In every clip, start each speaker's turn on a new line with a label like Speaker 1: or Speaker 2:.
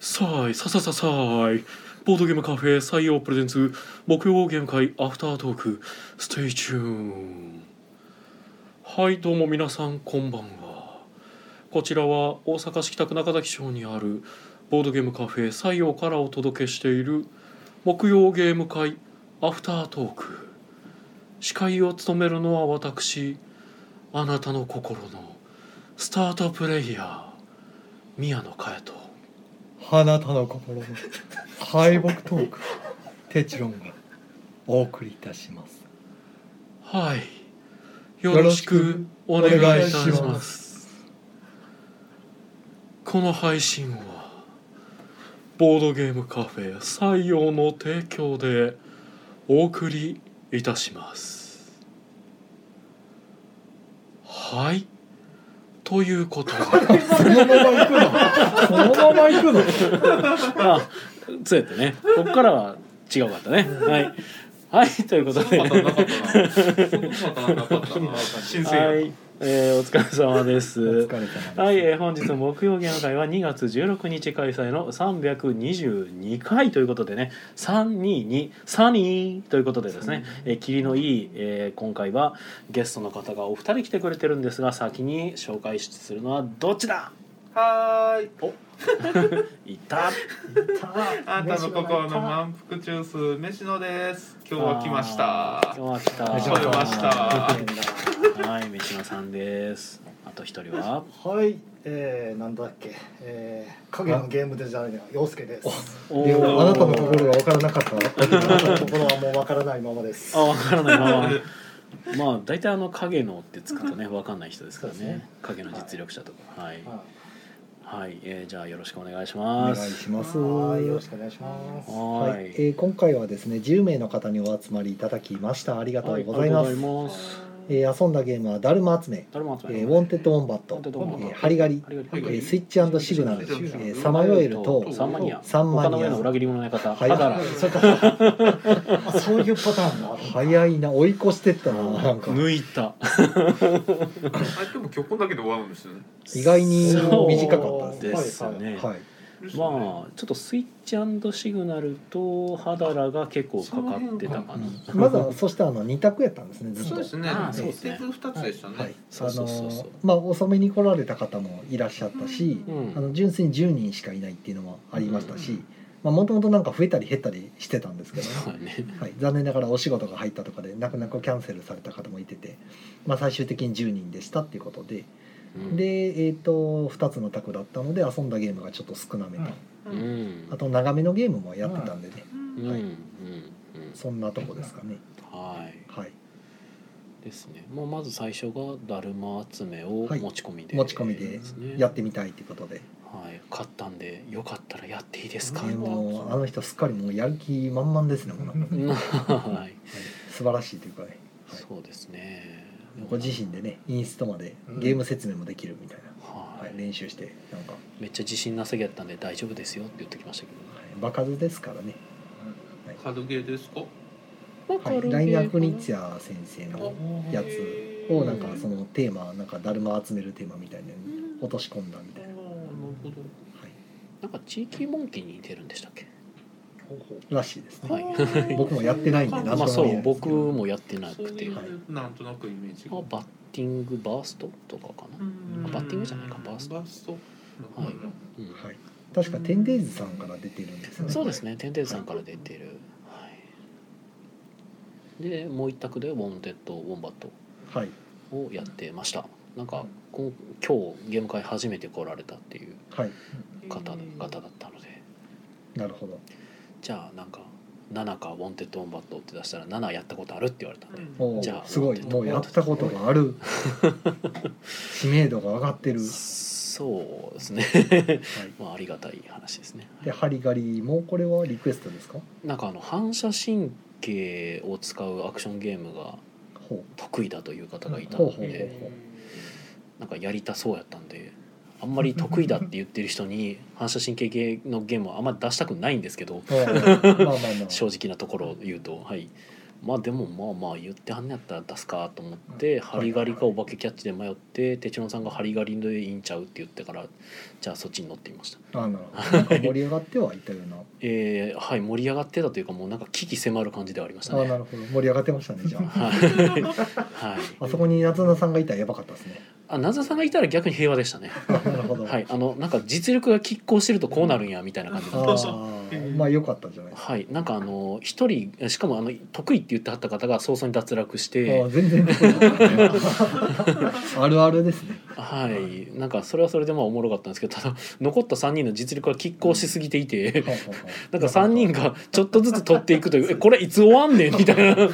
Speaker 1: さーいささささーいボードゲームカフェ採用プレゼンツ木曜ゲーム会アフタートークステイチューンはいどうも皆さんこんばんはこちらは大阪市北区中崎町にあるボードゲームカフェ採用からお届けしている木曜ゲーム会アフタートーク司会を務めるのは私あなたの心のスタートプレイヤー宮野佳代と
Speaker 2: 花たの心の敗北トークテチロンがお送りいたします
Speaker 1: はい。よろしくお願いいたし
Speaker 2: お願いし
Speaker 1: ま。
Speaker 2: ます
Speaker 1: この配信はボードゲームカフェ採用の提供でお送りいたします。はい。ということで、
Speaker 2: そのまま行くのそのまま行くの
Speaker 3: あ、そうやってね。ここからは違うかったね。はい。はい、ということで。は
Speaker 4: はい
Speaker 3: い、えーお疲れ様です。
Speaker 2: お疲れ様です、
Speaker 3: はい、えー本日木曜ゲーム会は2月16日開催の322回ということでね322サニーということでですね、えー、霧のいい、えー今回はゲストの方がお二人来てくれてるんですが先に紹介するのはどっちだ
Speaker 4: はーい
Speaker 3: いた
Speaker 4: あんたの心の満腹中枢飯野です今日は来ました
Speaker 3: あー今日は来た。
Speaker 2: 今日
Speaker 4: は来
Speaker 3: はい、三島さんです。あと一人は。
Speaker 5: はい、えー、なんだっけ、えー、影のゲームデザイナー陽介です。
Speaker 3: お
Speaker 2: でもあなたの
Speaker 3: あ
Speaker 2: 心が分からなかった
Speaker 5: あなたの心はもうわからないままです。、
Speaker 3: わからないまま。まあ、大体あの影のってつく とね、わかんない人ですから
Speaker 5: そうです
Speaker 3: ね
Speaker 5: ね。
Speaker 3: 影の実力者とか。はい。
Speaker 5: は
Speaker 3: はい、えーじゃあ、よろしくお願いし
Speaker 2: お願
Speaker 3: ま
Speaker 2: い
Speaker 3: す。
Speaker 2: します
Speaker 5: い、はいよろしくお願いします。
Speaker 2: は、
Speaker 3: はい
Speaker 2: え
Speaker 3: い。
Speaker 2: ー今回はですね10名の方にお集まりいただきましたありがとうございます,、
Speaker 3: ありがとうございます。
Speaker 2: えー遊んだゲームは「だるま集め」
Speaker 3: 誰も集
Speaker 2: え
Speaker 3: まり
Speaker 2: ー「ウ
Speaker 3: ま
Speaker 2: ォンテッド・ウォンバット」
Speaker 3: ウォ
Speaker 2: え
Speaker 3: ンテッドウォンバット
Speaker 2: ー「ハリガリ」
Speaker 3: せ
Speaker 2: え
Speaker 3: んありがとうございます
Speaker 2: ースイッチシグナル」えー「さまよえる」と
Speaker 3: サンマニ
Speaker 2: 「
Speaker 3: ア
Speaker 2: サンマ
Speaker 3: 他の
Speaker 2: ニ
Speaker 3: 上
Speaker 2: ア」
Speaker 3: の裏切り者の方、
Speaker 2: はい
Speaker 3: ハダラ
Speaker 5: そうか。あそういうパターンがある。
Speaker 2: 早いな追い越してったななんか
Speaker 3: 抜いた。
Speaker 4: あでも今日こんだけで終わるんですよね
Speaker 2: 意外に短かった
Speaker 3: で
Speaker 2: です
Speaker 3: ね
Speaker 2: す。はい
Speaker 4: ですよね
Speaker 3: まあちょっとスイッチシグナルとハダラが結構かかってたかな。
Speaker 2: まずはそしてあの二択やったんですねずっと
Speaker 4: そうですね
Speaker 3: あーそうですね
Speaker 4: 鉄二つでしたね、
Speaker 2: はいあ
Speaker 3: そうそうそうそう
Speaker 2: のまあ遅めに来られた方もいらっしゃったし、
Speaker 3: うん
Speaker 2: あの純粋に10人しかいないっていうのもありましたし、
Speaker 4: う
Speaker 2: まあもともとなんか増えたり減ったりしてたんですけど、
Speaker 3: そうだね。
Speaker 2: はい、残念ながらお仕事が入ったとかでなくなくキャンセルされた方もいてて、まあ、最終的に10人でしたっていうことで、
Speaker 3: うん
Speaker 2: で、えー、と2つの択だったので遊んだゲームがちょっと少なめと、
Speaker 3: うんうん
Speaker 2: あと長めのゲームもやってたんでね、
Speaker 3: うんうんうん
Speaker 2: そんなとこですかね。
Speaker 3: はい
Speaker 2: はい
Speaker 3: ですね。もうまず最初がだるま集めを
Speaker 2: はい
Speaker 3: 持ち込みで、
Speaker 2: 持ち込みで
Speaker 3: ね
Speaker 2: やってみたいってことで、
Speaker 3: はい買ったんでよかったらやっていいですか。
Speaker 2: えーもうあの人すっかりもうやる気満々ですねもうなんか
Speaker 3: うんはい
Speaker 2: 素晴らしいというかね、はい
Speaker 3: そうですね。
Speaker 2: ご自身でねインストまで
Speaker 5: うん
Speaker 2: ゲーム説明もできるみたいな、
Speaker 3: は
Speaker 2: はいい、練習してなんか、は
Speaker 3: めっちゃ自信なさげやったんで大丈夫ですよって言ってきましたけど、
Speaker 2: い、場数ですからね、
Speaker 4: カルゲーですか
Speaker 2: はい、ライナー・クニッツィア先生のやつをなんか
Speaker 4: うん
Speaker 2: そのテーマなんかだるま集めるテーマみたいなのに落とし込んだみたいな、は
Speaker 4: なるほど
Speaker 2: い、
Speaker 3: なんか地域モンキーに似てるんでしたっけ。
Speaker 2: らしいですね、
Speaker 3: はい。
Speaker 2: 僕もやってないんで
Speaker 4: ま
Speaker 2: 何
Speaker 3: ま
Speaker 2: と
Speaker 3: あ
Speaker 2: も
Speaker 3: そ
Speaker 2: 言えな
Speaker 3: う
Speaker 2: いです
Speaker 3: 僕
Speaker 2: けど
Speaker 3: もやってな
Speaker 4: そう
Speaker 3: くて、
Speaker 4: いう
Speaker 3: まあ、
Speaker 4: なんとなくイメージが
Speaker 3: バッティングバーストとかかな、
Speaker 4: うん
Speaker 3: バッティングじゃないかバースト
Speaker 4: バースト
Speaker 3: はい
Speaker 4: うん
Speaker 3: うん
Speaker 2: はい、確かテンデイズさんから出てるんですよね
Speaker 3: そうですね天帝さんから出てる、はい、でもう一択で「ウォンテッド・ウォンバット
Speaker 2: はい」
Speaker 3: をやってましたなんかこん今日ゲーム会初めて来られたっていう
Speaker 2: はい
Speaker 3: 方方だったので
Speaker 2: なるほど
Speaker 3: じゃあなんか「7かウォンテッド・ウォンバット」って出したら「7やったことある?」って言われたんで、
Speaker 2: お
Speaker 3: じゃあ
Speaker 2: すごいもうやったことがある 知名度が上がってる、は
Speaker 3: そうですね
Speaker 2: い、
Speaker 3: まあありがたい話ですね
Speaker 2: でハリガリもこれはリクエストですか
Speaker 3: なんかあの反射神経を使うアクションゲームが
Speaker 2: ほ
Speaker 3: 得意だという方がいた
Speaker 2: ほう
Speaker 3: の
Speaker 2: ほうほうほ
Speaker 3: でなんかやりたそうやったんであんまり得意だって言ってる人に反射神経系のゲームはあんまり出したくないんですけど
Speaker 2: うまあまあまあ
Speaker 3: 正直なところを言うとはいまあでもまあまあ言ってはんねやったら出すかと思って、ハリガリかお化けキャッチで迷って哲郎さんがハリガリでいいんちゃうって言ってからじゃあそっちに乗ってみました
Speaker 2: あなるほどなんか盛り上がってはいたような
Speaker 3: えーはい盛り上がってたというかもうなんか危機迫る感じではありまし
Speaker 2: あ
Speaker 3: た
Speaker 2: な
Speaker 3: ね
Speaker 2: るほど盛り上がってましたねじゃあ
Speaker 3: はいはい
Speaker 2: あそこに夏菜さんがいたらやばかったですね
Speaker 3: あ謎さんがいたら逆に平和でしたね
Speaker 2: あなるほど、
Speaker 3: はいあのなんか実力が拮抗してるとこうなるんやみたいな感じ
Speaker 2: あ
Speaker 3: になってました
Speaker 2: ーまあ良かったじゃないですか
Speaker 3: はい、なんかあの一人しかもあの得意って言ってはった方が早々に脱落し
Speaker 2: あ
Speaker 3: て
Speaker 2: ー全然 あるあるですね
Speaker 3: はいなんかそれはそれでまあおもろかったんですけどただ残った3人の実力が拮抗しすぎていてなんか3人がちょっとずつ取っていくという「えこれいつ終わんねん」みたいな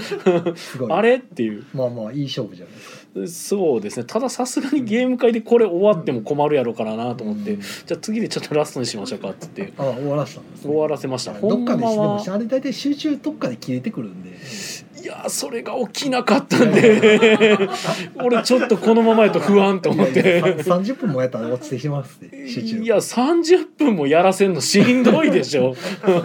Speaker 2: すごい
Speaker 3: 「 あれ?」っていう
Speaker 2: まあまあいい勝負じゃないですか
Speaker 3: そうですねたださすがにゲーム会でこれ終わっても困るやろうからなと思って、
Speaker 2: うん
Speaker 3: じゃあ次でちょっとラストにしましょうかっつって
Speaker 2: あ終わらせたんですね、
Speaker 3: 終わらせました
Speaker 2: どっかで
Speaker 3: ほ
Speaker 2: しで
Speaker 3: んまは
Speaker 2: もあれ大体集中どっかで切れてくるんで
Speaker 3: いやーそれが起きなかったん で俺ちょっとこのままやと不安と思って。
Speaker 2: 三十分もやったら落ちてしまうっすね集中
Speaker 3: いや30分もやらせんのしんどいでしょ
Speaker 2: なん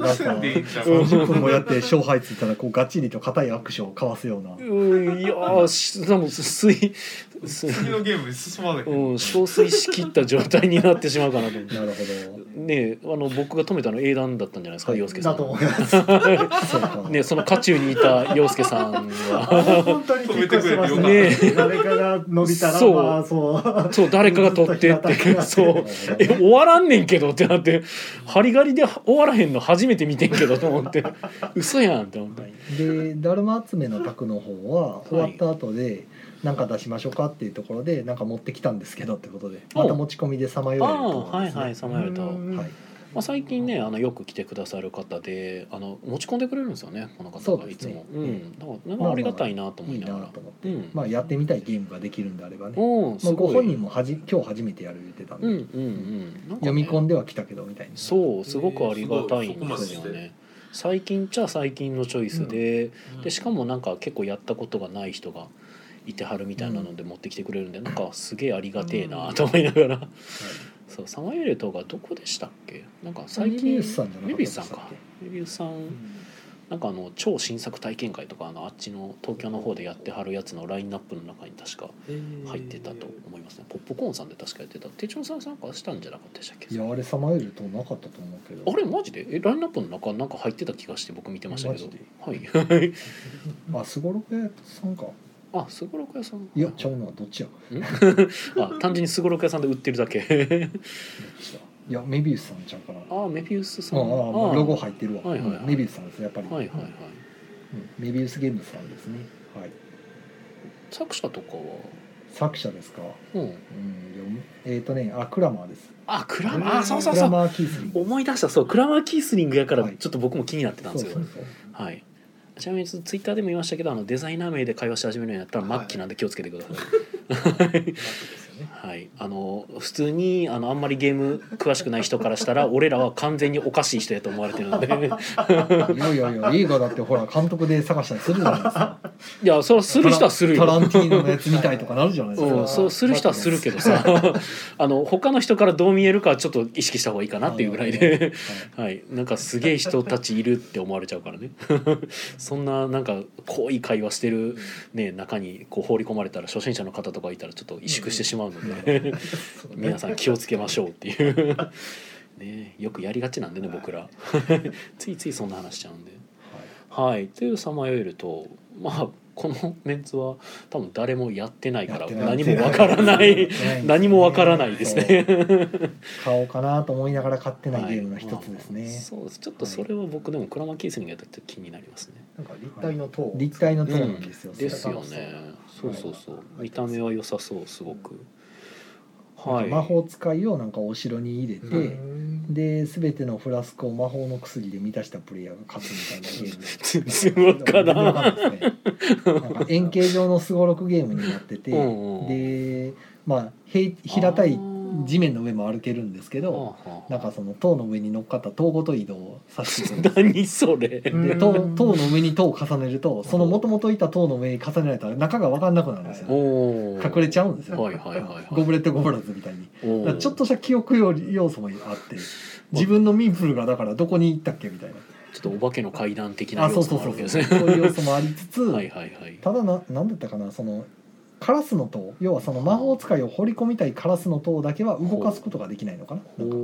Speaker 2: か
Speaker 4: でいいんちゃう
Speaker 2: 30分もやって勝敗ついたらこうガッチリと硬い握手を交わすような
Speaker 3: うんいやーしでも水水
Speaker 4: 次のゲームに進まないけど、
Speaker 3: うん憔悴しきった状態になってしまうかなと思って
Speaker 2: なるほ
Speaker 3: ねえあの僕が止めたの英断だったんじゃないですか洋介さ
Speaker 5: だと思
Speaker 3: ん
Speaker 5: います。
Speaker 2: どそうか、
Speaker 3: ねえその渦中にいた洋介さん は
Speaker 5: 本当に結構してました。誰かが伸びたら
Speaker 3: そう
Speaker 5: まあそう。
Speaker 3: そう誰かが取ってっ
Speaker 5: ずっと平たく
Speaker 3: て
Speaker 5: なって
Speaker 3: そうえ終わらんねんけどってなってハリガリで終わらへんの初めて見てんけどと思って嘘やんって思って
Speaker 2: でだるま集めの卓の方は終わった後で何か出しましょうかっていうところで何か持ってきたんですけどってことで
Speaker 3: お
Speaker 2: また持ち込みでさまよ
Speaker 3: あ
Speaker 2: えると思うんで
Speaker 3: あはい
Speaker 2: すね
Speaker 3: はいさまよいと。
Speaker 2: はい
Speaker 3: まあ、最近ねあのよく来てくださる方であの持ち込んでくれるんですよねこの方
Speaker 2: そう
Speaker 3: がい
Speaker 2: です
Speaker 3: つ
Speaker 2: ね
Speaker 3: もう,、んだからなんかありがたいなと思
Speaker 2: い
Speaker 3: い
Speaker 2: い
Speaker 3: ながら、
Speaker 2: なと思って、
Speaker 3: うん
Speaker 2: まあやってみたいゲームができるんであればね、
Speaker 3: うん
Speaker 2: まあ、
Speaker 3: す
Speaker 2: ご
Speaker 3: ごい
Speaker 2: 本人もはじ今日初めてやる言ってたんで、
Speaker 3: うんうんうんなんかね
Speaker 2: 読み込んでは来たけどみたいな
Speaker 3: そうすごくありがたいんです
Speaker 4: えーすごいそ
Speaker 3: よ
Speaker 4: こまで
Speaker 3: ね最近っちゃ最近のチョイスで,、でしかもなんか結構やったことがない人がいてはるみたいなので持ってきてくれるんで、なんかすげえありがてえなと思いながら、そうサマユレトがどこでしたっけなんか最近
Speaker 2: メビウスさんじゃなかったで
Speaker 3: メビウ
Speaker 2: し
Speaker 3: ス
Speaker 2: た
Speaker 3: さ
Speaker 2: っ
Speaker 3: ん
Speaker 2: け
Speaker 3: かメビウスさんなんかあの超新作体験会とかあのあっちの東京の方でやってはるやつのラインナップの中に確か入ってたと思いますね、ポップコーンさんで確かやってた手帳さん参加したんじゃなかったでしたっけ
Speaker 2: いやあれさまよえるとなかったと思うけど
Speaker 3: あれマジでえラインナップの中なんか入ってた気がして僕見てましたけど
Speaker 2: マジで
Speaker 3: はい
Speaker 2: あすごろく屋さんか
Speaker 3: あすごろく屋さん
Speaker 2: いやちゃうなどっちや
Speaker 3: あ単純にすごろく屋さんで売ってるだけ
Speaker 2: いやメビウスさんちゃうかなあ
Speaker 3: あメビウス
Speaker 2: あ
Speaker 3: さん
Speaker 2: あロゴ入ってるわ、
Speaker 3: はいはいはい
Speaker 2: うんメビウスさんですやっぱり、
Speaker 3: はいはいはい
Speaker 2: うんメビウスゲームズさんですねはい
Speaker 3: 作者とかは
Speaker 2: 作者ですか
Speaker 3: うん
Speaker 2: うんでもえっ、とねあクラマーです
Speaker 3: あクラマーあそうそう
Speaker 2: ク
Speaker 3: そ
Speaker 2: ラ
Speaker 3: う
Speaker 2: マーキースリング
Speaker 3: 思い出したそうクラマーキースリングやから
Speaker 2: はい
Speaker 3: ちょっと僕も気になってたんで
Speaker 2: そ
Speaker 3: す
Speaker 2: う
Speaker 3: よ、
Speaker 2: そうそう
Speaker 3: はい。ちなみにツイッターでも言いましたけど、あのデザイナー名で会話し始めるようになったら末期なんで気をつけてください。はい、あの普通にあのあんまりゲーム詳しくない人からしたら、俺らは完全におかしい人やと思われてる ので。
Speaker 2: いやいやいや映画だってほら監督で探したりするじゃないですか
Speaker 3: いや、それはする人はする
Speaker 2: タラ
Speaker 3: よ。
Speaker 2: ンティーノのやつみたいとかなるじゃないですか、
Speaker 3: うん、そうする人はするけ どさあの他の人からどう見えるかはちょっと意識した方がいいかなっていうぐらいで、はい、なんかすげえ人たちいるって思われちゃうからね そんななんか濃い会話してる、ね、中にこう放り込まれたら初心者の方とかいたらちょっと萎縮してしまうので皆さん気をつけましょうっていう ねよくやりがちなんでね僕ら ついついそんな話しちゃうんで。はい、というさまよえるとまあこのメンツは多分誰もやってないから
Speaker 2: やってない
Speaker 3: 何もわから ない
Speaker 2: ない
Speaker 3: 何もわからないですね。
Speaker 2: 買おうかなと思いながら買ってない
Speaker 3: はい
Speaker 2: ゲームの一つです
Speaker 3: まあ
Speaker 2: ね、
Speaker 3: そうです。ちょっとそれは僕でもクラマーキースにやったって気になりますね。
Speaker 5: なんか立体の塔。
Speaker 2: 立体の塔
Speaker 3: う
Speaker 2: なん
Speaker 3: ん
Speaker 2: ですよ、
Speaker 3: ですよ
Speaker 5: そ
Speaker 3: ねそ
Speaker 5: れ。
Speaker 3: うそうそう。見た目は良さそうすごく。はい。
Speaker 2: 魔法使いをなんかお城に入れて、
Speaker 5: うん
Speaker 2: で全てのフラスコを魔法の薬で満たしたプレイヤーが勝つみたいなゲームです
Speaker 3: 全然わから
Speaker 2: 全然わ
Speaker 3: ん。
Speaker 2: かんないですねなんか円形状のすごろくゲームになってて
Speaker 3: うんうん
Speaker 2: でまあ平平たい地面の上も歩けるんですけどなんかその塔の上に乗っかった塔ごと移動をさせていくん です
Speaker 3: 何それ。
Speaker 2: で塔塔の上に塔を重ねるとそのもともといた塔の上に重ねられたら中が分かんなくなるんですよ
Speaker 3: おー
Speaker 2: 隠れちゃうんですよ、
Speaker 3: はいはいはいはい
Speaker 2: ゴブレットゴブラズみたいに
Speaker 3: お
Speaker 2: だ
Speaker 3: ー
Speaker 2: からちょっとした記憶要要素もあって自分のミンフルがだからどこに行ったっけみたいな
Speaker 3: ちょっとお化けの階段的な
Speaker 2: あそ
Speaker 3: 要
Speaker 2: う
Speaker 3: 素
Speaker 2: そう
Speaker 3: もあ
Speaker 2: そうそう
Speaker 3: るわけです
Speaker 2: そう
Speaker 3: ね。
Speaker 2: いう要素もありつつ、
Speaker 3: はいはいはい。
Speaker 2: ただな何だったかなそのカラスの塔要はその魔法使いを掘り込みたいカラスの塔だけは動かすことができないのかな
Speaker 3: お
Speaker 2: なんか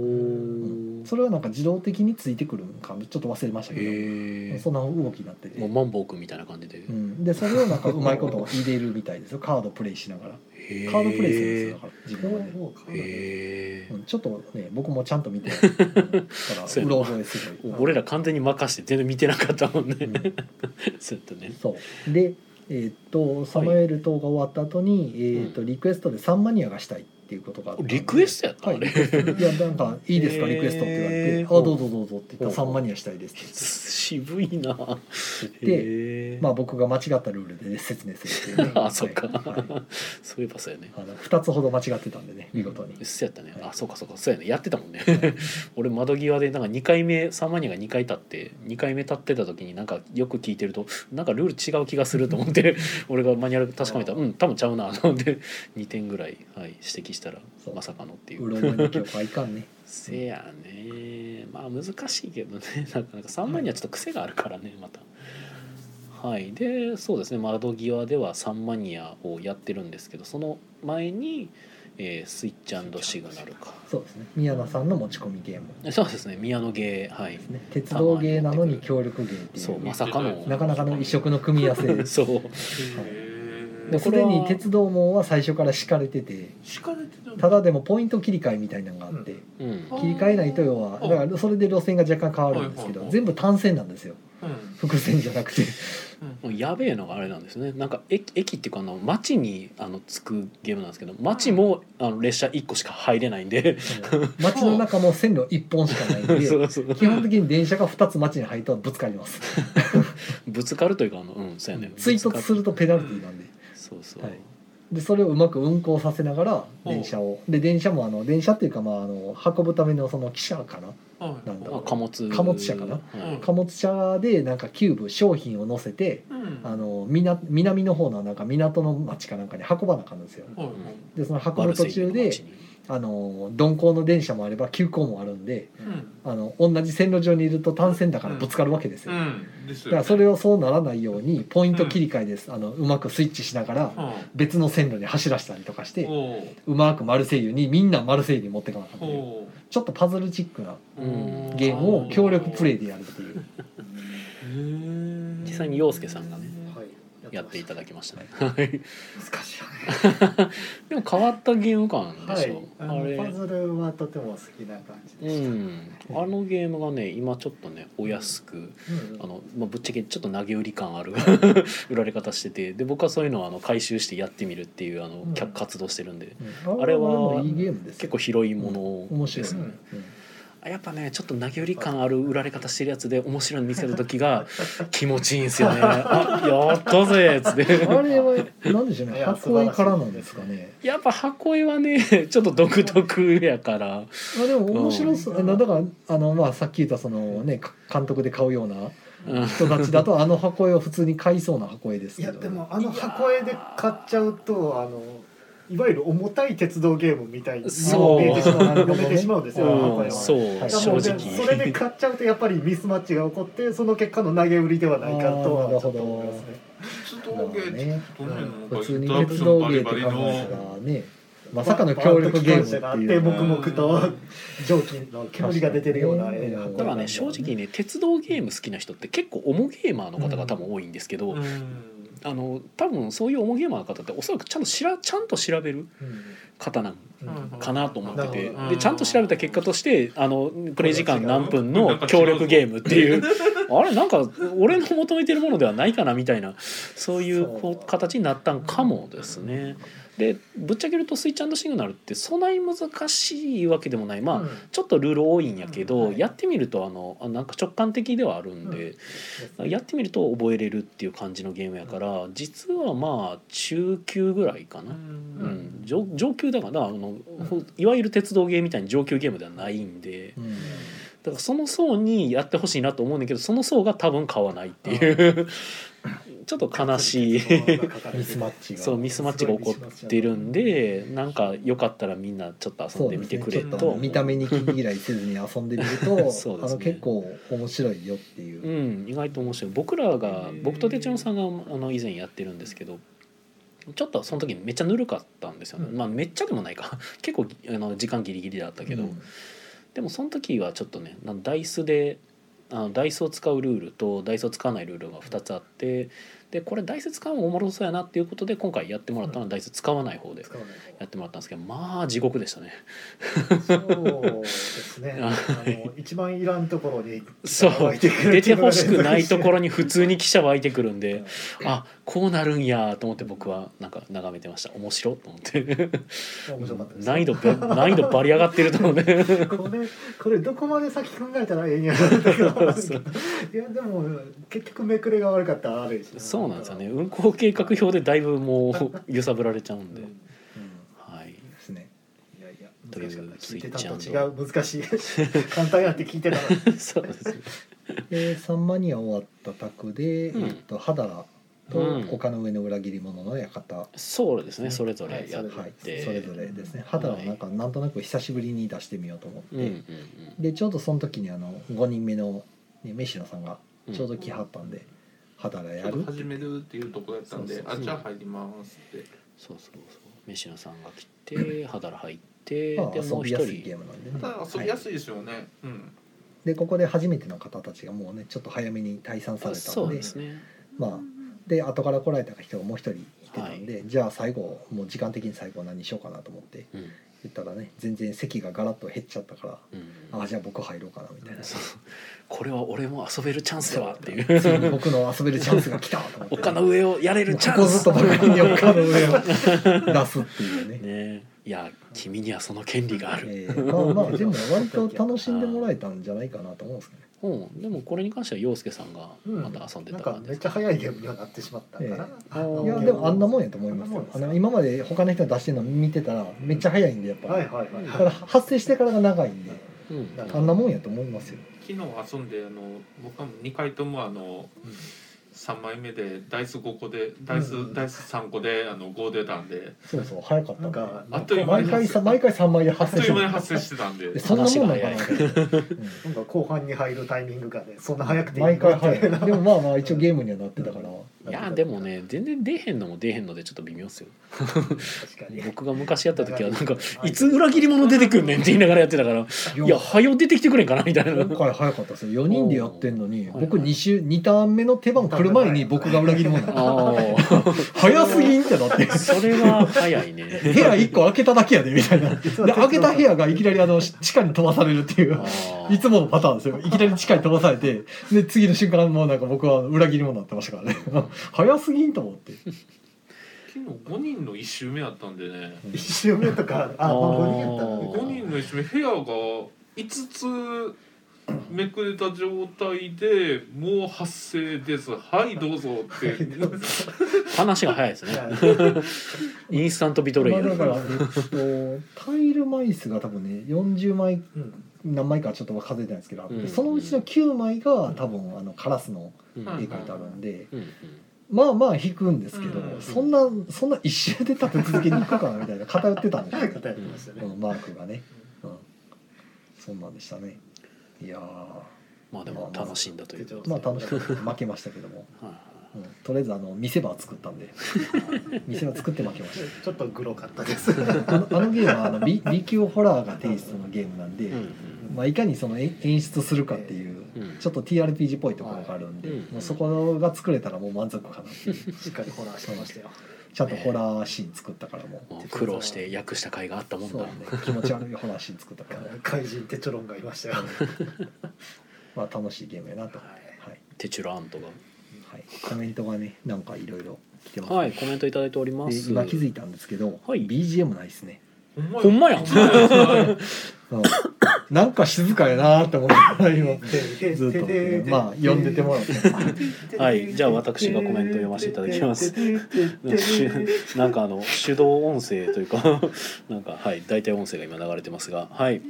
Speaker 3: お。
Speaker 2: それはなんか自動的についてくるんかちょっと忘れましたけど、
Speaker 3: へ
Speaker 2: そんな動きになってて
Speaker 3: え。もう、マンボウ君みたいな感じで。
Speaker 2: うん、でそれをなんかうまいこと入れるみたいですよカードプレイしながら
Speaker 3: へえ
Speaker 2: カードプレイするんですよだから自分はね、
Speaker 5: もうか
Speaker 3: へ
Speaker 2: う
Speaker 3: え。
Speaker 2: ん、ちょっとね僕もちゃんと見て、う ん、だから
Speaker 3: そう
Speaker 2: う
Speaker 3: やな
Speaker 2: ろ覚えすごい
Speaker 3: 俺ら完全に任して全然見てなかったもんね。
Speaker 2: うん
Speaker 3: そうやったね。
Speaker 2: そうでえーっとサムエル島が終わった後に、えーっとリクエストでサンマニアがしたいっていうことがあったんで
Speaker 3: リクエストやった
Speaker 2: はい
Speaker 3: あれ
Speaker 2: リクエストいやなんか「いいですか
Speaker 3: へー
Speaker 2: リクエスト」って言われて「あ
Speaker 3: ほう
Speaker 2: どうぞどうぞ」って言ったら「
Speaker 3: ほう
Speaker 2: サ
Speaker 3: ほう
Speaker 2: ンマニアしたいです」
Speaker 3: 渋いな。
Speaker 2: って言って
Speaker 3: へえ。
Speaker 2: まあ僕が間違ったルールでね説明するっていうね
Speaker 3: あそっか
Speaker 2: はい
Speaker 3: そういえばそうやね。
Speaker 2: あの2つほど間違ってたんでね見事に
Speaker 3: そうやったね。あ、そうかそうか。そうやね。やってたもんね。 俺窓際でなんか2回目サマニアが2回立って2回目立ってた時になんかよく聞いてるとなんかルール違う気がすると思って 俺がマニュアル確かめたらうん多分ちゃうなと思って2点ぐらい、はい、指摘したら
Speaker 2: そう
Speaker 3: まさかのっていうう。
Speaker 2: ろ覚えの記憶はいかんね
Speaker 3: せやね。まあ難しいけどね。 なかなかサマニアちょっと癖があるからねまた。はい、でそうですね窓際ではサンマニアをやってるんですけどその前に、えースイッチシグナルか
Speaker 2: そうですね宮野さんの持ち込みゲーム
Speaker 3: そうですね宮野芸 はい
Speaker 2: ですね鉄道ゲーなのに協力ゲーってい
Speaker 3: そう
Speaker 2: う,、
Speaker 3: まさかの
Speaker 2: なかなかの異色の組み合わせも
Speaker 3: そう
Speaker 2: うすでに鉄道網は最初から敷かれてて
Speaker 4: 敷かれてる
Speaker 2: ただでもポイント切り替えみたいなのがあって、
Speaker 3: うん
Speaker 4: うん
Speaker 2: 切り替えないと要は
Speaker 4: う
Speaker 2: だ
Speaker 4: ん
Speaker 2: からそれで路線が若干変わるんですけ
Speaker 4: はいはいは
Speaker 2: ど
Speaker 4: い
Speaker 2: 全部単線なん ですよ
Speaker 4: うん
Speaker 2: 伏線じゃなくて
Speaker 3: もうやべえのがあれなんですねなんか駅駅っていうかあの町にあの着くゲームなんですけど町もあの列車1個しか入れないんで
Speaker 2: 街の中も線路1本しかないん
Speaker 3: そ
Speaker 2: で
Speaker 3: うそう
Speaker 2: 基本的に電車が2つ街に入ったらぶつかります
Speaker 3: ぶつかるというかあのうんそうやね
Speaker 2: 追突する
Speaker 3: ぶ
Speaker 2: とペナルティなんで
Speaker 3: つかるそうそう、
Speaker 2: はいでそれをうまく運行させながら
Speaker 4: うん
Speaker 2: 電車をで電車もあの電車っていうかまああの運ぶためのその汽車かな
Speaker 4: はい
Speaker 2: なんだ
Speaker 3: ま
Speaker 2: ろ
Speaker 3: あ、貨物
Speaker 2: 貨物車かな
Speaker 3: はい
Speaker 2: 貨物車でなんかキューブ商品を乗せて
Speaker 4: うん
Speaker 2: あの南南の方のなんか港の町かなんかに運ばなあかんですよ
Speaker 4: はいはい
Speaker 2: でその運ぶ途中
Speaker 3: マル
Speaker 2: で
Speaker 3: セイユの
Speaker 2: あの鈍行の電車もあれば急行もあるんで
Speaker 4: うん
Speaker 2: あの同じ線路上にいると単線だからぶつかるわけですよ、
Speaker 4: うんです
Speaker 2: だか
Speaker 4: よね
Speaker 2: らそれをそうならないようにポイント切り替えです、あのうまくスイッチしながら別の線路に走らせたりとかして
Speaker 4: うんお
Speaker 2: うまくマルセイユにみんなマルセイユに持ってかなあかった
Speaker 4: おお
Speaker 2: ちょっとパズルチックな
Speaker 4: お
Speaker 3: うん
Speaker 2: ゲームを協力プレイでやるっていう
Speaker 3: 町に実際に陽介さんがね
Speaker 5: はい
Speaker 3: やっていただ
Speaker 5: き
Speaker 3: きましたねはい
Speaker 5: 難しいよね
Speaker 3: でも変わったゲーム感でしょ、
Speaker 5: は
Speaker 3: あれ
Speaker 5: い、あのパズルはとても好きな感じで
Speaker 3: う
Speaker 5: した、
Speaker 3: ん、あのゲームがね今ちょっとねお安くあの、まあ、ぶっちゃけちょっと投げ売り感ある 売られ方しててで僕はそういうのをあの回収してやってみるっていうあの、
Speaker 2: うん
Speaker 3: 客活動してるんで
Speaker 2: うん
Speaker 3: あれは
Speaker 2: 俺もいいゲームです
Speaker 3: 結構広いもの
Speaker 2: 面白
Speaker 3: で
Speaker 2: い、
Speaker 3: す
Speaker 2: う
Speaker 3: ね、
Speaker 2: ん
Speaker 3: あやっぱねちょっと投げ売り感ある売られ方してるやつで面白いの見つけた時が気持ちいいんすよねあやったぜっつって
Speaker 2: あれは何でしょう
Speaker 5: い
Speaker 2: ね
Speaker 5: や
Speaker 2: 箱絵からなんですかね
Speaker 3: やっぱ箱絵はね ちょっと独特やから
Speaker 2: まあでも面白そう、
Speaker 5: うん
Speaker 2: なだからあの、まあ、さっき言ったその、ね、か監督で買うような
Speaker 3: うん
Speaker 2: 人たちだとあの箱絵を普通に買いそうな箱絵です
Speaker 5: い
Speaker 2: け
Speaker 5: や
Speaker 2: ど
Speaker 5: でもあの箱絵で買っちゃうとあのいわゆる重たい鉄道ゲームみたいに
Speaker 3: そう
Speaker 5: 見えてしまう読めてしまうんですよ、
Speaker 2: うん
Speaker 5: 箱絵は。
Speaker 3: そう
Speaker 2: はい
Speaker 3: 正
Speaker 5: だからもうそれで
Speaker 3: 直
Speaker 5: 買っちゃうとやっぱりミスマッチが起こってその結果の投げ売りではないかとはちょっと思いますね。
Speaker 4: 鉄
Speaker 2: まあ
Speaker 4: 道芸って
Speaker 2: ね
Speaker 4: どんなのか
Speaker 2: 普通に
Speaker 4: ダンプ
Speaker 2: 鉄
Speaker 4: ション
Speaker 2: 道
Speaker 4: バ
Speaker 2: 芸
Speaker 4: リ
Speaker 2: って
Speaker 4: バ
Speaker 2: 考え
Speaker 4: リ
Speaker 2: たら
Speaker 4: の
Speaker 2: ねまさかの協力ゲームって
Speaker 5: バッと
Speaker 2: い
Speaker 5: 機関車
Speaker 2: う
Speaker 5: があって黙々と蒸気の煙が出てるような絵が
Speaker 2: うん
Speaker 3: だからね正直ね鉄道ゲーム好きな人って結構オモゲーマーの方が多分多いんですけど、
Speaker 4: うん
Speaker 3: あの多分そういうオモゲーマーの方っておそらくちゃんとしらちゃんと調べる方なん かなと思ってて、
Speaker 5: なる
Speaker 4: ほど
Speaker 3: でちゃんと調べた結果としてあのプレイ時間何分
Speaker 4: な
Speaker 3: の
Speaker 4: んか違う
Speaker 3: 協力ゲームっていう あれなんか俺の求めてるものではないかなみたいなそういうこう形になったんかもですね。でぶっちゃけると「スイッチシグナル」ってそんなに難しいわけでもないまあ、
Speaker 5: うん
Speaker 3: ちょっとルール多いんやけど、
Speaker 5: うんはい
Speaker 3: やってみるとあのあなんか直感的ではあるんで、やってみると覚えれるっていう感じのゲームやから実はまあ中級ぐらいかな、うん上上級だからあの、ほいわゆる鉄道ゲームみたいに上級ゲームではないんで
Speaker 2: うん
Speaker 3: だからその層にやってほしいなと思うねんだけどその層が多分買わないっていう ちょっと悲し
Speaker 2: ミ
Speaker 3: い
Speaker 2: スマ ッチが
Speaker 3: そうミスマッチが起こってるんでなんかよかったらみんなちょっと遊
Speaker 2: そ
Speaker 3: ん
Speaker 2: う
Speaker 3: でみ
Speaker 2: です
Speaker 3: て
Speaker 2: ね
Speaker 3: く
Speaker 2: ち
Speaker 3: れ
Speaker 2: ょっ
Speaker 3: と
Speaker 2: と見た目に気嫌いせずに遊んでみると
Speaker 3: そうですね
Speaker 2: あの結構面白いよっていうう、
Speaker 3: ん意外と面白い僕らが
Speaker 4: へー
Speaker 3: 僕とてちのさんがあの以前やってるんですけどちょっとその時めっちゃぬるかったんですよね、
Speaker 5: うん
Speaker 3: まあめっちゃでもないか 結構あの時間ギリギリだったけど、
Speaker 2: うん
Speaker 3: でもその時はちょっとねなんダイスであのダイスを使うルールとダイスを使わないルールが2つあってでこれダイス使うのおもろそうやなっていうことで今回やってもらったのはダイス使わない方で
Speaker 5: 使わない
Speaker 3: やってもらったんですけどまあ地獄でした ね
Speaker 5: そうですね。あの一番いらんところに
Speaker 3: そう
Speaker 5: 湧いてくる
Speaker 3: 出てほしくないところ
Speaker 5: に。
Speaker 3: に普通に記者湧いてくるんであ こうなるんやと思って僕はなんか眺めてました面白いと思って
Speaker 5: 面白かったです。
Speaker 3: 難易度べ難易度バリ上がってると思う ね
Speaker 5: これ これどこまで先考えたらええんやろうけど
Speaker 3: そう
Speaker 5: いやでも結局めくれが悪かったらあるし
Speaker 3: そうなんですよね運行計画表でだいぶもう揺さぶられちゃうんで、
Speaker 2: うん
Speaker 3: はい
Speaker 2: ですね
Speaker 5: いやいや
Speaker 3: という
Speaker 5: 難しかった聞いてた
Speaker 3: スイ
Speaker 5: んと違
Speaker 3: ッチアン
Speaker 5: う難しい簡単やって聞いてたのに
Speaker 3: そうですね
Speaker 2: で3マニア終わった卓で、
Speaker 3: うん
Speaker 2: えっと、肌と
Speaker 3: うん
Speaker 2: 丘の上の裏切り者の館、
Speaker 3: そうですね、それぞ
Speaker 5: は
Speaker 3: れ
Speaker 5: い
Speaker 3: やっ
Speaker 2: はい、そ
Speaker 3: て、
Speaker 2: れぞれですね肌はなんかなんとなく久しぶりに出してみようと思って、
Speaker 3: うんうんうん
Speaker 2: でちょうどその時にあの5人目の、ね、メシノさんが
Speaker 3: うん、
Speaker 2: ちょうど来はったんで「肌がやる?」
Speaker 4: 始めるっていうとこやったんで
Speaker 2: そう
Speaker 3: そう
Speaker 4: あじゃあ入りますって
Speaker 3: そうそうそう飯野さんが来て肌入ってで
Speaker 2: まあ、
Speaker 3: も
Speaker 2: 遊
Speaker 3: う
Speaker 2: び
Speaker 3: 一
Speaker 2: やすい
Speaker 3: 人
Speaker 2: ゲームなんで
Speaker 4: た
Speaker 2: ね
Speaker 4: だ遊びやすいですよねうん
Speaker 2: でここで初めての方たちがもうねちょっと早めに退散された
Speaker 3: そ
Speaker 2: ん
Speaker 3: う
Speaker 2: で
Speaker 3: ですね
Speaker 2: まあで後から来られた人がもう一人いてたんで、じゃあ最後もう時間的に最後何しようかなと思って
Speaker 3: うん
Speaker 2: 言ったらね全然席がガラッと減っちゃったから、
Speaker 3: うん
Speaker 2: ああじゃあ僕入ろうかなみたいな。
Speaker 3: そうこれは俺も遊べるチャンスだわっていう
Speaker 2: ついに僕の遊べるチャンスが来たと思って
Speaker 3: 丘の上をやれ
Speaker 2: も
Speaker 3: る
Speaker 2: う
Speaker 3: チ
Speaker 2: こ
Speaker 3: ャ
Speaker 2: こ
Speaker 3: ン
Speaker 2: ずっ
Speaker 3: ス
Speaker 2: とばかりに丘の上を出すっていう ね
Speaker 3: ねいや君にはその権利がある、
Speaker 2: えーまあまあでも割と楽しんでもらえたんじゃないかなと思うんですけどね
Speaker 3: うん、でもこれに関しては陽介さんがまた遊んで
Speaker 5: な
Speaker 3: た感
Speaker 5: んか
Speaker 3: じ
Speaker 5: め
Speaker 3: で
Speaker 5: っ
Speaker 3: す
Speaker 5: ちゃ早いゲームにはなってしまったから、
Speaker 2: え
Speaker 5: あの
Speaker 2: いやでもあんなもんやと思います
Speaker 5: あんなも
Speaker 2: よ
Speaker 5: んで
Speaker 2: あ
Speaker 5: すか
Speaker 2: の今まで他の人が出してるの見てたらめっちゃ早いんでやっぱ、
Speaker 5: はいはいはい
Speaker 2: だから発生してからが長いんで
Speaker 3: うん
Speaker 5: なんか
Speaker 2: あんなもんやと思いますよ
Speaker 4: 昨日遊んであの僕はもう2回ともあの3枚目でダイス5個でダイス、
Speaker 5: うん
Speaker 4: ダイス3個であの5出たんで
Speaker 2: そうそう早かった
Speaker 5: なん
Speaker 2: んで
Speaker 5: か
Speaker 4: あっという間
Speaker 2: 毎
Speaker 4: に
Speaker 2: 回
Speaker 4: 発
Speaker 2: さ
Speaker 4: 生
Speaker 2: 毎回3枚で
Speaker 4: あっ
Speaker 2: 発
Speaker 4: と
Speaker 2: 生
Speaker 4: い
Speaker 2: して
Speaker 4: う間に
Speaker 2: る
Speaker 4: 発生してたんで
Speaker 2: でそんなもんなんかな
Speaker 3: 話
Speaker 2: と思ってうん
Speaker 5: なんか後半に入るタイミングがねそんな早くていい
Speaker 2: 毎回早い
Speaker 5: みた
Speaker 2: で
Speaker 5: いな
Speaker 2: もまあまあ一応ゲームにはなってたから
Speaker 3: いやでもね全然出えへんのも出えへんのでちょっと微妙っすよ
Speaker 5: 確かに
Speaker 3: 僕が昔やった時はなんか「いつ裏切り者出てくんねん」って言いながらやってたから「いやはよ出てきてくれんかな」みたい な
Speaker 2: 今回早かったですよ4人でやってんのに
Speaker 3: おー
Speaker 2: 僕2週2ターン目の手番来る前に僕が裏切り者なの
Speaker 3: あ
Speaker 2: 早すぎんってなって
Speaker 3: あそれは早いね
Speaker 2: 部屋1個開けただけやでみたいなで開けた部屋がいきなりあの地下に飛ばされるっていう
Speaker 3: あ
Speaker 2: い
Speaker 3: ー
Speaker 2: つものパターンですよいきなり地下に飛ばされてで次の瞬間もうなんか僕は裏切り者になってましたからね 早すぎんと思って
Speaker 4: 昨日5人の1周目やったんでね
Speaker 5: 一周目とかあ、まあ、5人やったら
Speaker 3: あー
Speaker 5: ね
Speaker 4: 5人の1周目部屋が5つめくれた状態でもう発生ですはいどうぞって
Speaker 3: 話が早いですねインスタントビトレイ
Speaker 2: ま
Speaker 3: ヤ
Speaker 2: あだから、え
Speaker 3: ー
Speaker 2: っと、タイル枚数が多分ね40枚
Speaker 5: うん
Speaker 2: 何枚かちょっと数えてないですけど、あって
Speaker 3: うん
Speaker 2: そのうちの9枚が多分あのカラスの
Speaker 3: うん
Speaker 2: 絵描いてあるんで、
Speaker 3: うん
Speaker 2: まあまあ引くんですけど、
Speaker 4: うん
Speaker 2: そんなそんな一周で立て続けに行くかなみたいな偏ってたんで
Speaker 5: 早い方やってました
Speaker 2: こ
Speaker 5: ね
Speaker 2: のマークがね、うん、そんなんでしたねいやー
Speaker 3: まあでも楽しんだということ
Speaker 2: まあ楽しく負けましたけども、
Speaker 3: はいは
Speaker 2: うん、とりあえずあの見せ場は作ったんで見せ場作って負けまし
Speaker 5: ちょっとグロかったです
Speaker 2: たあのあのゲームはあの B, B 級ホラーがテイストのゲームなんで、
Speaker 3: いうん
Speaker 2: まあ、いかにその演演出するかっていう
Speaker 3: うんうん
Speaker 2: ちょっと TRPG っぽいところがあるんで、
Speaker 3: はい
Speaker 2: もうそこが作れたらもう満足かなっていう
Speaker 5: しっかりホラーしてましたよ
Speaker 2: ちゃんとホラーシーン作ったからもう
Speaker 3: もう苦労して訳した甲斐があったも ん
Speaker 2: そう
Speaker 3: だ
Speaker 2: ね気持ち悪いホラーシーン作ったから、
Speaker 5: 怪人テチョロンがいましたよ
Speaker 2: まあ、楽しいゲームやなと、はい
Speaker 3: テチュラントが
Speaker 2: はい、コメントがねなんかいろいろ来てます、
Speaker 3: はいコメントいただいておりま
Speaker 2: です今気づいたんですけど、
Speaker 3: はい
Speaker 2: BGM ないですね、
Speaker 4: ほ
Speaker 3: ほんまや
Speaker 2: うん、 なんか静かやなーって思った今 ずっと思ってねまあ呼んでてもらって
Speaker 3: はいじゃあ私がコメント読ませていただきますなんかしゅ なんかあの手動音声というか なんかはい大体音声が今流れてますがはい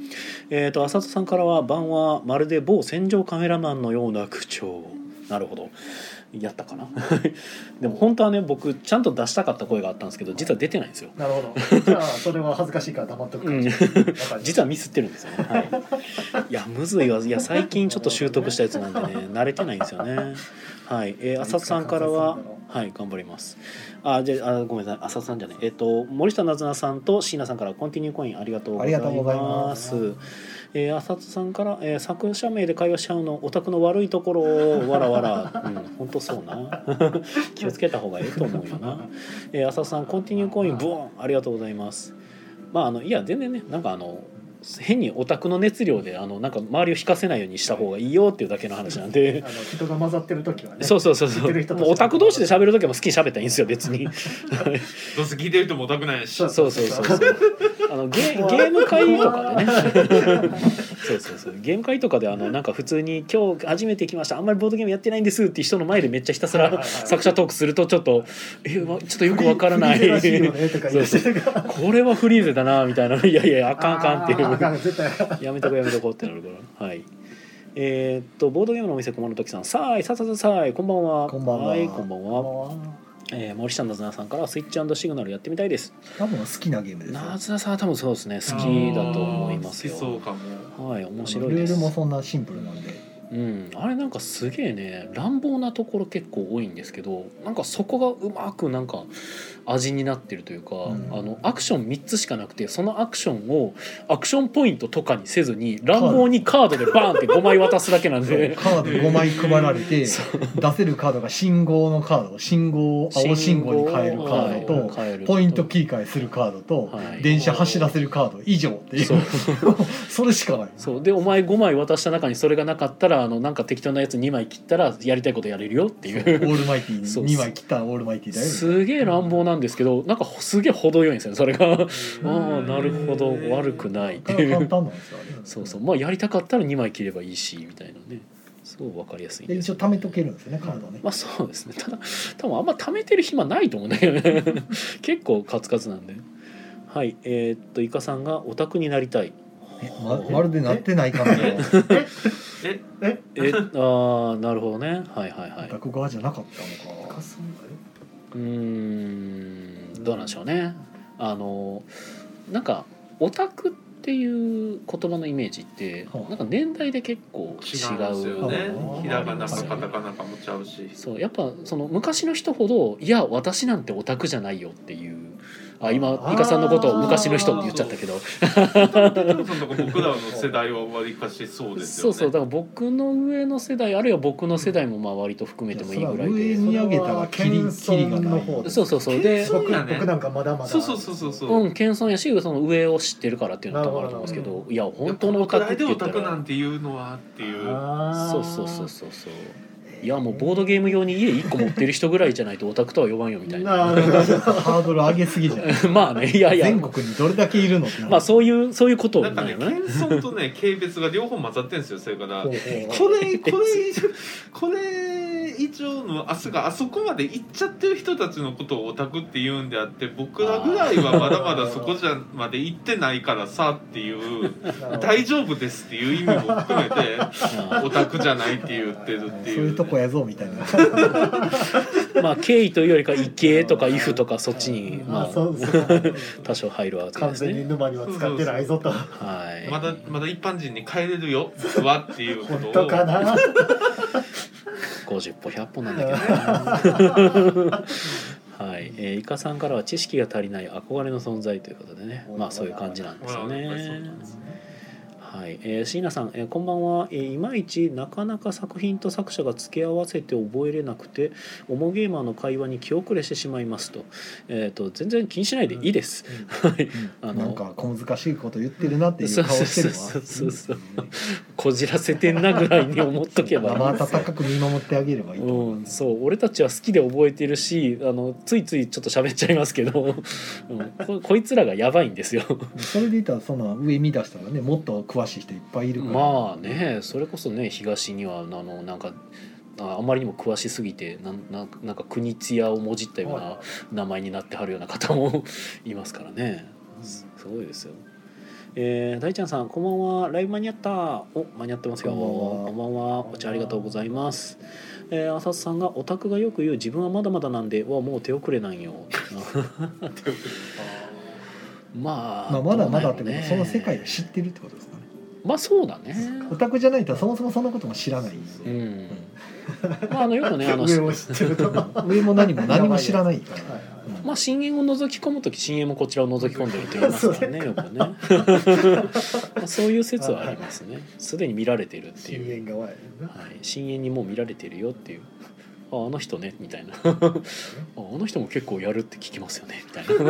Speaker 3: えっ、と浅田さんからは「晩はまるで某戦場カメラマンのような口調」なるほどやったかな でも本当はね僕ちゃんと出したかった声があったんですけど実は出てないんですよ
Speaker 5: なるほどじゃあそれは恥ずかしいから黙っとくか
Speaker 3: う
Speaker 5: も
Speaker 3: ん
Speaker 5: しれない中に
Speaker 3: 実はミスってるんですよね、はい、いやむずいわいや最近ちょっと習得したやつなんでね慣れてないんですよねはい、えー、浅田さんからははい頑張りますあじゃああごめんなさい浅田さんじゃないえっ、と森下なずなさんと椎名さんからコンティニューコインありがとうござい
Speaker 2: ありがとうござい
Speaker 3: ま
Speaker 2: ます
Speaker 3: えー、浅田さんから、えー作者名で会話しちゃうのオタクの悪いところをわらわら、うん、本当そうな 気をつけた方がいいと思うよな、えー、浅田さんコンティニューコインブーンありがとうございますまああのいや全然ねなんかあの変にオタクの熱量であのなんか周りを引かせないようにした方がいいよっていうだけの話なんで
Speaker 5: あの人が混ざってる時はね
Speaker 3: そうそうそうそ
Speaker 5: 知っ
Speaker 3: う
Speaker 5: てる人と
Speaker 3: もうオタク同士で喋る時も好きに喋ったらいいんですよ別に
Speaker 4: どうせ聞いてる人もオタクなんやし
Speaker 5: そ
Speaker 3: そうそうそうそうあのゲーゲーム会とかでね そうそうそうゲーム会とかであのなんか普通に「今日初めて来ましたあんまりボードゲームやってないんです」っていう人の前でめっちゃひたす
Speaker 5: はい
Speaker 3: ら
Speaker 5: はいはい
Speaker 3: 作者トークするとちょっと「えわちょっとよくわからない」
Speaker 5: フリーら しいよねとか言って
Speaker 3: そうこれはフリーゼだなみたいな「 いやいやあかんあかん」ってい
Speaker 5: あーあ
Speaker 3: う
Speaker 5: かん絶対
Speaker 3: やめとこうやめとこうってなるから。はい。えーっとボードゲームのお店駒の時さん、さあいさあさあさあいこんばんは。
Speaker 2: こんばんは
Speaker 3: はいこんばんは。えー、森下なずなさんからスイッチシグナルやってみたいです。
Speaker 2: 多分好きなゲームですよ
Speaker 3: なずなさんは多分そうですね好きだと思いますよ
Speaker 4: あー。好きそうかも
Speaker 3: はい面白い
Speaker 2: ル
Speaker 3: で
Speaker 2: ー
Speaker 3: す
Speaker 2: ル。もそんなシンプルなんで
Speaker 3: うんあれなんかすげえね乱暴なところ結構多いんですけどなんかそこがうまくなんか味になってるというか、
Speaker 2: うん
Speaker 3: あのアクション3つしかなくてそのアクションをアクションポイントとかにせずに乱暴にカードでバーンって5枚渡すだけなんで。
Speaker 2: カード5枚配られて出せるカードが信号のカード信号を 青信号に変えるカードと
Speaker 3: ー
Speaker 2: ポイント切り替えするカードと
Speaker 3: はい
Speaker 2: 電車走らせるカード以上っていう
Speaker 3: そう
Speaker 2: それしかない
Speaker 3: そうでお前5枚渡した中にそれがなかったらあのなんか適当なやつ2枚切ったらやりたいことやれるよってい
Speaker 2: オ
Speaker 3: う。
Speaker 2: ールマイティ
Speaker 3: そ
Speaker 2: ー
Speaker 3: う
Speaker 2: 2枚切ったらオールマイティーだよ
Speaker 3: すげえ乱暴なんですけどなんかすげえ程よいんですよねそれがああなるほど悪くないってい
Speaker 2: だから簡
Speaker 3: う
Speaker 2: 単なんですよあれ
Speaker 3: そうそうまあやりたかったら2枚切ればいいしみたいなねすごい分かりやすいん
Speaker 2: で
Speaker 3: です
Speaker 2: 一応貯めとけるんですよねカードね
Speaker 3: まあそうですねただ多分あんま貯めてる暇ないと思うんだけどね 結構カツカツなんではいえーっとイカさんがオタクになりたい
Speaker 2: ままるでなってないかのような
Speaker 4: え
Speaker 5: え
Speaker 3: えああなるほどねはいはいはい
Speaker 2: 学側じゃなかったのか
Speaker 5: かすんだよ
Speaker 3: うーんどうなんでしょうねあのなんかオタクっていう言葉のイメージって
Speaker 2: はあ
Speaker 3: なんか年代で結構違
Speaker 4: 違うんです
Speaker 3: う
Speaker 4: よね
Speaker 2: 違う
Speaker 4: ひらがな
Speaker 3: ありま
Speaker 4: か
Speaker 3: すよ
Speaker 4: カ
Speaker 3: ね
Speaker 4: タカナかもちゃうし
Speaker 3: そうやっぱその昔の人ほど「いや私なんてオタクじゃないよ」っていうあ今
Speaker 5: あー
Speaker 3: イカさんのことを昔の人って言っちゃったけど
Speaker 4: その僕らの世代はわりかしそうですよ
Speaker 3: そう
Speaker 4: ね
Speaker 3: そうだから僕の上の世代あるいは僕の世代もまあ割と含めて もいいぐらい
Speaker 2: いや
Speaker 3: で
Speaker 2: それは上に上げたらキリキリがない
Speaker 3: そうそうそうで
Speaker 4: そう
Speaker 5: 僕
Speaker 4: だね
Speaker 5: 僕なんかまだまだ
Speaker 4: そうそうそうそうそう
Speaker 3: うん謙遜やしその上を知ってるからっていうのは多分あると思うんですけどいや本当のオ
Speaker 4: く
Speaker 3: タ
Speaker 4: ら
Speaker 3: クっ
Speaker 4: い
Speaker 3: て
Speaker 4: で
Speaker 3: 言
Speaker 4: オ
Speaker 3: った
Speaker 4: タクな
Speaker 3: ら
Speaker 4: んていうのはっていう
Speaker 3: そう
Speaker 5: う
Speaker 3: そうそうそうそういやもうボードゲーム用に家1個持ってる人ぐらいじゃないとオタクとは呼ばんよみたいな
Speaker 5: なるほど
Speaker 2: ハードル上げすぎじゃない
Speaker 3: まあねいやいや
Speaker 2: 全国にどれだけいるのってなる
Speaker 3: まあそういうそういうこと
Speaker 4: な
Speaker 3: なん
Speaker 4: か
Speaker 3: ん
Speaker 4: ね
Speaker 3: よね
Speaker 4: 謙遜とね 軽蔑が両方混ざってるんですよそれから
Speaker 5: ほう
Speaker 4: こ
Speaker 5: ほう
Speaker 4: れこれ以上これ以上の明日があそこまで行っちゃってる人たちのことをオタクって言うんであって僕らぐらいはまだまだそこじゃまで行ってないからさっていう 大丈夫ですっていう意味も含めてオタクじゃないって言ってるって
Speaker 2: そう
Speaker 4: いう,、
Speaker 2: いうとこやぞみたいな
Speaker 3: うんまあ敬意というよりか「異形」とか「イフ」とかそっちに
Speaker 5: ま
Speaker 3: ま
Speaker 5: あ
Speaker 3: あ
Speaker 5: そうそう
Speaker 3: 多少入るわけ
Speaker 5: 完
Speaker 3: です
Speaker 5: 全に
Speaker 3: ね
Speaker 5: 沼には使ってないぞと
Speaker 3: はい
Speaker 4: まだまだ一般人に帰れるよ僕はっていうこ
Speaker 5: 本
Speaker 4: と
Speaker 5: 当
Speaker 4: を
Speaker 5: かな
Speaker 3: 50歩100歩なんだけどなはい、えー、イカさんからは知識が足りない憧れの存在ということでねまあそういう感じなんですよね
Speaker 4: ほらそうなんですね
Speaker 3: はい、えー、椎名さん、えーこんばんは、えーいまいちなかなか作品と作者が付け合わせて覚えれなくてオモゲーマーの会話に気遅れしてしまいますと,、えー、と全然気にしないでいいです、 はいあの
Speaker 2: なんか小難しいこと言ってるなってい
Speaker 3: そうう
Speaker 2: 顔
Speaker 3: そう
Speaker 2: して
Speaker 3: そ
Speaker 2: る
Speaker 3: うそ
Speaker 2: わ
Speaker 3: うそうそうこじらせてんなぐらいに思っとけば
Speaker 2: 生温かく見守ってあげればいいと思
Speaker 3: うん、そう俺たちは好きで覚えてるしあのついついちょっと喋っちゃいますけど、うん、ここいつらがやばいんですよ
Speaker 2: うそれでいたらそんな上見出したらねもっと詳しい人いっぱいいるから、
Speaker 3: まあねそれこそね東にはあのなんかああまりにも詳しすぎてなんなんなんか国津屋をもじったような名前になってはるような方もいますからねすすごいですよ。えー、大ちゃんさんこんばんはライブ間に合ったお間に合ってますよ
Speaker 2: こんばんは
Speaker 3: こんばんはお茶ありがとうございますえー、浅瀬さんがオタクがよく言う自分はまだまだなんではもう手遅れなんよまあ、
Speaker 2: まあ、まだまだってこと
Speaker 3: どうなんやろね
Speaker 2: その世界を知ってるってことですかね
Speaker 3: まあそうだね
Speaker 2: オタクじゃないとそもそもそんなことも知らない、
Speaker 3: う
Speaker 2: うん
Speaker 3: んまああのよくねあの
Speaker 5: 上を知ってるとは
Speaker 2: 上も 何も何も知らないから
Speaker 5: いはい
Speaker 2: うん
Speaker 3: まあ深淵を覗き込む時深淵もこちらを覗き込んでると言いますからねよくねまあそういう説はありますねすでに見られてるって
Speaker 5: 深
Speaker 3: いう、
Speaker 5: 淵側やな
Speaker 3: はい、深淵にもう見られてるよっていうああの人ねみたいなああの人も結構やるって聞きますよねみたい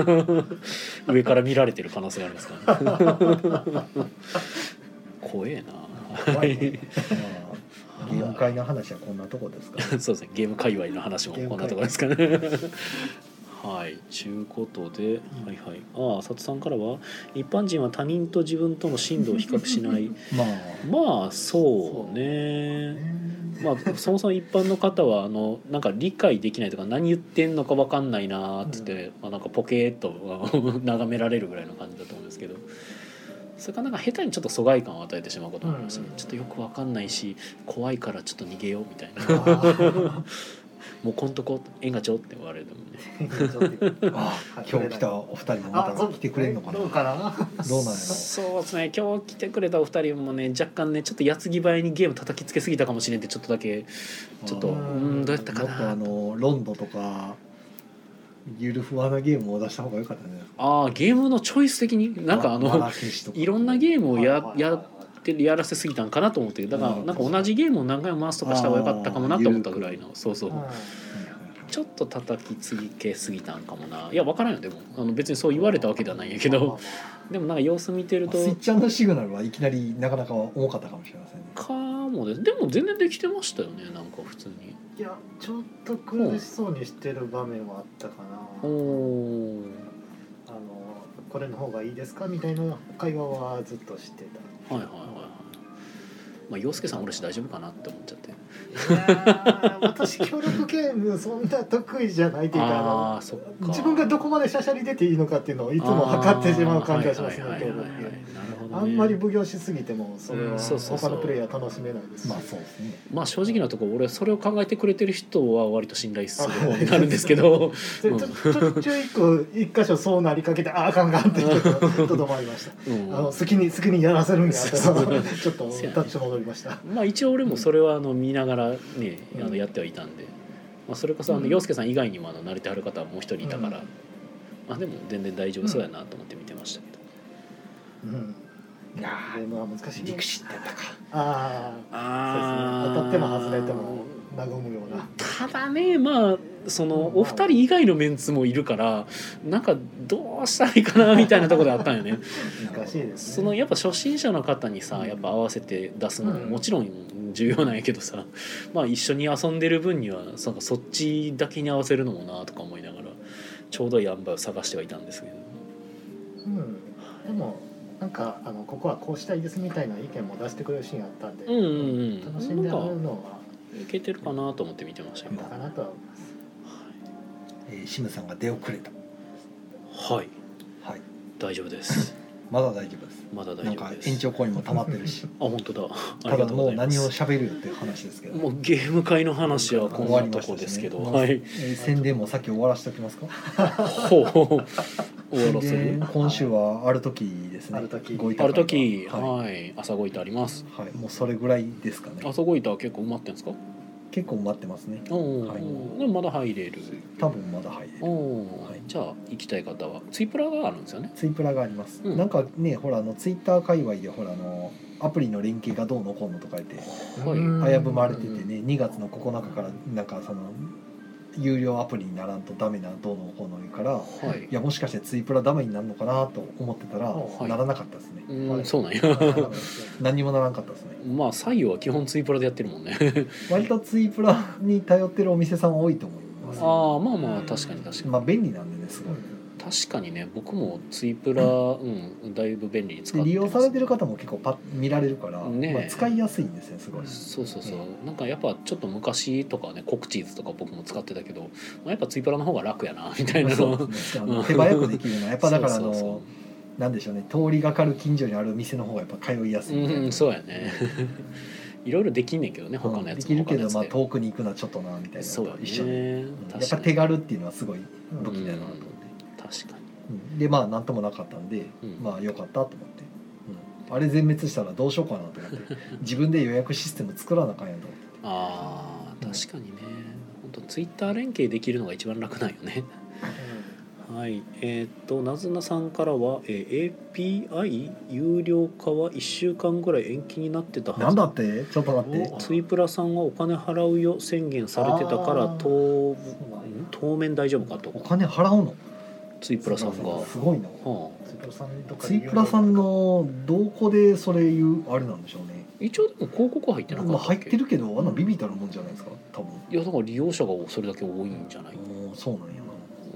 Speaker 3: な上から見られてる可能性がありますからね 怖えな
Speaker 5: 怖いね
Speaker 2: まあゲーム会の話はこんなとこですから、
Speaker 3: そうですねゲーム界隈の話も
Speaker 5: ゲーム
Speaker 3: こんな
Speaker 5: 界
Speaker 3: ところですかね はいちゅうことで、はいはいああ佐藤さんからは一般人は他人と自分との進路を比較し ない
Speaker 2: まあ
Speaker 3: まあそうねまあそもそも一般の方はあのなんか理解できないとか何言ってんのか分かんないなーって言って、まあ、なんかポケーっと あの眺められるぐらいの感じだと思うんですけどそれかなんか下手にちょっと疎外感を与えてしまうこともありますね、
Speaker 5: うん
Speaker 3: ちょっとよく分かんないし怖いからちょっと逃げようみたいな。
Speaker 5: あ
Speaker 3: もうこんとこ縁がちょって言われるもんね
Speaker 5: ー
Speaker 2: あ今日来たお二人もま
Speaker 5: あ
Speaker 2: た来てくれるのかな
Speaker 5: ど
Speaker 2: ど
Speaker 5: う
Speaker 2: うな
Speaker 5: かな
Speaker 2: のや
Speaker 3: そうですね今日来てくれたお二人もね若干ねちょっと矢継ぎ早にゲーム叩きつけすぎたかもしれんってちょっとだけ
Speaker 2: ろ
Speaker 3: ちょっとう
Speaker 5: あ
Speaker 2: も
Speaker 5: ー
Speaker 3: んどうやった
Speaker 2: っ
Speaker 3: か
Speaker 2: と
Speaker 3: な
Speaker 2: あのロンドとかゆるふわなゲームを出した方が良かったんじゃないですか
Speaker 3: ああゲームのチョイス的になんかあ
Speaker 2: マラ
Speaker 3: の
Speaker 2: ケシュとか
Speaker 3: いろんなゲームをや
Speaker 5: はいはい
Speaker 3: や
Speaker 5: は
Speaker 3: ってやらせすぎたんかなと思ってだから
Speaker 2: うん
Speaker 3: なんか同じゲームを何回も回すとかした方がよかったかもなと思ったぐらいのそうそ
Speaker 5: いは
Speaker 3: う
Speaker 5: い
Speaker 3: ちょっと叩きつけすぎたんかもないやわからんよでもあの別にそう言われたわけではないんやけどでもなんか様子見てると
Speaker 2: スイッチャーのシグナルはいきなりなかなか重かったかもしれませんね
Speaker 3: かもですでも全然できてましたよねなんか普通に
Speaker 5: いやちょっと苦しそうにしてる場面はあったか
Speaker 3: お
Speaker 5: な、
Speaker 3: お
Speaker 5: あのこれの方がいいですかみたいな会話はずっとして
Speaker 3: はいはいはいはいまあ洋介さん俺し大丈夫かなって思っちゃって
Speaker 5: たいやー私協力ゲームそんな得意じゃないというかあ
Speaker 3: あ
Speaker 5: の
Speaker 3: あーそっか
Speaker 5: 自分がどこまでしゃしゃり出ていいのかっていうのをい
Speaker 3: い
Speaker 5: つも測ってしまう感じがしますね
Speaker 3: な
Speaker 5: ゲ
Speaker 3: る
Speaker 5: ームって
Speaker 3: ほどね
Speaker 5: あんまり奉行しすぎてもそれ
Speaker 4: う
Speaker 5: は
Speaker 4: ん
Speaker 3: そうそうそ
Speaker 5: 他
Speaker 3: う
Speaker 5: のプレイヤー楽しめないですし
Speaker 2: まあそうですね
Speaker 3: まあ正直なところ俺それを考えてくれてる人は割と信頼する方になるんですけ ど
Speaker 5: ちょちょちょちょ一個一箇所そうなりかけてあーあかんあかんってちょっととどまりました
Speaker 3: うん
Speaker 5: あの好きに好きにやらせるんや ってち
Speaker 3: そ
Speaker 5: ょ
Speaker 3: う
Speaker 5: っ
Speaker 3: そ
Speaker 5: と
Speaker 3: う
Speaker 5: 立ち戻りました
Speaker 3: まあ一応俺もそれはあの見ながらね、あ
Speaker 5: う
Speaker 3: の
Speaker 5: ん
Speaker 3: やってはいたんで、まあ、それこそあの
Speaker 5: うん
Speaker 3: 洋介さん以外にもあの慣れてはる方はもう一人いたから、
Speaker 5: うん
Speaker 3: まあでも全然大丈夫そうやなと思って見てましたけど、
Speaker 5: うん
Speaker 2: いやー
Speaker 5: ゲームは難しい
Speaker 2: ディクシーってやったか
Speaker 5: ああ
Speaker 3: あ
Speaker 5: そうですね当たっても外れても和むような
Speaker 3: ただねまあそのお二人以外のメンツもいるからなんかどうしたらいいかなみたいなところであったんよね
Speaker 5: 難しいです
Speaker 3: そ
Speaker 5: ね
Speaker 3: のやっぱ初心者の方にさやっぱ合わせて出すのも
Speaker 5: うん
Speaker 3: もちろん重要なんやけどさまあ一緒に遊んでる分にはそのそっちだけに合わせるのもなとか思いながらちょうどいい塩梅を探してはいたんですけど
Speaker 5: うんでもなんかあのここはこうしたいですみたいな意見も出してくれるシーンあったんで
Speaker 3: うんうんうん
Speaker 5: 楽しんであ
Speaker 3: な
Speaker 5: る
Speaker 3: んか
Speaker 5: のはい
Speaker 3: けてるかなと思って見てましたけ
Speaker 5: いい
Speaker 3: ど
Speaker 5: のかなとは思います
Speaker 2: えーシムさんが出遅れた
Speaker 3: はい
Speaker 2: はい
Speaker 3: 大丈夫です
Speaker 2: まだ大丈夫です
Speaker 3: まだ大
Speaker 2: なん
Speaker 3: 丈夫
Speaker 2: か
Speaker 3: です
Speaker 2: 延長コインも溜まってるし
Speaker 3: あ本当だ あ
Speaker 2: ただ
Speaker 3: りがとう
Speaker 2: もう
Speaker 3: ございま
Speaker 2: 何
Speaker 3: す
Speaker 2: を喋るっていう話ですけど
Speaker 3: もうゲーム会の話はこんなとこですけど、
Speaker 2: 終わ
Speaker 3: は
Speaker 2: り
Speaker 3: い
Speaker 2: ま。したしねえー宣伝もさっき終わらせておきますか
Speaker 3: ほ うほう。終わ
Speaker 2: 宣
Speaker 3: らせる
Speaker 2: 伝。今週はある時ですね
Speaker 5: ある時
Speaker 2: ご委
Speaker 3: あ
Speaker 2: 託
Speaker 3: る時、
Speaker 2: はいは
Speaker 3: はい、朝ごいたあります。
Speaker 2: い、もうそれぐらいですかね
Speaker 3: 朝ごいたは結構埋まってんですか。
Speaker 2: 結構待ってますね
Speaker 3: おお、
Speaker 2: はい
Speaker 3: でもまだ入れる。
Speaker 2: 多分まだ入れ
Speaker 3: お
Speaker 2: る
Speaker 3: お、
Speaker 2: はい
Speaker 3: じゃあ、行きたい方は、ツイプラがあるんですよね。
Speaker 2: ツイプラがあります、
Speaker 3: うん
Speaker 2: なんかねほらあのツイッター界隈でほらあのアプリの連携がどうのこうのとか言って
Speaker 3: はい。
Speaker 5: うん
Speaker 2: 危ぶまれててね2月の9日からなんかその有料アプリにならんとダメなどうのこうの言うから
Speaker 3: はい
Speaker 2: い。やもしかしてツイプラダメになるのかなと思ってたら、
Speaker 5: はい
Speaker 2: ならなかったですね
Speaker 3: うん、
Speaker 5: はい
Speaker 3: そうなんや。
Speaker 2: 何にもならんかったですね
Speaker 3: まあ、採用は基本ツイプラでやってるも んね。
Speaker 2: 割とツイプラに頼ってるお店さん多いと思います
Speaker 3: ああ、まあまあ、確かに、確かに。
Speaker 2: まあ便利なんでねすごい
Speaker 3: 確かにね、僕もツイプラ、うん、だいぶ便利に使
Speaker 2: で
Speaker 3: ってます、
Speaker 2: 利用されてる方も結構パッ見られるから、
Speaker 3: ねえ
Speaker 2: まあ、使いやすいんですよすごい
Speaker 3: そうそうそう、なんかやっぱちょっと昔とかはねコクチーズとか僕も使ってたけど、まあ、やっぱツイプラの方が楽やなみたいな
Speaker 2: そう
Speaker 3: の
Speaker 2: ですねあの手早くできるのはやっぱだからあ
Speaker 3: そうそう
Speaker 2: のなんでしょうね通りがかる近所にある店の方がやっぱ通いやすいみたいな、
Speaker 3: うんそうやね いろいろできんねんけどね他のやつ
Speaker 2: できるけど、ま
Speaker 3: 他の
Speaker 2: あ、
Speaker 3: やつで
Speaker 2: 遠くに行くのはちょっとなみたいな
Speaker 3: そうや
Speaker 2: 一緒に、
Speaker 3: ね
Speaker 2: うんやっ
Speaker 3: 確か
Speaker 2: ぱ
Speaker 3: に
Speaker 2: 手軽っていうのはすごい武器だなと思って、
Speaker 3: 確かに
Speaker 2: うんでまあ何ともなかったんで、
Speaker 3: うん
Speaker 2: まあ良かったと思って、うんあれ全滅したらどうしようかなと思って 自分で予約システム作らなあかんやと思って
Speaker 3: あー確かにね本当ツイッター連携できるのが一番楽なんよね はいえーっとなずなさんからは、えー API 有料化は1週間ぐらい延期になってたはず
Speaker 2: なんだってちょっと待って
Speaker 3: おツイプラさんはお金払うよ宣言されてたから
Speaker 5: あー
Speaker 3: 当
Speaker 5: そうなんや
Speaker 3: 当面大丈夫かと
Speaker 2: お金払うの
Speaker 3: ツイプラさんが、は
Speaker 2: すごいな
Speaker 3: あ、
Speaker 5: ツイプラさんとか
Speaker 2: ツイプラさんのどこでそれ言うあれなんでしょうね
Speaker 3: 一応でも広告は入ってなか
Speaker 2: まあ
Speaker 3: った
Speaker 2: 入
Speaker 3: っ
Speaker 2: っ
Speaker 3: け
Speaker 2: てるけどあんなビビったるもんじゃないですか多分
Speaker 3: いやだから利用者がそれだけ多いんじゃない、
Speaker 2: おーそうなんやな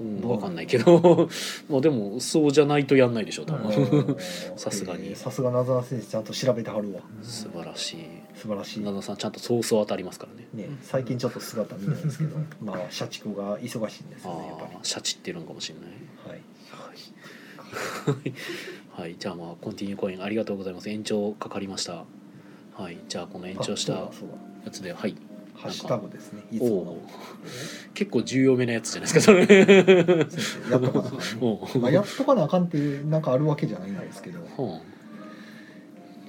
Speaker 3: うん、
Speaker 2: どうなの
Speaker 3: 分かんないけど まあでもそうじゃないとやんないでしょ多
Speaker 5: う
Speaker 3: 分、
Speaker 5: ん
Speaker 3: さすがに
Speaker 2: えーさすがなずな先生ちゃんと調べてはるわ
Speaker 3: 素晴らし
Speaker 2: 素晴らし
Speaker 3: い
Speaker 2: い
Speaker 3: 旦那さんちゃんとソースは当たりますからね
Speaker 2: ね、最近ちょっと姿見ないですけど、まあ社畜が忙しいんです
Speaker 3: あ
Speaker 2: よね、やっぱ
Speaker 3: あシャチってるんかもしれない
Speaker 2: り。はい。
Speaker 3: はいじゃあまあコンティニューコインありがとうございます延長かかりましたはいじゃあこの延長した
Speaker 2: あ
Speaker 3: や
Speaker 2: そうだそう
Speaker 3: つではい
Speaker 2: だハッシュタグですね。いつ
Speaker 3: お
Speaker 2: も
Speaker 3: おー結構重要めなやつじゃないですかそれ
Speaker 2: の先生やっとかなあかんね。
Speaker 3: おう
Speaker 2: まあやっとかなあかんっていうなんかあるわけじゃないんですけど、
Speaker 3: は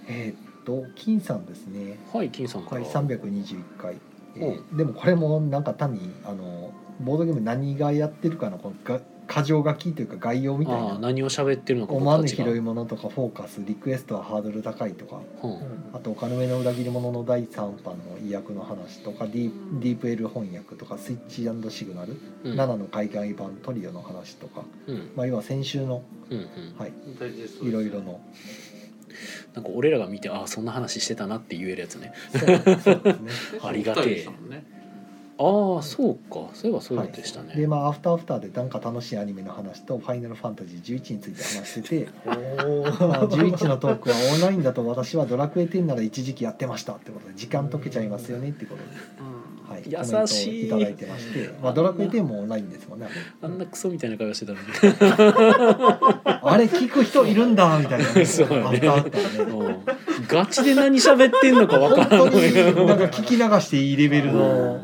Speaker 2: えーっと金さんですね。
Speaker 3: あはい金さんか
Speaker 2: はい、
Speaker 3: ら
Speaker 2: 三百二十一回。えーでもこれもなんか単にあのボードゲーム何がやってるかのこのが箇条書きというか概要みたい
Speaker 3: ああ
Speaker 2: な。
Speaker 3: 何を喋ってるのか
Speaker 2: 思わぬ
Speaker 3: 僕たちが
Speaker 2: 広いものとかフォーカスリクエストはハードル高いとか
Speaker 5: う
Speaker 3: は
Speaker 5: ん
Speaker 2: あと「お金目の裏切り者」の第3版の意訳の話とかディープディープ L 翻訳とか「スイッチシグナル」
Speaker 3: あうん
Speaker 2: 7の海外版トリオの話とか、
Speaker 3: うん
Speaker 2: まあ、今先週の、
Speaker 3: うんうん
Speaker 2: はい、
Speaker 4: 大事です
Speaker 2: いろいろの
Speaker 3: なんか俺らが見てああそんな話してたなって言えるやつね
Speaker 2: そうですね。
Speaker 3: ありがてえ
Speaker 4: お二人でしたもんね
Speaker 3: ああそうかそういえばそういう
Speaker 2: は
Speaker 3: ことでしたね、
Speaker 2: い、でまあ「アフターアフター」でなんか楽しいアニメの話と「ファイナルファンタジー11」について話してて
Speaker 5: おー
Speaker 2: まあ11の トークはオンラインだと私は「ドラクエ10」なら一時期やってましたってことで時間解けちゃいますよねってことで、
Speaker 4: うん
Speaker 2: はい、
Speaker 3: 優しい
Speaker 2: コメントをいただいてまして、まあ、ドラクエ10もオンラインですもんね
Speaker 3: あんなクソみたいな会話してたのに
Speaker 2: あれ聞く人いるんだみたいな、
Speaker 3: そうよね
Speaker 2: あったあったね
Speaker 3: うんガチで何喋ってんのかわ
Speaker 2: 本
Speaker 3: から
Speaker 2: 当
Speaker 3: んの
Speaker 2: になん
Speaker 3: よ
Speaker 2: か聞き流していいレベルの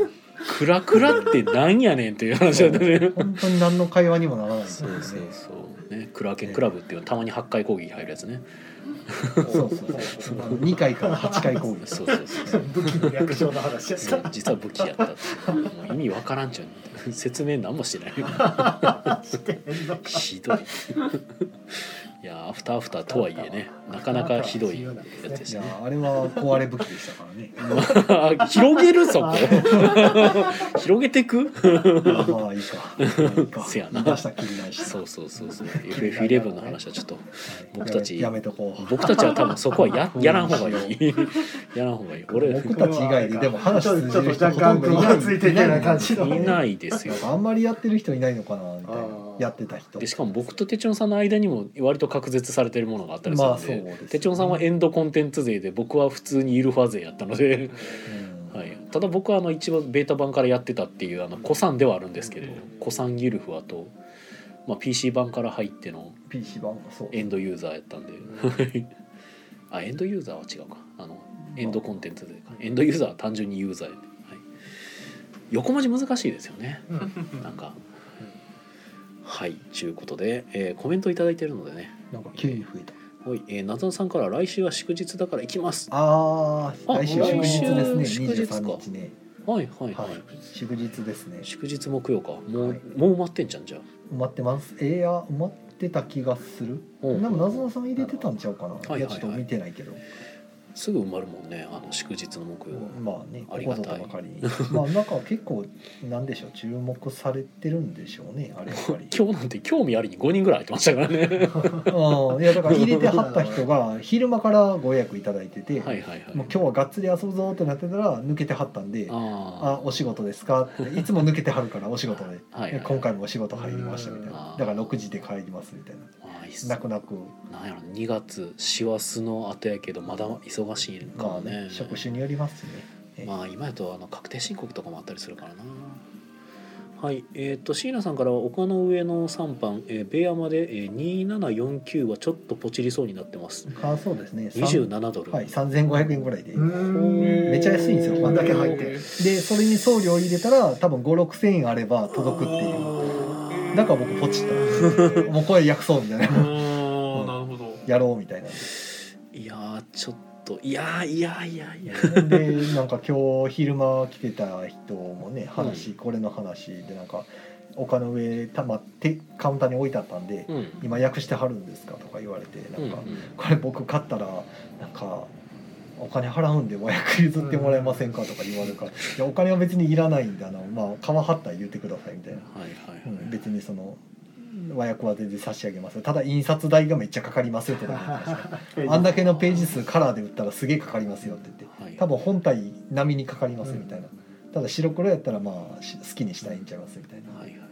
Speaker 3: クラクラってなんやねんっていう話だったね
Speaker 2: 本当に何の会話にもならないです
Speaker 3: そ
Speaker 2: よね
Speaker 3: うそうそうねクラーケンクラブっていうのたまに8回攻撃入るやつね
Speaker 2: そうそうそうあの2回から8回攻撃
Speaker 3: そうそうそう
Speaker 5: 武器の略称の話やっ
Speaker 3: そう
Speaker 5: た
Speaker 3: 実は武器やったっていうもう意味わからんじゃん説明何もしてない
Speaker 5: してへんのか
Speaker 3: ひどいいやアフターアフターとはいえねなかなかひどいやつで
Speaker 2: い
Speaker 3: し
Speaker 2: や
Speaker 3: たね
Speaker 2: あれは壊れ武器でしたからね
Speaker 3: あ広げるそこ広げてく
Speaker 2: まあいいかいいか
Speaker 3: せやな
Speaker 2: 出した気にないし
Speaker 3: そうそうそうそう FF11 の話はちょっと僕たち
Speaker 2: やめやめとこう
Speaker 3: 僕たちは多分そこはややらん方がいいやらん方がいい俺
Speaker 2: 僕たち以外ででも話通じる
Speaker 5: ちょ
Speaker 2: 人ほ
Speaker 5: っと
Speaker 2: と
Speaker 5: 若
Speaker 2: ん
Speaker 5: 干
Speaker 2: ど
Speaker 5: ムカついて
Speaker 2: い
Speaker 5: るよ
Speaker 2: な
Speaker 5: うない感じの
Speaker 3: いないですよ
Speaker 2: なんかあんまりやってる人いないのかなみたい
Speaker 5: あ
Speaker 2: な
Speaker 5: ー
Speaker 2: やってた人
Speaker 3: でしかも僕とテチョンさんの間にも割と隔絶されてるものがあったりする
Speaker 2: まあ
Speaker 3: の
Speaker 2: そう
Speaker 3: で,、
Speaker 2: ですね
Speaker 3: テチョンさんはエンドコンテンツ勢で僕は普通にイルファ勢やったので、
Speaker 2: うん
Speaker 3: はい、ただ僕はあの一番ベータ版からやってたっていうあの古参ではあるんですけど古参イルフはと、まあ、PC 版から入っての
Speaker 2: PC 版もそう
Speaker 3: エンドユーザーやったんで あエンドユーザーは違うかあのエンドコンテンツでかエンドユーザーは単純にユーザーやね、はい、横文字難しいですよねなんかはいちゅうことで、えーコメント頂いただいてるのでね
Speaker 2: なんか急に増えた
Speaker 3: はい、えー、夏野さんから来週は祝日だから行きます
Speaker 2: あー
Speaker 3: あ
Speaker 2: 来週祝日ですね
Speaker 3: 来週祝日か
Speaker 2: 23日ね
Speaker 3: はいはいは、
Speaker 2: はいい祝日ですね
Speaker 3: 祝日木曜かもう、
Speaker 2: はい
Speaker 3: もう埋まってんじゃんじゃあ
Speaker 2: 埋まってますえー、いや埋まってた気がする
Speaker 3: う
Speaker 2: で
Speaker 3: ん
Speaker 2: も謎のさん入れてたんちゃうかな、
Speaker 3: い
Speaker 2: い
Speaker 3: はいはい
Speaker 2: やちょっと見てないけど、
Speaker 3: すぐ埋まるもんねあの祝日の木曜、
Speaker 2: まあね
Speaker 3: あ
Speaker 2: こ
Speaker 3: り
Speaker 2: こ
Speaker 3: が
Speaker 2: ぞ
Speaker 3: たい
Speaker 2: とばかりに まあなんか結構なんでしょう注目されてるんでしょうねあれやっぱり
Speaker 3: 今日なんて興味ありに5人ぐらい入ってましたからね
Speaker 2: うんいやだから入れてはった人が 昼間からご予約いただいてて、
Speaker 3: はいはいはい
Speaker 2: もう今日はがっつり遊ぶぞってなってたら抜けてはったんで「あ
Speaker 3: あ
Speaker 2: お仕事ですか?」っていつも抜けてはるからお仕事で、
Speaker 3: あはい
Speaker 2: いや今回もお仕事入りましたみたい
Speaker 3: あ
Speaker 2: な
Speaker 3: ー
Speaker 2: だから6時で帰りますみたいな
Speaker 3: まあいっす
Speaker 2: 泣く泣く
Speaker 3: なんやろ2月師走の後やけどまだ忙しいか
Speaker 2: ま
Speaker 3: も
Speaker 2: あ
Speaker 3: ね,、
Speaker 2: ね職種によりますね
Speaker 3: まあ今やとあの確定申告とかもあったりするからなはい、えっ、と椎名さんからは丘の上の3番、えー、ベアまで、えー、2749はちょっとポチりそうになってます。
Speaker 2: あそうですね三
Speaker 3: 27ドル。
Speaker 2: はい、3500円ぐらいで
Speaker 5: うーん
Speaker 2: めっちゃ安いんですよ
Speaker 5: あんだけ入って
Speaker 2: でそれに送料入れたら多分56000円あれば届くっていう
Speaker 4: う
Speaker 2: だから僕ポチった
Speaker 4: た
Speaker 2: もうこれ訳そうみたいな
Speaker 4: あーなるほど
Speaker 2: やろうみたいない
Speaker 3: やーちょっといやーいやーいやーいやー。
Speaker 2: でなんか今日昼間来てた人もね話、これの話でなんか丘の上たまってカウンターに置いてあったんで
Speaker 3: うん。
Speaker 2: 「今訳してはるんですか?」とか言われて
Speaker 3: う
Speaker 2: なんん
Speaker 3: う
Speaker 2: か、
Speaker 3: ん
Speaker 2: これ僕買ったらなんか。お金払うんで和訳譲ってもらえませんかとか言われるから「いやお金は別にいらないんだなまあ川張ったら言ってください」みたいな、
Speaker 3: はいは
Speaker 2: う
Speaker 3: いはい
Speaker 2: ん、。別にその和訳は全然差し上げますよただ印刷代がめっちゃかかりますよってなってましたあんだけのページ数カラーで売ったらすげえかかりますよって言って
Speaker 3: はい
Speaker 2: 多分本体並みにかかりますみたいな、ただ白黒やったらまあし好きにしたいんちゃいますみたいな
Speaker 3: はいはいはい。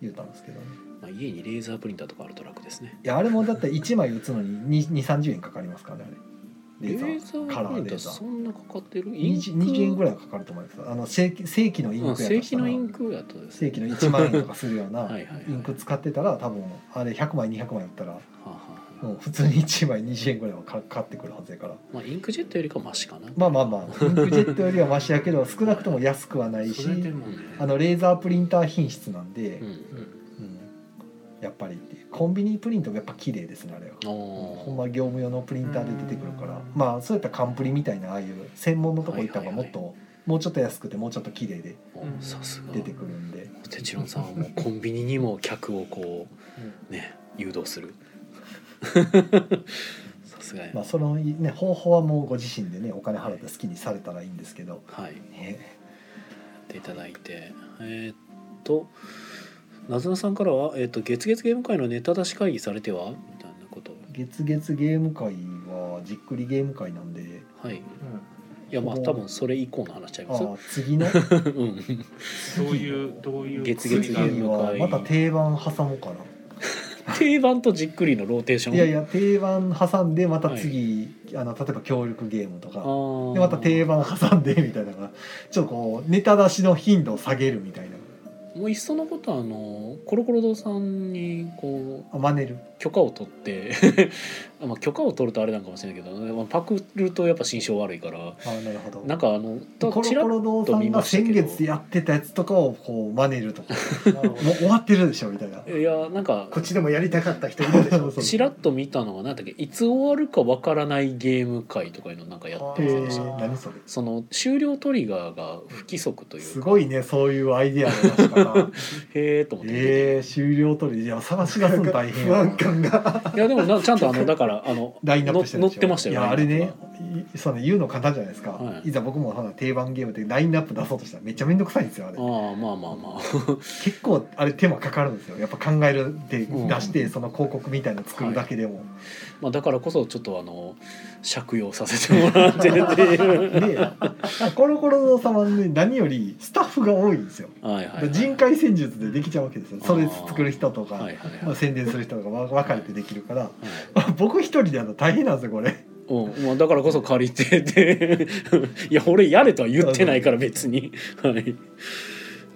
Speaker 2: 言ったんですけど、ね、
Speaker 3: まあ家にレーザープリンターとかあると楽ですね。
Speaker 2: いやあれもだって1枚打つのに2 3 0円かかりますからねあれレーザーカラ
Speaker 3: プリ
Speaker 2: ー
Speaker 3: ン
Speaker 2: レ
Speaker 3: タ
Speaker 2: ー
Speaker 3: ー
Speaker 2: ザ
Speaker 3: そ
Speaker 2: ー
Speaker 3: んなかかってる？
Speaker 2: 20 20円ぐ
Speaker 3: らい。
Speaker 2: らいはかかると思いますあの正規正規のインク
Speaker 3: う
Speaker 2: や
Speaker 3: ん、
Speaker 2: と
Speaker 3: 正
Speaker 2: した
Speaker 3: 規
Speaker 2: ら
Speaker 3: のインクやとですね。
Speaker 2: 正規の1万円とかするような
Speaker 3: はいはいはい
Speaker 2: インク使ってたら多分あれ100枚200枚打ったら
Speaker 3: はあはあはあ
Speaker 2: もう普通に1枚20円ぐらいはかかってくるはずやから
Speaker 3: まあインクジェットよりかはマシかな。
Speaker 2: まあまあまあインクジェットよりはマシやけど少なくとも安くはないし
Speaker 4: それでもね
Speaker 2: あのレーザープリンター品質なんで、
Speaker 3: う
Speaker 2: うん
Speaker 3: ん。
Speaker 2: やっぱりっていうコンビニプリントがやっぱ綺麗ですねあれは。
Speaker 3: お
Speaker 2: ほん
Speaker 3: お。
Speaker 2: ま業務用のプリンターで出てくるからまあそういったカンプリみたいなああいう専門のとこ行った方がもっと、もうちょっと安くてもうちょっと綺麗で
Speaker 3: おさすが
Speaker 2: 出。てくるんで
Speaker 3: テチロンさんはもうコンビニにも客をこうね誘導する。 さすがや
Speaker 2: まあその、ね、方法はもうご自身でねお金払って好きにされたらいいんですけど、
Speaker 3: はい。
Speaker 2: ね、
Speaker 3: っていただいてえーっとなずなさんからは、えーっと「月月ゲーム会のネタ出し会議されては?」みたいなこと
Speaker 2: 月月ゲーム会はじっくりゲーム会なんで
Speaker 3: はいいやまあ多分それ以降の話ちゃい
Speaker 2: あ
Speaker 3: ます
Speaker 2: あ次 の
Speaker 3: うん
Speaker 4: どういうどういう
Speaker 3: 月々
Speaker 2: 次
Speaker 3: ゲーム
Speaker 2: は
Speaker 3: 会
Speaker 2: また定番挟もうかな。
Speaker 3: 定番とじっくりのローテーション
Speaker 2: いやいや定番挟んでまた次、あの例えば協力ゲームと
Speaker 3: あ
Speaker 2: か
Speaker 3: ー
Speaker 2: でまた定番挟んでみたいなのが ちょっとこうネタ出しの頻度を下げるみたいな
Speaker 3: もういっそのことあのコロコロ堂さんにこう
Speaker 2: あ真似る
Speaker 3: 許可を取って まあ許可を取るとあれなんかもしれないけど、まあパクるとやっぱ心象悪いから
Speaker 2: あなるほど
Speaker 3: なんかあの
Speaker 2: コロ
Speaker 3: ちら
Speaker 2: コ
Speaker 3: っ
Speaker 2: ロ堂さんが先月やってたやつとかをこう真似ると かもう終わってるでしょみたいない
Speaker 3: やなんか
Speaker 5: こっちでもやりたかった人いるでしょ
Speaker 2: そう
Speaker 3: ちらっと見たのが何だっけいつ終わるかわからないゲーム会とかいうのなんかやって
Speaker 2: へ
Speaker 3: ません
Speaker 2: え
Speaker 3: でした
Speaker 2: 何それ
Speaker 3: その終了トリガーが不規則という
Speaker 2: す
Speaker 3: か
Speaker 2: ごいねそういうアイディアの出し 方
Speaker 3: へえと思って見てて
Speaker 2: えー、終了取りいや探し出すの大変
Speaker 5: 不
Speaker 2: やな
Speaker 5: 安感が
Speaker 3: いやでもなちゃんとあのだからあの
Speaker 2: ラインナップしてる
Speaker 3: の載ってました
Speaker 2: い
Speaker 3: よ
Speaker 2: やあれ
Speaker 3: ラインナ
Speaker 2: ね
Speaker 3: ップが
Speaker 2: いその言うの簡単じゃないですか、
Speaker 3: はい
Speaker 2: い、ざ僕もほら定番ゲームでラインナップ出そうとしたらめっちゃめんどくさいんですよあれ
Speaker 3: ああまあまあまあ
Speaker 2: 結構あれ手間かかるんですよやっぱ考えるで
Speaker 3: うん
Speaker 2: 出してその広告みたいなの作るだけでも、
Speaker 3: まあだからこそちょっとあの借用させてもらってっていう
Speaker 2: でコロコロの様ね何よりスタッフが多いんですよ、
Speaker 3: はいはいはい
Speaker 2: 人海戦術でできちゃうわけですよそれ
Speaker 3: あー
Speaker 2: 作る人とか、
Speaker 3: はいはいはい
Speaker 2: まあ、宣伝する人とかわ分かれてできるから
Speaker 3: はい
Speaker 2: 僕一人でやるの大変なんですよこれ
Speaker 3: うんまあ、だからこそ借りてていや俺やれとは言ってないから別にはい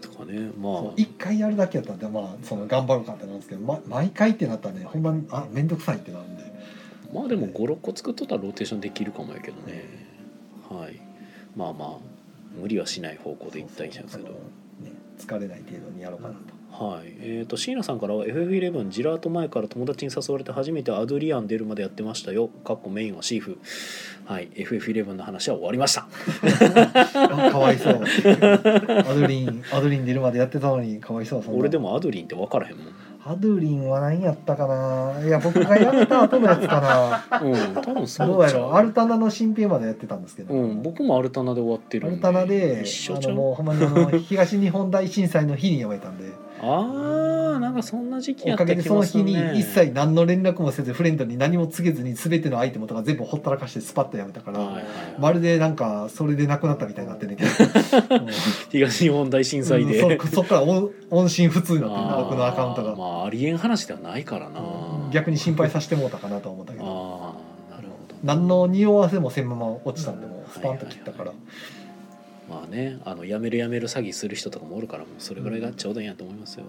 Speaker 3: とかねま
Speaker 2: 一回やるだけやったんでまあその頑張ろうかってなんですけど、ま、毎回ってなったらねほんまにあ面倒くさいってなるんで
Speaker 3: あまあでも56個作っとったらローテーションできるかもやけどねはいまあまあ無理はしない方向でいったらいいんじゃないですけど
Speaker 2: そうそうあのね、疲れない程度にやろうかなと、
Speaker 3: はいえー、と椎名さんからは FF11 ジラート前から友達に誘われて初めてアドリアン出るまでやってましたよかっこメインはシーフはい FF11 の話は終わりました
Speaker 2: あかわ いそうアドリンアドリン出るまでやってたのにかわいそうそんな
Speaker 3: 俺でもアドリンって分からへんもん
Speaker 2: アドリンは何やったかないや僕がやった後のやつ か
Speaker 3: うん多分
Speaker 2: な
Speaker 3: そ
Speaker 2: どう
Speaker 3: う
Speaker 2: や
Speaker 3: ちゃ
Speaker 2: ろ
Speaker 3: う
Speaker 2: うアルタナの新編までやってたんですけど、
Speaker 3: うん、僕もアルタナで終わって
Speaker 2: ア
Speaker 3: るん
Speaker 2: ルタナで
Speaker 3: 一緒
Speaker 2: あ
Speaker 3: ちゃ
Speaker 2: の
Speaker 3: う
Speaker 2: もうほんまにあ の東日本大震災の日にやめたんで
Speaker 3: ああなんかそんな時期や
Speaker 2: お
Speaker 3: った
Speaker 2: か
Speaker 3: 気
Speaker 2: げ
Speaker 3: が
Speaker 2: ですそ
Speaker 3: るね
Speaker 2: の日に一切何の連絡もせずフレンドに何も告げずに全てのアイテムとか全部ほったらかしてスパッとやめたから、
Speaker 3: はいはい
Speaker 2: まるでなんかそれでなくなったみたいになってんねんけどもう
Speaker 3: 東日本大震災で、
Speaker 2: うんそそっから音音信不通になってる
Speaker 3: あー
Speaker 2: 僕のアカウントが、
Speaker 3: まあありえん話ではないからな、
Speaker 2: 逆に心配させてもうたかなとは思ったけど
Speaker 3: ああなるほど
Speaker 2: 何の匂わせもせんまま落ちたんでもうスパンと切ったから、
Speaker 3: はいまあねあのやめるやめる詐欺する人とかもおるからもうそれぐらいがちょうどいいんやと思いますよ、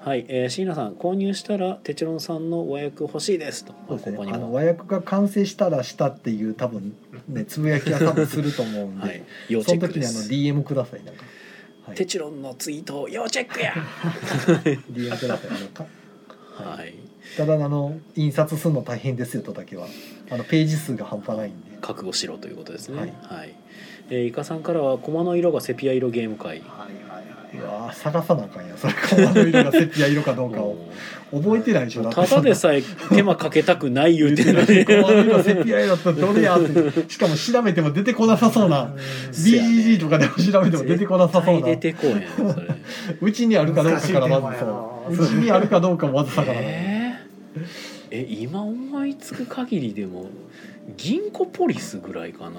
Speaker 3: はい、えー、椎名さん購入したらテチロンさんの和訳欲しいですと、
Speaker 2: そう
Speaker 3: まあ
Speaker 2: です
Speaker 3: ここ
Speaker 2: ね
Speaker 3: に
Speaker 2: あの
Speaker 3: も、
Speaker 2: 和訳が完成したらしたっていう多分ねつぶやきは多分すると思うんで、
Speaker 3: はい、要チ
Speaker 2: そ
Speaker 3: ェ
Speaker 2: の
Speaker 3: ック
Speaker 2: 時に
Speaker 3: で
Speaker 2: あの
Speaker 3: す
Speaker 2: DM くださいなんか、はい、
Speaker 3: テチロンのツイートを要チェックや
Speaker 2: DM くださいあのか
Speaker 3: はい、
Speaker 2: ただあの印刷するの大変ですよとだけはあのページ数が半端ないんで
Speaker 3: 覚悟しろということですねは
Speaker 2: はいい、
Speaker 3: えーイカさんからは「駒の色がセピア色ゲーム会」
Speaker 5: はいはいうは
Speaker 2: わー探さなあかんやそれ駒の色がセピア色かどうかを
Speaker 3: も
Speaker 2: 覚えてないでしょ
Speaker 3: う
Speaker 2: だって
Speaker 3: ただでさえ手間かけたくない言うて るのに
Speaker 2: 駒の色セピア色ってどれやってしかも調べても出てこなさそうな BGG とかでも調べても出てこなさそう
Speaker 3: 絶対
Speaker 2: な
Speaker 3: 出てこうへんそれ
Speaker 2: うちにあるかどうかからまずそううちにあるかどうかまずさからない
Speaker 3: えーえ今思いつく限りでも銀行ポリスぐらいかな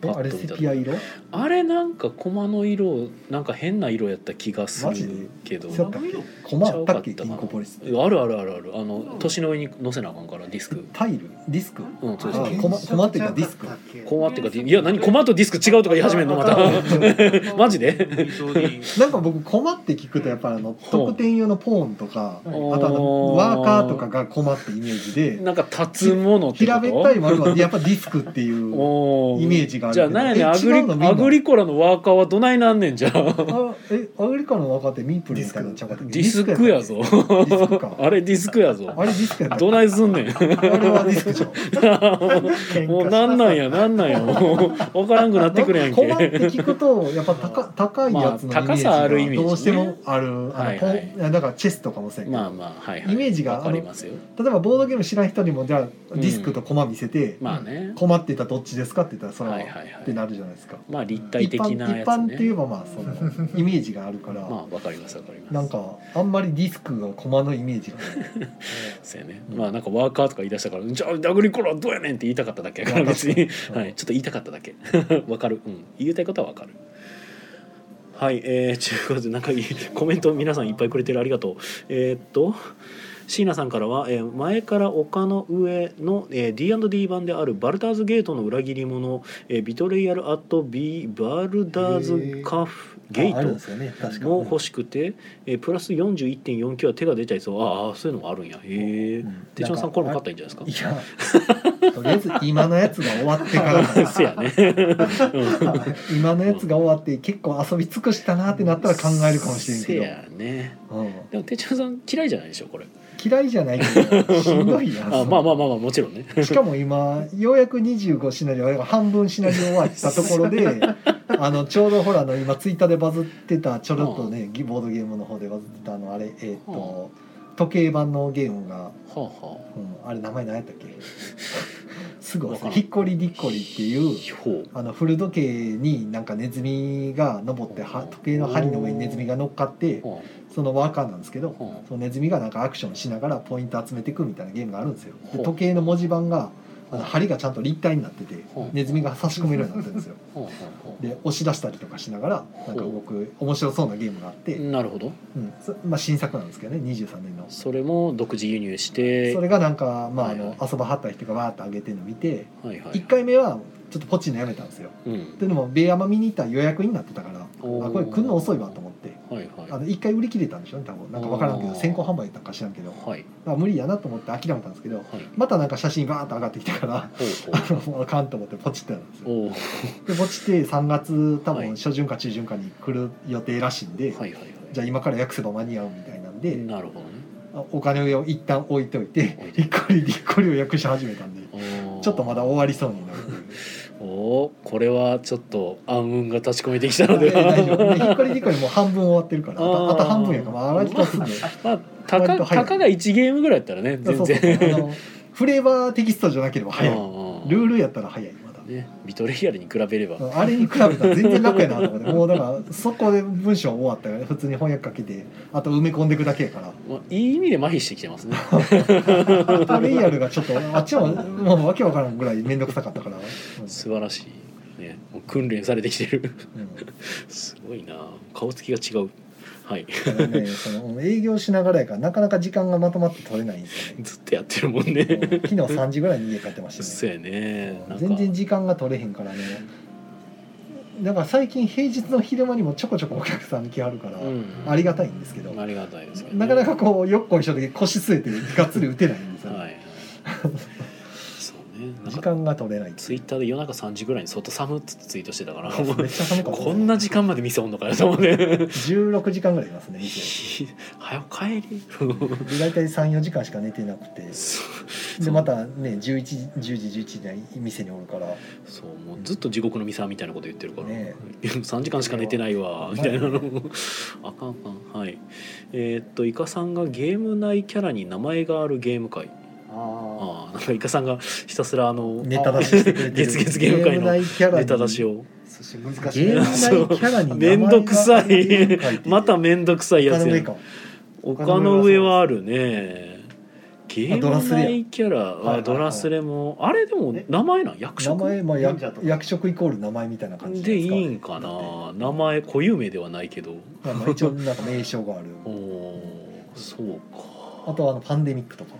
Speaker 2: え
Speaker 3: パ
Speaker 2: あれ
Speaker 3: ッと見
Speaker 2: セ
Speaker 3: た
Speaker 2: ピア色
Speaker 3: あれなんか駒の色なんか変な色やった気がす
Speaker 2: マジで
Speaker 3: るけど
Speaker 2: そうやったっけ駒あったっけ
Speaker 3: ちゃうかったか
Speaker 2: 銀行
Speaker 3: な
Speaker 2: ポリス
Speaker 3: あるあるあるあるあの年の上に載せなあかんからディスク
Speaker 2: タイルディスク
Speaker 3: うんそうそう
Speaker 2: あこま困ってたディスク
Speaker 3: コマっていうかいや何コマとディスク違うとか言い始めるのまた マジで
Speaker 2: なんか僕駒って聞くとやっぱりあの
Speaker 3: ほう
Speaker 2: 得点用のポーンとかあ
Speaker 5: あ
Speaker 2: とあのワーカーとかが駒ってイメージ で
Speaker 3: なんか立つものってこ
Speaker 2: 平
Speaker 3: と
Speaker 2: べったい丸はやっぱディスクって いう
Speaker 3: お
Speaker 2: イメージがある
Speaker 3: じゃあ何やねんアグ
Speaker 2: え違うのみん
Speaker 3: リ
Speaker 2: な
Speaker 3: アグリコラのワーカーはどないなんねんじゃあ
Speaker 2: あえアグリカの若手ミープルみたいなのちゃうかったっけ
Speaker 3: ディスクやぞ
Speaker 2: ディスクか
Speaker 3: あれディスクやぞ
Speaker 2: あれディスクやった
Speaker 3: どないすんね
Speaker 2: あ
Speaker 3: ん
Speaker 2: れはディスク じゃん
Speaker 3: もうなんなんやなんなんやもう分からんくなってくるやん
Speaker 2: 困って
Speaker 3: け
Speaker 2: 聞くとやっぱ高高いやつのイメージ
Speaker 3: まあ高さあるイメー
Speaker 2: が
Speaker 3: ジね
Speaker 2: どうしてもあるあの、
Speaker 3: はいはい
Speaker 2: ポンだからチェスとかもそうやけど、
Speaker 3: まあまあはいはい
Speaker 2: イメージが
Speaker 3: わかりますよ
Speaker 2: 例えばボードゲーム知らん人にもじゃあ
Speaker 3: ん
Speaker 2: ディスクとコマ見せて、
Speaker 3: まあね
Speaker 2: 困ってたらどっちですかって言ったらそれは,、
Speaker 3: はいはいはい
Speaker 2: ってなるじゃないですか
Speaker 3: まあ立体的なや
Speaker 2: 一般一般
Speaker 3: つ
Speaker 2: って言え
Speaker 3: ね
Speaker 2: ばまあそのイメージがあるから、
Speaker 3: まあわかりますわかります
Speaker 2: なんかあんまりディスクがコマのイメージが
Speaker 3: そうやね、まあなんかワーカーとか言い出したから「じゃあダグリコラはどうやねん」って言いたかっただけやから別に、
Speaker 2: うん
Speaker 3: はい、ちょっと言いたかっただけ わかる、うん、言いたいことはわかるはいえー、ちゅうことでなんかいいコメント皆さんいっぱいくれてるありがとうえーっと椎名さんからは、えー前から丘の上の、えー D&D 版である「バルターズゲートの裏切り者」えービトレイアル・アット・ビー・バルダーズ・カフ・ゲー
Speaker 2: あるん
Speaker 3: ト
Speaker 2: で」すよね確か
Speaker 3: も欲しくて、えープラス41.49は手が出ちゃいそうああそういうのもあるんやへえ
Speaker 2: ん
Speaker 3: 手帳さ
Speaker 2: なんんか
Speaker 3: これも買ったらいいんじゃない
Speaker 2: い
Speaker 3: です
Speaker 2: やとりあえず今のやつが終わってからだ
Speaker 3: か せやねうん
Speaker 2: 今のやつが終わって結構遊び尽くしたなってなったら考えるかもしれんけ
Speaker 3: せ
Speaker 2: ど、
Speaker 3: やね
Speaker 2: うん、
Speaker 3: でも手帳さん嫌いじゃないでしょこれ
Speaker 2: 嫌いじゃないけ どしんどいや
Speaker 3: あ
Speaker 2: ん
Speaker 3: まあまあまあまあもちろんね
Speaker 2: しかも今ようやく25シナリオが半分シナリオ終わったところ であのちょうどほらあの今ツイッターでバズってたちょろっとね、ボードゲームの方でバズってたあのあれえーっ、と、時計版のゲームが、
Speaker 3: はあは
Speaker 2: うん、あれ名前何やったっ けすぐ
Speaker 3: わ
Speaker 2: 忘
Speaker 3: か
Speaker 2: れ
Speaker 3: ら
Speaker 2: ひ
Speaker 3: ん
Speaker 2: っこりりっこりっていう
Speaker 3: あほう
Speaker 2: あの古時計になんかネズミが登っては時計の針の上にネズミが乗っかって
Speaker 3: は
Speaker 2: そのワーカーなんですけど
Speaker 3: あは
Speaker 2: そのネズミがなんかアクションしながらポイント集めていくみたいなゲームがあるんですよ
Speaker 3: ほ
Speaker 2: で
Speaker 3: う
Speaker 2: 時計の文字盤があの針がちゃんと立体になってて
Speaker 3: ほう
Speaker 2: ネズミが差し込めるようになってるんですよ
Speaker 3: あはあはあは
Speaker 2: で押し出したりとかしながらなんか動く面白そうなゲームがあっ
Speaker 3: あ
Speaker 2: て、
Speaker 3: なるほど
Speaker 2: うんそまあ、新作なんですけどね23年の
Speaker 3: それも独自輸入して
Speaker 2: そ
Speaker 3: は
Speaker 2: れがなんかまああ
Speaker 3: はい
Speaker 2: の
Speaker 3: は
Speaker 2: 遊ばはった人がわーっと上げてるの見て
Speaker 3: いはい
Speaker 2: 1回目はちょっとポチのやめたんですよ
Speaker 3: うん
Speaker 2: でもベイアマ見に行ったら予約になってたからあ
Speaker 3: おー
Speaker 2: これ来るの遅いわと思って
Speaker 3: はい
Speaker 2: あ
Speaker 3: は
Speaker 2: の1回売り切れたんでしょうね多分なんか分からんけ
Speaker 3: お
Speaker 2: ど
Speaker 3: ー
Speaker 2: 先行販売やったんか知らんけど
Speaker 3: いはい
Speaker 2: まあ無理やなと思って諦めたんですけど
Speaker 3: はい
Speaker 2: またなんか写真バーッと上がってきた から
Speaker 3: ほ
Speaker 2: あ
Speaker 3: う
Speaker 2: のもうあかんと思ってポチってたんですよ
Speaker 3: ほうおう
Speaker 2: でポチって3月多
Speaker 3: はい
Speaker 2: 分初旬か中旬かに来る予定らしいんで、
Speaker 3: はいはいはい
Speaker 2: じゃあ今から訳せば間に合うみたいなんで、
Speaker 3: なるほどね
Speaker 2: あお金を一旦置いといて
Speaker 3: 置いと
Speaker 2: りっこりりっこりを訳し始めたん で
Speaker 3: あー
Speaker 2: ちょっとまだ終わりそうに なる
Speaker 3: おおこれはちょっと暗雲が立ち込めてきたので
Speaker 2: で
Speaker 3: は
Speaker 2: 大丈夫でひっこりりっこりもう半分終わってるからあと
Speaker 3: あ
Speaker 2: あ
Speaker 3: ー
Speaker 2: と半分やから、まあ、割とす ぐ。
Speaker 3: まあたか
Speaker 2: 割と早
Speaker 3: た
Speaker 2: い
Speaker 3: かが1ゲームぐらいやったらね
Speaker 2: そうそう
Speaker 3: 全
Speaker 2: そう
Speaker 3: 然
Speaker 2: あのフレーバーテキストじゃなければ早いルールやったら早いまだ
Speaker 3: ルねビトレイアルに比べれば
Speaker 2: あれに比べたら全然楽やなと思ってもうだからそこで文章終わったよ普通に翻訳かけてあと埋め込んでいくだけやから
Speaker 3: まあいい意味で麻痺してきて ますね
Speaker 2: トレイアルがちょっとあっちももうわけわからんぐらい面倒くさかったから、うん
Speaker 3: 素晴らしいねもう訓練されてきてる
Speaker 2: うん
Speaker 3: すごいな顔つきが違うはい
Speaker 2: だからねそのうん営業しながらやからなかなか時間がまとまって取れないんですよね
Speaker 3: ずっとやってるもんね
Speaker 2: うん昨日3時ぐらいに家帰ってましたね
Speaker 3: そうやねなんか
Speaker 2: 全然時間が取れへんからねなんか最近平日の昼間にもちょこちょこお客さん来はるから、ありがたいんですけど、
Speaker 3: ありがたいですけどね、
Speaker 2: なかなかこうよっこいしょで腰据えてがっつり打てないんですよ、ね
Speaker 3: はい はいそうねなん
Speaker 2: 時
Speaker 3: か
Speaker 2: 間が取れない
Speaker 3: ツイッターで夜中3時ぐらいに外寒っつってツイートしてたから
Speaker 2: めっちゃ寒かった
Speaker 3: こんな時間まで店おんのかよと思って
Speaker 2: 16時間ぐらいいますね店
Speaker 3: 早く帰り
Speaker 2: で大体34時間しか寝てなくて
Speaker 3: そう
Speaker 2: でまたね11時10時11時に店におるから
Speaker 3: そうもうずっと地獄のミサみたいなこと言ってるから、
Speaker 2: ね
Speaker 3: 3時間しか寝てないわみたいなのあかんあかんはいえーっとイカさんがゲーム内キャラに名前があるゲーム会
Speaker 5: あ
Speaker 3: ああなんかイカさんがひたすらあの
Speaker 2: ネタ出ししてくれてる
Speaker 3: 月月ゲーム会
Speaker 2: ゲー
Speaker 3: の
Speaker 2: ム内キャラに
Speaker 3: ネタ出しを
Speaker 5: あ寿司難しい
Speaker 2: ゲーム
Speaker 5: な
Speaker 2: 内キャラに名前
Speaker 3: めんどくさ
Speaker 2: があるゲーム
Speaker 3: い
Speaker 2: 会っていう
Speaker 3: まためんどくさいや
Speaker 2: 他の
Speaker 3: つ
Speaker 2: メ
Speaker 3: や
Speaker 2: ーカー
Speaker 3: 丘の上はあるねゲーム内キャラ
Speaker 5: あ
Speaker 3: あド
Speaker 5: ド
Speaker 3: ラ
Speaker 5: ラ
Speaker 3: ス
Speaker 5: ス
Speaker 3: レもあれでも
Speaker 5: え
Speaker 3: 名前なん役
Speaker 2: 名
Speaker 3: 職
Speaker 2: 前、まあ、や
Speaker 5: 忍者とか
Speaker 2: 役職イコール名前みたいな感じ
Speaker 3: でいい
Speaker 2: ん
Speaker 3: んかな名前固有名ではないけど
Speaker 2: まあまあ一応なんか名称がある
Speaker 3: おーそうか
Speaker 2: あとはあのパンデミックとか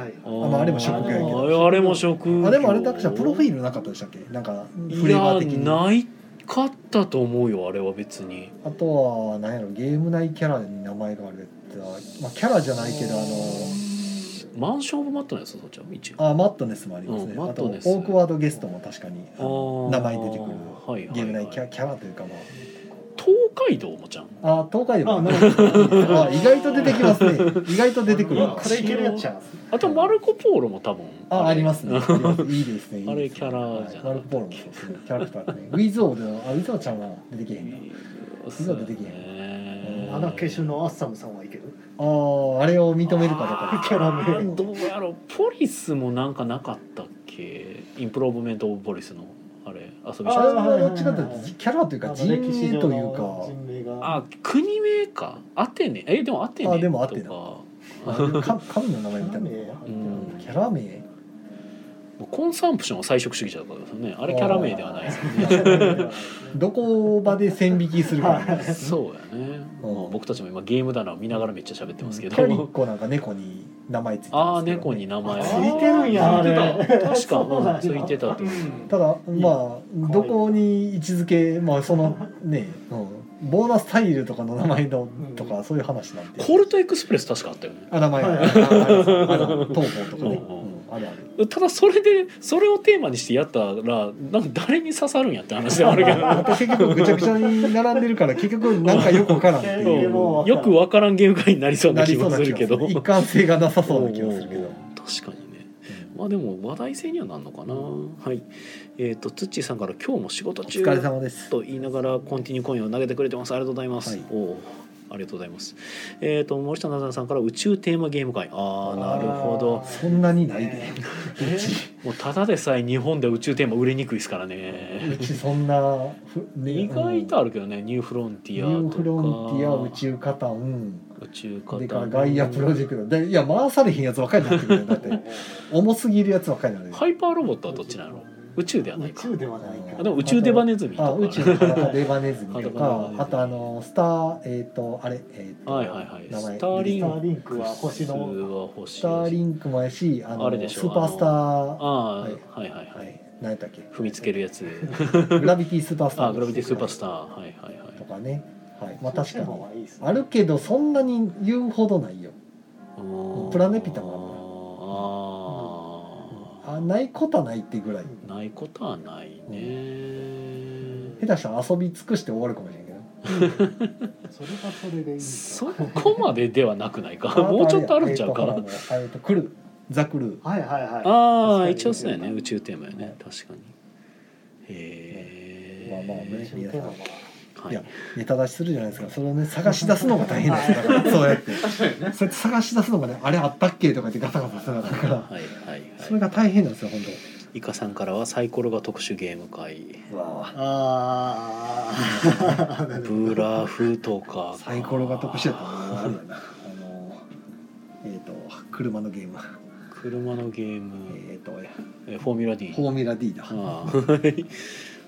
Speaker 5: はい
Speaker 3: あ
Speaker 2: あまああれも職業やけど
Speaker 3: あれも職業
Speaker 2: あでもあれだけじゃプロフィールなかったでしたっけなんかフ
Speaker 3: い
Speaker 2: レーバ
Speaker 3: や
Speaker 2: ー的に
Speaker 3: ないかったと思うよあれは別に
Speaker 2: あとは何やろゲーム内キャラに名前があるやつは、まあ、キャラじゃないけどあの
Speaker 3: マンションオブマットのやつそっちは一応
Speaker 2: あマットネスもありますね、
Speaker 3: うんマッ
Speaker 2: あと
Speaker 3: ト
Speaker 2: オ
Speaker 3: ネス
Speaker 2: ークワードゲストも確かにあの
Speaker 3: あー
Speaker 2: 名前出てくる
Speaker 3: はいはいはい
Speaker 2: ゲーム内キャキャラというかま
Speaker 3: 東海道もちゃん
Speaker 2: ああ東海でも
Speaker 5: あ
Speaker 2: あ
Speaker 5: なるほ ど
Speaker 2: 意外と出てきますね意外と出てくる
Speaker 5: あ
Speaker 2: わ
Speaker 5: これいけるやっちゃ
Speaker 3: あとマルコ・ポーロも多分
Speaker 2: あ、ありますね。ありますいいですね。いいですね
Speaker 3: あれキャラじゃん
Speaker 2: はいマルコポーロもそうですね。キャラクターですね。ウィズオーで、あ、ウィズオーちゃんは出てけへんな。
Speaker 3: そ
Speaker 2: 出てけへ
Speaker 5: う
Speaker 3: へ
Speaker 5: 穴消しのアッサムさんはいける
Speaker 2: ああ、あれを認めるかどう
Speaker 3: あ
Speaker 2: か
Speaker 3: ー
Speaker 5: キャラ名
Speaker 3: どうやろうポリスもなんかなかったっけインプローブメント・オブ・ポリスのあれ遊び
Speaker 2: です。
Speaker 5: あ
Speaker 2: あ
Speaker 5: ー
Speaker 2: れ
Speaker 3: した
Speaker 2: はどっちかというと、キャラというか、人
Speaker 5: あの歴史
Speaker 2: 名
Speaker 5: 上
Speaker 2: と
Speaker 5: の
Speaker 2: いうか。
Speaker 5: 人名が
Speaker 3: あ国名かアテネえでもアテネとか
Speaker 2: あでもアテネあれか神の名前みたいな
Speaker 5: キャラ名
Speaker 3: うん
Speaker 2: キャラ名
Speaker 3: コンサンプションは菜食主義者だからですよねあれキャラ名ではないですよね
Speaker 2: どこまで線引きするかなんです
Speaker 3: そうやね、まあ
Speaker 2: うん
Speaker 3: 僕たちも今ゲーム棚を見ながらめっちゃ喋ってますけ
Speaker 2: キャリ
Speaker 3: ど
Speaker 2: コなんか猫に名前ついて
Speaker 3: ああ
Speaker 2: ま
Speaker 3: ー
Speaker 2: すけどね
Speaker 3: 猫に名前
Speaker 5: ついてるんやあれ
Speaker 3: 確か
Speaker 5: そうなん
Speaker 3: う
Speaker 5: や
Speaker 3: んついてたと思う
Speaker 2: ただまあどこに位置づけまあそのね、うん、ボーナスタイルとかの名前のとかそういう話なんて
Speaker 3: コルトエクスプレス確かあったよね
Speaker 2: あ名前
Speaker 5: はい
Speaker 2: あああの東宝とかね、
Speaker 3: う
Speaker 2: うんん、あるある
Speaker 3: ただそれでそれをテーマにしてやったらなんか誰に刺さるんやって話ではあるけ
Speaker 2: また結局ぐちゃぐちゃに並んでるから結局なんかよくわからんって
Speaker 5: うん
Speaker 2: い
Speaker 5: で
Speaker 2: う
Speaker 5: も
Speaker 3: どよくわからんゲーム会になりそうな気もするけど
Speaker 2: なりそうな気がする一貫性がなさそうな気がするけ
Speaker 3: おうお
Speaker 2: ど
Speaker 3: うおう 確かにねまあでも話題性にはなんのかな、はいえっ、とつっちーさんから「今日も仕事
Speaker 2: お
Speaker 3: 中」
Speaker 2: 疲れ様です
Speaker 3: と言いながらコンティニューコインを投げてくれてますありがとうございます、
Speaker 2: はい
Speaker 3: おおありがとうございますえっ、と森下なさんさんから宇宙テーマゲーム会ああなるほど
Speaker 2: そんなにないで
Speaker 3: もうただでさえ日本で宇宙テーマ売れにくいですからね
Speaker 2: うちそんなふ、ね
Speaker 3: 意外とあるけどね、ニューフロンテ
Speaker 2: ニ
Speaker 3: ィアとか
Speaker 2: ューフロンティア宇宙カタン
Speaker 3: 宇宙
Speaker 2: それか
Speaker 3: 型
Speaker 2: らガイアプロジェクトでいや回されへんやつばっかりになってくるよだって 重すぎるやつばっかりになるよ
Speaker 3: ハイパーロボットはどっちなの宇宙ではな
Speaker 5: 宇
Speaker 3: いか
Speaker 5: 宙ではないか
Speaker 3: あでも宇宙デバネズミとか、
Speaker 2: あ
Speaker 3: ね、
Speaker 2: 宇宙の裸デバネズミと
Speaker 3: 裸デバネ
Speaker 2: か
Speaker 3: ズミ
Speaker 2: あとあのスターえっ、とあれえっ、と
Speaker 3: はいはいはい
Speaker 2: 名前
Speaker 3: スターリ
Speaker 5: ス
Speaker 3: ン
Speaker 5: タ
Speaker 3: ク
Speaker 5: ーリンクは星
Speaker 3: 普通
Speaker 5: の
Speaker 3: は星
Speaker 2: スターリンクもやしあの
Speaker 3: あれでしょ
Speaker 2: スーパースター
Speaker 3: ああ、はい、はいはいはい
Speaker 2: はい何やったっけ
Speaker 3: 踏みつけるやつ
Speaker 2: グラビティスーパースター
Speaker 3: あグラビティスーパースターはいはいはい
Speaker 2: とかねはいまあ確かに
Speaker 5: はいいですね
Speaker 2: あるけどそんなに言うほどないよ
Speaker 3: ああ
Speaker 2: プラネピタも
Speaker 3: あ
Speaker 2: あないことはないってぐらい
Speaker 3: あないことはないね、
Speaker 2: 下手したら遊び尽くして終わるかもしれんけど
Speaker 5: それはそれでいい
Speaker 3: そこまでではなくな いかもうちょっとあるんちゃうか、
Speaker 2: えーとほらあのえーとクルーザクルー
Speaker 5: はいはいはい
Speaker 3: あ
Speaker 5: 確か
Speaker 3: あ
Speaker 5: に
Speaker 3: 一応そうやね宇宙テーマやね確かにへえ
Speaker 2: まあまあね
Speaker 5: 宇宙テーマは
Speaker 3: はいい
Speaker 2: やネタ出しするじゃないですかそれをね探し出すのが大変なんですよだからそうやってそうやって探し出すのがねあれあったっけとか言ってガサガサするから
Speaker 3: はいはい
Speaker 2: それが
Speaker 3: は
Speaker 2: 大変なんですよ本
Speaker 3: いイカさんからはサイコロが特殊ゲーム会
Speaker 2: 当わ
Speaker 5: ああ
Speaker 3: ブラフとか
Speaker 2: サイコロが特殊やったらあれやなあのえっ、と車のゲーム
Speaker 3: 車のゲーム
Speaker 2: えっ、と
Speaker 3: えフォーミュラ D
Speaker 2: フォーミュラ D だフォ
Speaker 3: あー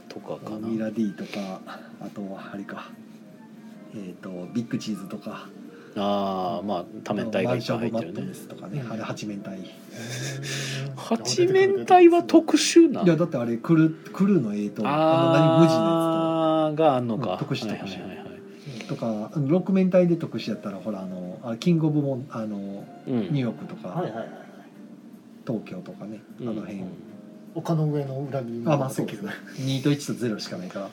Speaker 3: とかか
Speaker 2: ーミュ
Speaker 3: な
Speaker 2: ラ D とかあとはあれかえっ、とビッグチーズとか
Speaker 3: ああまあ多面体
Speaker 2: マ
Speaker 3: がい
Speaker 2: ン
Speaker 3: っ
Speaker 2: シ
Speaker 3: ぱ
Speaker 2: ョ
Speaker 3: い入
Speaker 2: ン
Speaker 3: って
Speaker 2: マ
Speaker 3: る
Speaker 2: ット
Speaker 3: ね
Speaker 2: ネスとかねあれ八面体
Speaker 3: 八面体は特殊ない
Speaker 2: やだってあれクルクルーのえっ、とあの何無地のやつと
Speaker 3: あがあんのか、
Speaker 2: うん特殊
Speaker 3: はいはい
Speaker 2: 特殊
Speaker 3: はいはい
Speaker 2: とか六面体で特殊やったらほらあのあキングオブモンあの
Speaker 3: うん
Speaker 2: ニューヨークとか、
Speaker 5: はいはいはいはい
Speaker 2: 東京とかねあの辺、
Speaker 3: うん
Speaker 5: 丘の上の裏切りの
Speaker 2: あまあそうです
Speaker 5: ね
Speaker 2: ね2と1と0しかないから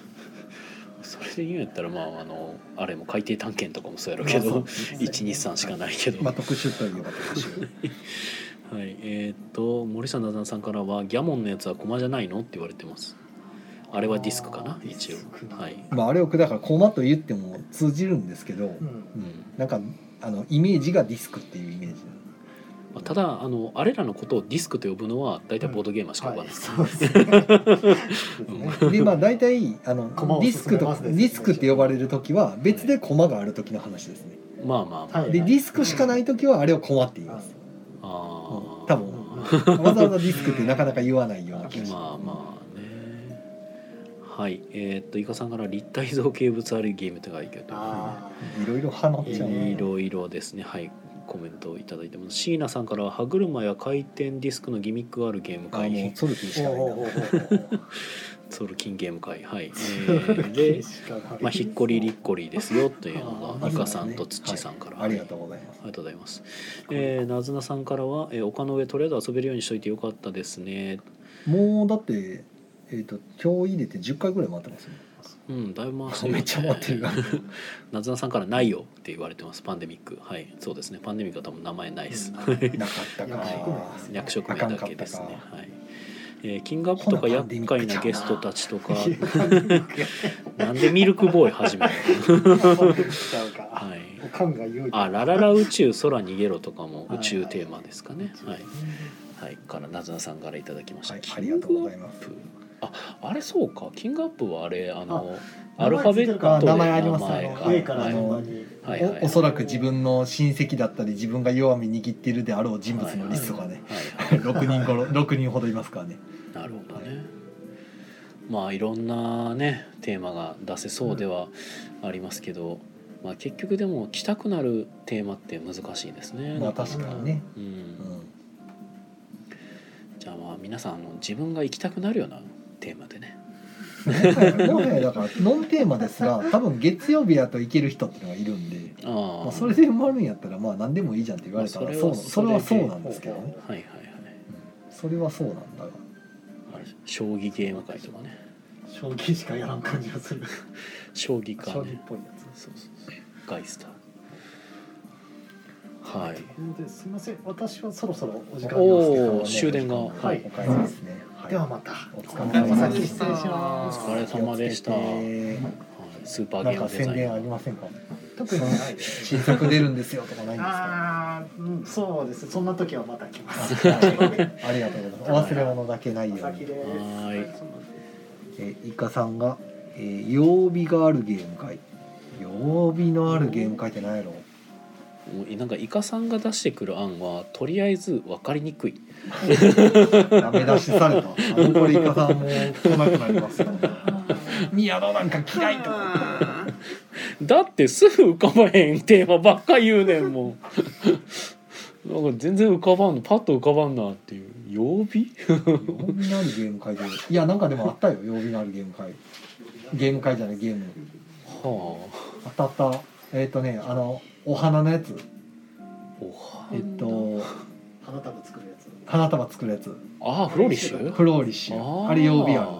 Speaker 3: それで言うんやったらまああのあれも海底探検とかもそうやろうけ
Speaker 2: ま
Speaker 3: ど、
Speaker 2: あ そうですね
Speaker 3: 123しかないけど、
Speaker 2: まあ特殊といえば特殊
Speaker 3: はい、えーっと森下なださんからは「ギャモンのやつは駒じゃないの?」って言われてますあれはディスクかな
Speaker 5: あー
Speaker 3: 一
Speaker 5: ディスク
Speaker 3: 応
Speaker 5: な
Speaker 3: はい、
Speaker 2: まああれをだからコマと言っても通じるんですけど、
Speaker 5: うん
Speaker 3: うん
Speaker 2: なんかあのイメージがディスクっていうイメージ
Speaker 3: まあ、ただあのあれらのことをディスクと呼ぶのは大体ボードゲーマーしか呼ば
Speaker 5: は
Speaker 3: ないい、
Speaker 5: そうですね
Speaker 2: でまあ大体あの
Speaker 5: 駒を
Speaker 2: ディスクと
Speaker 5: 進め
Speaker 2: か
Speaker 5: ます
Speaker 2: デ
Speaker 5: ね
Speaker 2: ィスクって呼ばれる時は別でコマがある時の話ですね、
Speaker 3: まあまあ、まあ
Speaker 5: はい
Speaker 2: でディスクしかない時はあれをコマって言います、
Speaker 3: あー
Speaker 2: 多分わざわざディスクってなかなか言わないような気がし
Speaker 3: まあ
Speaker 2: ます
Speaker 3: まあねはいえーっとイカさんから立体造形物あるゲームとかいいけど
Speaker 5: あ
Speaker 2: いろいろハマっちゃうね
Speaker 3: いろいろですねはいコメントをいただいてます椎名さんからは歯車や回転ディスクのギミックあるゲーム
Speaker 2: あもう
Speaker 3: 会
Speaker 2: ソルティし
Speaker 5: あ
Speaker 2: かないな
Speaker 3: ソルキンゲーム会 はい、えーで
Speaker 5: で、
Speaker 3: まあ、ひっこりりっこりですよというのが
Speaker 2: あ
Speaker 3: イカさんと土さんから、
Speaker 2: ありがとうございます
Speaker 3: ありがとうございます。えー、なずなさんからは、えー丘の上とりあえず遊べるようにしといてよかったですね。
Speaker 2: もうだってえっ、と今日入れて10回ぐらい回ってますよ
Speaker 3: うん、だいぶ回 してるよね
Speaker 2: めっちゃ回ってる な
Speaker 3: なずなさんからないよって言われてます。パンデミック。はい、そうですね。パンデミックは多分名前ないです。
Speaker 2: なかったか
Speaker 5: 役職名です
Speaker 3: 役職
Speaker 5: ね
Speaker 3: 名だけです
Speaker 2: あ
Speaker 3: ね。
Speaker 2: かんか
Speaker 3: はい。えー、キングアップとか
Speaker 2: ほなパンデ
Speaker 3: 厄
Speaker 2: ミックちゃうな
Speaker 3: 介なゲストたちとか、なんでミルクボーイ始める
Speaker 5: ちゃうか
Speaker 3: の。はい。
Speaker 5: おかんが言う
Speaker 3: あ、ラララ宇宙空逃げろとかも
Speaker 5: はい
Speaker 3: 宇宙テーマですかね。はい。はい、からなずなさんからいただきました。
Speaker 2: はい
Speaker 3: キン
Speaker 2: ありがとうございます
Speaker 3: グアップ。あ、あれそうか。キングアップはあれあの
Speaker 5: あ
Speaker 3: アルファベットで
Speaker 2: 名前あります
Speaker 3: 名前
Speaker 2: あ
Speaker 3: か
Speaker 2: の
Speaker 5: 上から
Speaker 3: はい
Speaker 5: 順番に
Speaker 3: はいはいはい
Speaker 2: おおそらく自分の親戚だったり自分が弱み握っているであろう人物のリストがね、
Speaker 3: はいはい
Speaker 2: 6人頃6人ほどいますからね
Speaker 3: なるほどね。まあいろんなねテーマが出せそうではありますけど、まあ結局でも来たくなるテーマって難しいですね。
Speaker 2: まあ確かにね、
Speaker 3: う。
Speaker 2: うんん、
Speaker 3: じゃあまあ皆さんあの自分が行きたくなるようなテーマでね。
Speaker 2: もはやだからノンテーマですら多分月曜日やといける人っていうのがいるんで、
Speaker 3: あー、
Speaker 2: まあ、それで埋まるんやったらまあ何でもいいじゃんって言われた
Speaker 3: ま
Speaker 2: ら
Speaker 3: あ
Speaker 2: そ
Speaker 3: それ
Speaker 2: うそれは
Speaker 3: はそ
Speaker 2: そ
Speaker 3: れで
Speaker 2: うなんですけどね
Speaker 3: はいはいはい。
Speaker 2: それはそうなんだが
Speaker 3: 将棋ゲーム会とかね。
Speaker 5: 将棋しかやらん感じがする
Speaker 3: 将棋か、ね。
Speaker 5: 将棋っぽいやつ
Speaker 3: そうそうそうガイスターはい
Speaker 5: ですいません私はそろそろお時間
Speaker 3: お
Speaker 5: ですけ
Speaker 3: ー
Speaker 5: ど
Speaker 2: お
Speaker 3: 終電が
Speaker 2: はいお帰りですね、はい、
Speaker 5: ではまた
Speaker 2: お
Speaker 5: お
Speaker 2: 疲れ様
Speaker 5: 先
Speaker 2: でし
Speaker 5: 失礼します
Speaker 3: お疲れ様でした
Speaker 2: 気をつけて
Speaker 3: はいスーパーゲ
Speaker 2: なん
Speaker 3: ー
Speaker 2: か
Speaker 3: ムデザ
Speaker 2: 宣
Speaker 3: イン
Speaker 2: 伝ありませんか
Speaker 5: 特にないです
Speaker 2: 新作出るんですよとかないんですか
Speaker 5: ああうんそうですそんな時はまた来ます
Speaker 2: ありがとうございますお忘れ物だけない
Speaker 5: お
Speaker 2: よう
Speaker 5: 先
Speaker 2: に
Speaker 5: です
Speaker 2: えイカさんが、えー曜日があるゲーム会曜日のあるゲーム会って何やろ
Speaker 3: もうなんかイカさんが出してくる案はとりあえず分かりにくい
Speaker 2: ダメ出しされたあのこれイカさんも来なくなりますよ宮野なんか嫌いと
Speaker 3: だってすぐ浮かばへんテーマばっか言うねん もうなんか全然浮かばんのパッと浮かばんなっていう曜日
Speaker 2: 曜日のあるゲーム会でいやなんかでもあったよ曜日のあるゲーム会ゲーム会じゃないゲーム
Speaker 3: は
Speaker 2: あ
Speaker 3: あ
Speaker 2: ったあったえっ、とねあのお花のやつ
Speaker 3: おは
Speaker 2: えっ、と
Speaker 5: 花束作るやつ
Speaker 2: 花束作るやつ
Speaker 3: ああフローリッシュ
Speaker 2: フローリッシュあれ曜日あ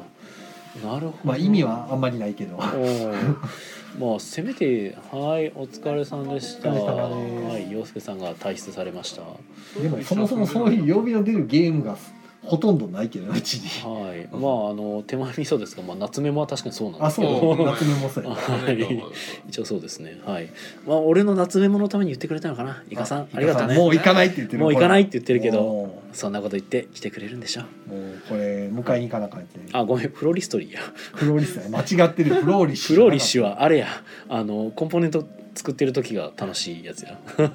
Speaker 2: る
Speaker 3: るなるほど
Speaker 2: まあ意味はあんまりないけど
Speaker 3: おー まあせめてはいお疲れさんでした。
Speaker 2: お疲れ様です
Speaker 3: はい洋介さんが退出されました。は
Speaker 2: でもそもそもそういう曜日の出るゲームがほとんどないけどうちに
Speaker 3: い。まああの手前味噌ですが、まあ夏目も確かにそうなんで
Speaker 2: あ
Speaker 3: す
Speaker 2: そ
Speaker 3: けど。
Speaker 2: う 夏目もそうや
Speaker 3: はい。一応そうですね。はい。まあ俺の夏メモのために言ってくれたのかな。イカさんありがとうね。
Speaker 2: もう行かないって言ってる
Speaker 3: もう行かないって言ってるけど。
Speaker 2: も
Speaker 3: そんなこと言って来てくれるんでしょ
Speaker 2: うもうこれ迎えに行かなあかんやって
Speaker 3: あごめんフローリストリーや
Speaker 2: フローリスや間違ってるフローリッシュ
Speaker 3: フローリッシュはあれやあのコンポーネント作ってる時が楽しいやつや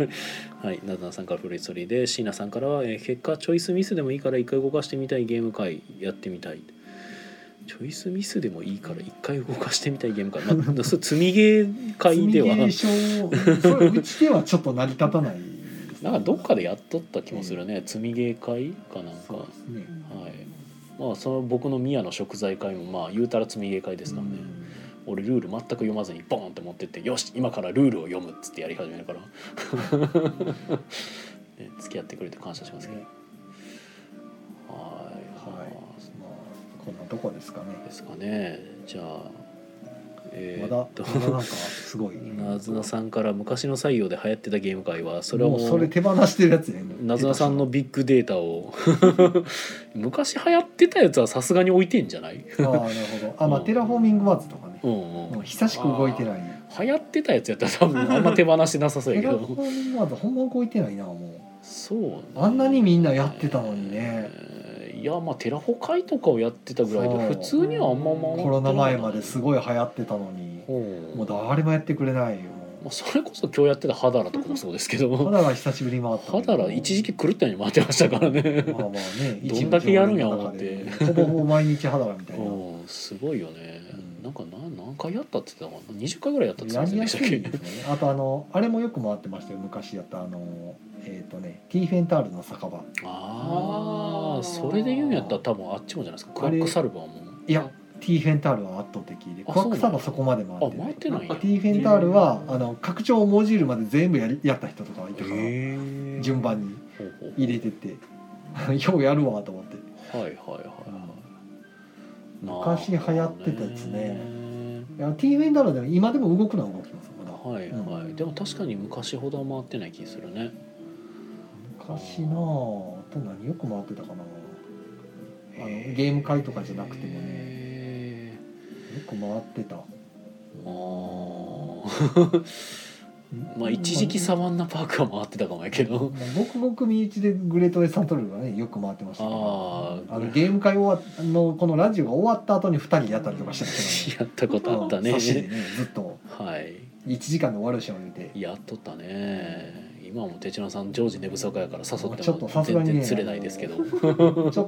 Speaker 3: はいナダナさんからフローリストリーで椎名さんからは、えー結果チョイスミスでもいいから一回動かしてみたいゲーム会やってみたいチョイスミスでもいいから一回動かしてみたいゲーム会、まあ、 そう積みゲー会では
Speaker 2: 積み消それうちではちょっと成り立たない
Speaker 3: なんかどっかでやっとった気もするね、積みゲー会かなんか
Speaker 2: そう
Speaker 3: は
Speaker 2: ですね
Speaker 3: いまあその僕の宮の食材会もまあ言うたら積みゲー会ですからね、俺ルール全く読まずにボンって持ってってよし今からルールを読むっつってやり始めるから ね付き合ってくれて感謝しますけど、
Speaker 2: ね
Speaker 3: はい
Speaker 2: はい
Speaker 3: ま
Speaker 2: ま
Speaker 3: あ
Speaker 2: あこんなとこですかね
Speaker 3: ですかねじゃあえ
Speaker 2: まだ
Speaker 3: ー
Speaker 2: ま
Speaker 3: っと
Speaker 2: だなんかすごい
Speaker 3: なずなさんから昔の採用で流行ってたゲーム会はそれは
Speaker 2: も
Speaker 3: も
Speaker 2: うそうれ手放してるやつやん
Speaker 3: なずなさんのビッグデータ を昔流行ってたやつはさすがに置いてんじゃない、
Speaker 2: ああなるほどあまあテラフォーミングワーズとかね
Speaker 3: うんう
Speaker 2: も
Speaker 3: ん
Speaker 2: う、久しく動いてない
Speaker 3: 流行ってたやつやったら多分あんま手放してなさそうや
Speaker 2: テ
Speaker 3: け
Speaker 2: ラフォ
Speaker 3: ど
Speaker 2: ーミングワーズほんま動いてないなも
Speaker 3: そう、ね、
Speaker 2: うあんなにみんなやってたのにね
Speaker 3: えーいやまあテラフォ会とかをやってたぐらいで
Speaker 2: そう
Speaker 3: 普通にはあんまま
Speaker 2: コロナ前まですごい流行ってたのにもう誰もやってくれないよ
Speaker 3: まあ、それこそ今日やってたハダラとかもそうですけど
Speaker 2: 肌が久しぶりに回った
Speaker 3: ハダラ一時期狂ったように回ってましたからね
Speaker 2: まあまあ ね
Speaker 3: どんだけやるんや思って
Speaker 2: ほぼほぼ毎日肌がみた いな
Speaker 3: うんすごいよね、
Speaker 2: うん
Speaker 3: なんか何何回やったって言ってたかな20回ぐらいやったって言
Speaker 2: や
Speaker 3: って
Speaker 2: り
Speaker 3: ま
Speaker 2: や
Speaker 3: せ
Speaker 2: す
Speaker 3: んで
Speaker 2: い
Speaker 3: した
Speaker 2: で
Speaker 3: っ
Speaker 2: すよねあとあのあれもよく回ってましたよ昔やったあのえっ、とねティーフェンタールの酒場
Speaker 3: けああそれで言うんやったら多分あっちもじゃないですかクワックサルバーも
Speaker 2: いやティーフェンタールは圧倒的で
Speaker 3: あ
Speaker 2: クワックサバそこまで回
Speaker 3: あ
Speaker 2: って
Speaker 3: 回
Speaker 2: な
Speaker 3: っ
Speaker 2: い
Speaker 3: てないんや
Speaker 2: ティーフェンタールはあの拡張を文字るまで全部やりやった人とかがいたから
Speaker 3: へえ
Speaker 2: 順番に
Speaker 3: ほうほう
Speaker 2: 入れてって ようやるわと思って
Speaker 3: はいはいはいは
Speaker 2: う
Speaker 3: い
Speaker 2: ん
Speaker 3: なあ
Speaker 2: 昔流行ってたやつね
Speaker 3: ね
Speaker 2: いやティーフェンタールでも今でも動くのは動きますまだ
Speaker 3: はいはい、でも確かに昔ほどは回ってない気するね
Speaker 2: 昔なああと何よく回ってたかなあのゲーム会とかじゃなくてもね
Speaker 3: ね
Speaker 2: よく回ってた
Speaker 3: あー まあ一時期サバンナパークは回ってたかもやけど
Speaker 2: ごくごく身内でグレートエサントルーがねよく回ってましたけど
Speaker 3: ああ
Speaker 2: あのゲーム会終わっのこのラジオが終わった後に2人やったりとかして
Speaker 3: やった
Speaker 2: たけど
Speaker 3: ことあったね
Speaker 2: 差しでねずっと
Speaker 3: はい
Speaker 2: 1時間で終わるしょ言うて
Speaker 3: やっとったね今はもう手品さん常時寝不足やから誘って
Speaker 2: ちょっと
Speaker 3: も
Speaker 2: さすが
Speaker 3: 全
Speaker 2: にね
Speaker 3: 然釣れないですけど
Speaker 2: ちょっと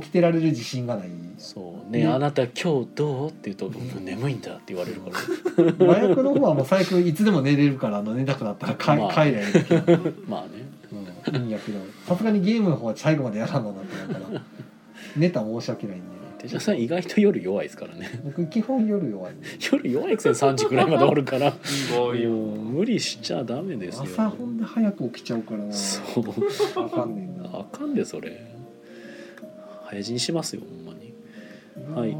Speaker 2: 起きてられる自信がない
Speaker 3: そうねあなた今日どうって言うとうん「眠いんだ」って言われるから
Speaker 2: 麻薬の方はもう最悪いつでも寝れるからあの寝たくなったら帰,、
Speaker 3: まあ
Speaker 2: 帰りゃいいだけど
Speaker 3: まあね
Speaker 2: うんいいんやけどさすがにゲームの方は最後までやらんのなってなるから寝たら申し訳ないんで
Speaker 3: 手品さん意外と夜弱いですからね
Speaker 2: 僕基本夜弱いんで
Speaker 3: 夜弱いくせに3時くらいまでおるから
Speaker 4: すごい
Speaker 3: もう
Speaker 4: よ
Speaker 3: 無理しちゃダメですよ
Speaker 2: 朝ほんで早く起きちゃうからな
Speaker 3: そう
Speaker 2: わかんねえな
Speaker 3: あかんでそれ早死にしますよほんまにはい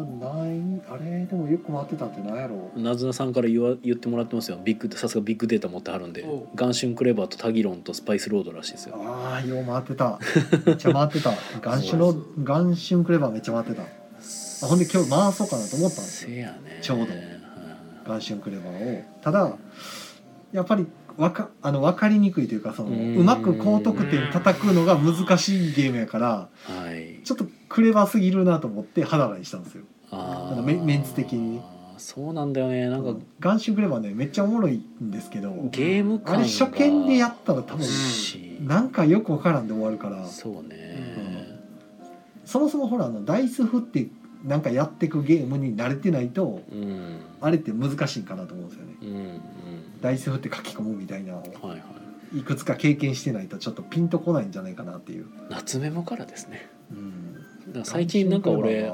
Speaker 2: あないあれでもよく回ってたってなんやろ
Speaker 3: なずなさんから言わ言ってもらってますよビッグさすがビッグデータ持ってはるんで
Speaker 4: おう
Speaker 3: 「ガンシュンクレバー」と「タギロン」と「スパイスロード」らしいですよ
Speaker 2: ああよう回ってためっちゃ回ってたガンシュのガンシュンクレバーめっちゃ回ってたあほんで今日回そうかなと思ったんですよ
Speaker 3: せやね
Speaker 2: ちょうど
Speaker 3: は
Speaker 2: ガンシュンクレバーをただやっぱりわかあの分かりにくいというかその
Speaker 3: うん
Speaker 2: うまく高得点叩くのが難しいゲームやから
Speaker 3: いはい
Speaker 2: ちょっとクレバーすぎるなと思って肌にしたんですよ
Speaker 3: あ
Speaker 2: あ
Speaker 3: ー
Speaker 2: のメメンツ的に
Speaker 3: そうなんだよねなんか、
Speaker 2: ガンシュンクレバーねめっちゃおもろいんですけど
Speaker 3: ゲーム
Speaker 2: あ
Speaker 3: 感
Speaker 2: れ
Speaker 3: が
Speaker 2: 初見でやったら多分
Speaker 3: し
Speaker 2: なんかよく分からんで終わるから
Speaker 3: そうね、
Speaker 2: そもそもほらあのダイス振ってなんかやってくゲームに慣れてないと
Speaker 3: うん、うん
Speaker 2: あれって難しいんかなと思うんですよね
Speaker 3: うん
Speaker 2: ダイス振って書き込むみたいなのを
Speaker 3: はいはい
Speaker 2: いくつか経験してないとちょっとピンとこないんじゃないかなっていう、
Speaker 3: 夏メモからですね
Speaker 2: うん、
Speaker 3: だから最近なんか
Speaker 2: ガ
Speaker 3: 俺
Speaker 2: ンシ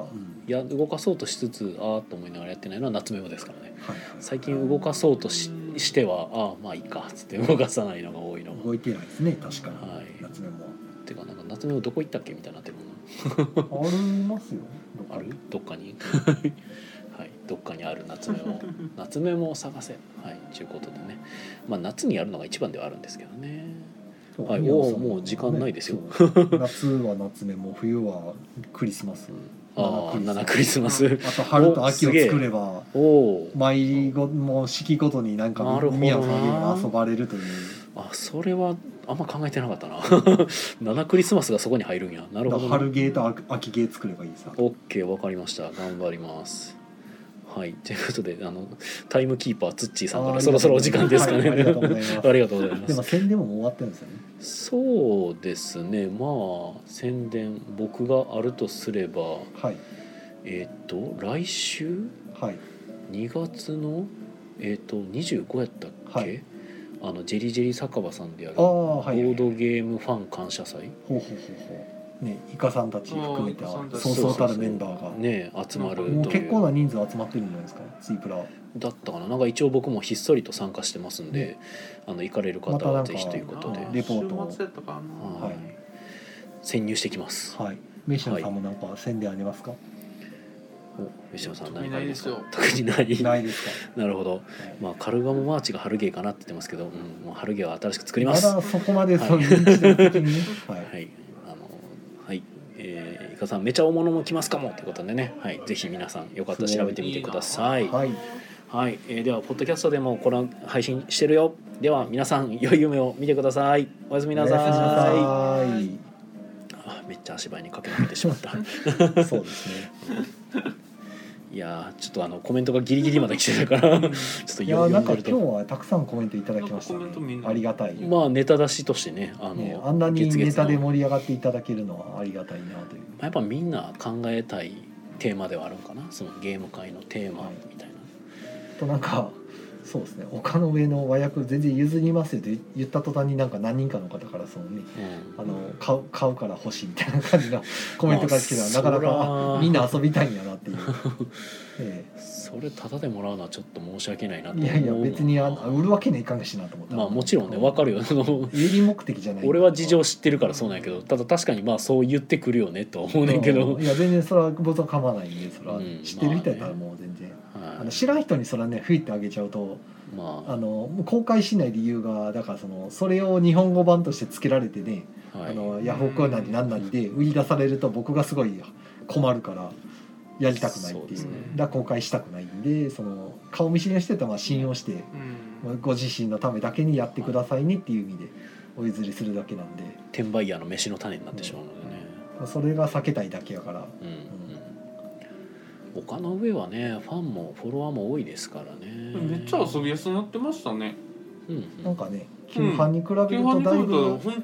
Speaker 2: ン
Speaker 3: いや動かそうとしつつああと思いながらやってないのは夏メモですから
Speaker 2: ク
Speaker 3: ね
Speaker 2: レバーはうんはいはい
Speaker 3: 最近動かそうとししてはああまあいいかっつって動かさないのが多いのが
Speaker 2: 動いてないですね確かに、
Speaker 3: はい
Speaker 2: 夏目も
Speaker 3: てかなんか夏メモどこ行ったっけみたいになってるもん
Speaker 2: ありますよ
Speaker 3: なあるどっか にはいどっかにある夏メ モ夏メモを探せはいちゅうことでねまあ夏にやるのが一番ではあるんですけどねはいおーもう時間ないですよ
Speaker 2: そう夏は夏目も冬はクリスマス
Speaker 3: ああ7
Speaker 2: ク
Speaker 3: クリスマス
Speaker 2: あと春と秋を作れば
Speaker 3: おお
Speaker 2: 毎ごもう式ごとになんか
Speaker 3: なるほどな
Speaker 2: 宮野さんに遊ばれるという
Speaker 3: あそれはあんま考えてなかったな 7クリスマスがそこに入るんやなるほどな
Speaker 2: 春ゲーと秋秋ゲー作ればいいさ
Speaker 3: オッケーわかりました頑張りますはいということであのタイムキーパーツッチーさんか
Speaker 2: あ
Speaker 3: ら
Speaker 2: ー
Speaker 3: そろそろお時間ですかね、
Speaker 2: はいありがとうござい ます
Speaker 3: ありがとうございま
Speaker 2: ですも宣伝ももう終わってるんですよね
Speaker 3: そうですねまあ宣伝僕があるとすれば
Speaker 2: はい
Speaker 3: えっ、と来週
Speaker 2: はい
Speaker 3: 2月のえっ、と25やったっけ、
Speaker 2: はい
Speaker 3: あのジェリジェリ酒場さんでやる
Speaker 2: ああ
Speaker 3: ボ
Speaker 2: はいはい
Speaker 3: ードゲームファン感謝祭
Speaker 2: ほうほうほうほねイカさんたち含めて
Speaker 4: あーイカさ
Speaker 2: は
Speaker 4: んたち
Speaker 2: そうそうたるメンバーが
Speaker 3: ね集まるという
Speaker 2: もう結構な人数集まってるんじゃないですかツイプラ
Speaker 3: だったかななんか一応僕もひっそりと参加してますんで、あの行かれる
Speaker 2: ま
Speaker 3: 方
Speaker 2: たな
Speaker 3: は
Speaker 2: んか
Speaker 3: ぜひということで
Speaker 2: あ。レポートを
Speaker 4: 週末やったか
Speaker 3: は
Speaker 4: な
Speaker 3: い
Speaker 2: はい
Speaker 3: 潜入してきます。
Speaker 2: はいメシノさんもなんか宣伝ありますか、
Speaker 3: お、吉野さん
Speaker 4: 特
Speaker 3: 何
Speaker 4: に
Speaker 3: かあ
Speaker 4: ない
Speaker 3: りま
Speaker 4: ですす
Speaker 3: か
Speaker 4: よ。
Speaker 3: 特にない。
Speaker 2: ないですか、
Speaker 3: なるほど。
Speaker 2: はい
Speaker 3: まあカルガモマーチが春ゲーかなって言ってますけど、うん、もう春ゲーは新しく作りま。
Speaker 2: ますだそこまでその認知度的にね、はい
Speaker 3: はい、あの、はい、えー、いかさん、めちゃ大物も来ますかもということでね、はい、ぜひ皆さん、よかったら調べてみてください。
Speaker 2: はい、
Speaker 3: はい、えーでは、ポッドキャストでも、この配信してるよ。では、皆さん、良い夢を見てください。おやすみなさ
Speaker 2: お
Speaker 3: い。
Speaker 2: やすみな
Speaker 3: あ、めっちゃ足早に駆け抜けてしまった。
Speaker 2: さいそうですね
Speaker 3: いやー、ちょっと、あの、コメントがギリギリまで来 てたから、ちょっと
Speaker 2: い
Speaker 3: 読
Speaker 2: や
Speaker 3: 読
Speaker 2: なん
Speaker 3: ん
Speaker 2: か
Speaker 3: でる
Speaker 2: 今日
Speaker 3: と。
Speaker 2: はたくさんコメントいただきました、
Speaker 4: なんかコメントみん
Speaker 2: ね、
Speaker 4: な
Speaker 2: ありがたい、
Speaker 3: まあ、ネタ出しとしてね、あの、
Speaker 2: ね、あんなに
Speaker 3: 月々
Speaker 2: ネ
Speaker 3: の
Speaker 2: タで盛り上がっていただけるのはありがたいなという
Speaker 3: まあやっぱみんな考えたいテーマではあるんかなそのゲーム界のテーマみたいな、
Speaker 2: となんかそうですね丘の上の和訳全然譲りますよって言った途端になんか何人かの方からそのね
Speaker 3: うん
Speaker 2: あの買う買うから欲しいみたいな感じのコメントが来てたらなかな
Speaker 3: まあ
Speaker 2: か
Speaker 3: そら
Speaker 2: あみんな遊びたいんやな っていう、え
Speaker 3: それタダでもらうのはちょっと申し訳ないなと
Speaker 2: え、い
Speaker 3: 思う
Speaker 2: やいや別にあ売るわけにはいかんしなと思った
Speaker 3: まあもちろんねわ かるよあの
Speaker 2: 営利目的じゃない
Speaker 3: 俺は事情知ってるからそうなんやけどただ確かにまあそう言ってくるよねとは思うねんけど
Speaker 2: うんいや全然それは僕は構わないんでそれは
Speaker 3: うん
Speaker 2: 知ってる人やったらもう全然、あ
Speaker 3: は
Speaker 2: の
Speaker 3: い
Speaker 2: 知らん人にそれはね吹いてあげちゃうとあ
Speaker 3: ま
Speaker 2: のもう公開しない理由がだからそのそれを日本語版として付けられてね、
Speaker 3: あは
Speaker 2: あ
Speaker 3: い
Speaker 2: のヤフオクなりなんなりで売り出されると僕がすごい困るからやりたくないっていう
Speaker 3: そうですね
Speaker 2: だから公開したくないんでその顔見知りの人やったらまあ信用して、
Speaker 4: うん
Speaker 2: まあご自身のためだけにやってくださいねっていう意味でお譲りするだけなんで、
Speaker 3: 転売屋の飯の種になってしまうのでね
Speaker 2: まあそれが避けたいだけやから。
Speaker 3: うん、うん、丘の上はねファンもフォロワーも多いですからね
Speaker 4: めっちゃ遊びやすくなってましたね。
Speaker 3: うんう
Speaker 2: なん
Speaker 3: ん
Speaker 2: かね旧版に比べる
Speaker 4: 旧
Speaker 2: と
Speaker 4: 版に
Speaker 2: だ
Speaker 4: 来
Speaker 2: い
Speaker 4: る
Speaker 2: ぶ、
Speaker 4: と本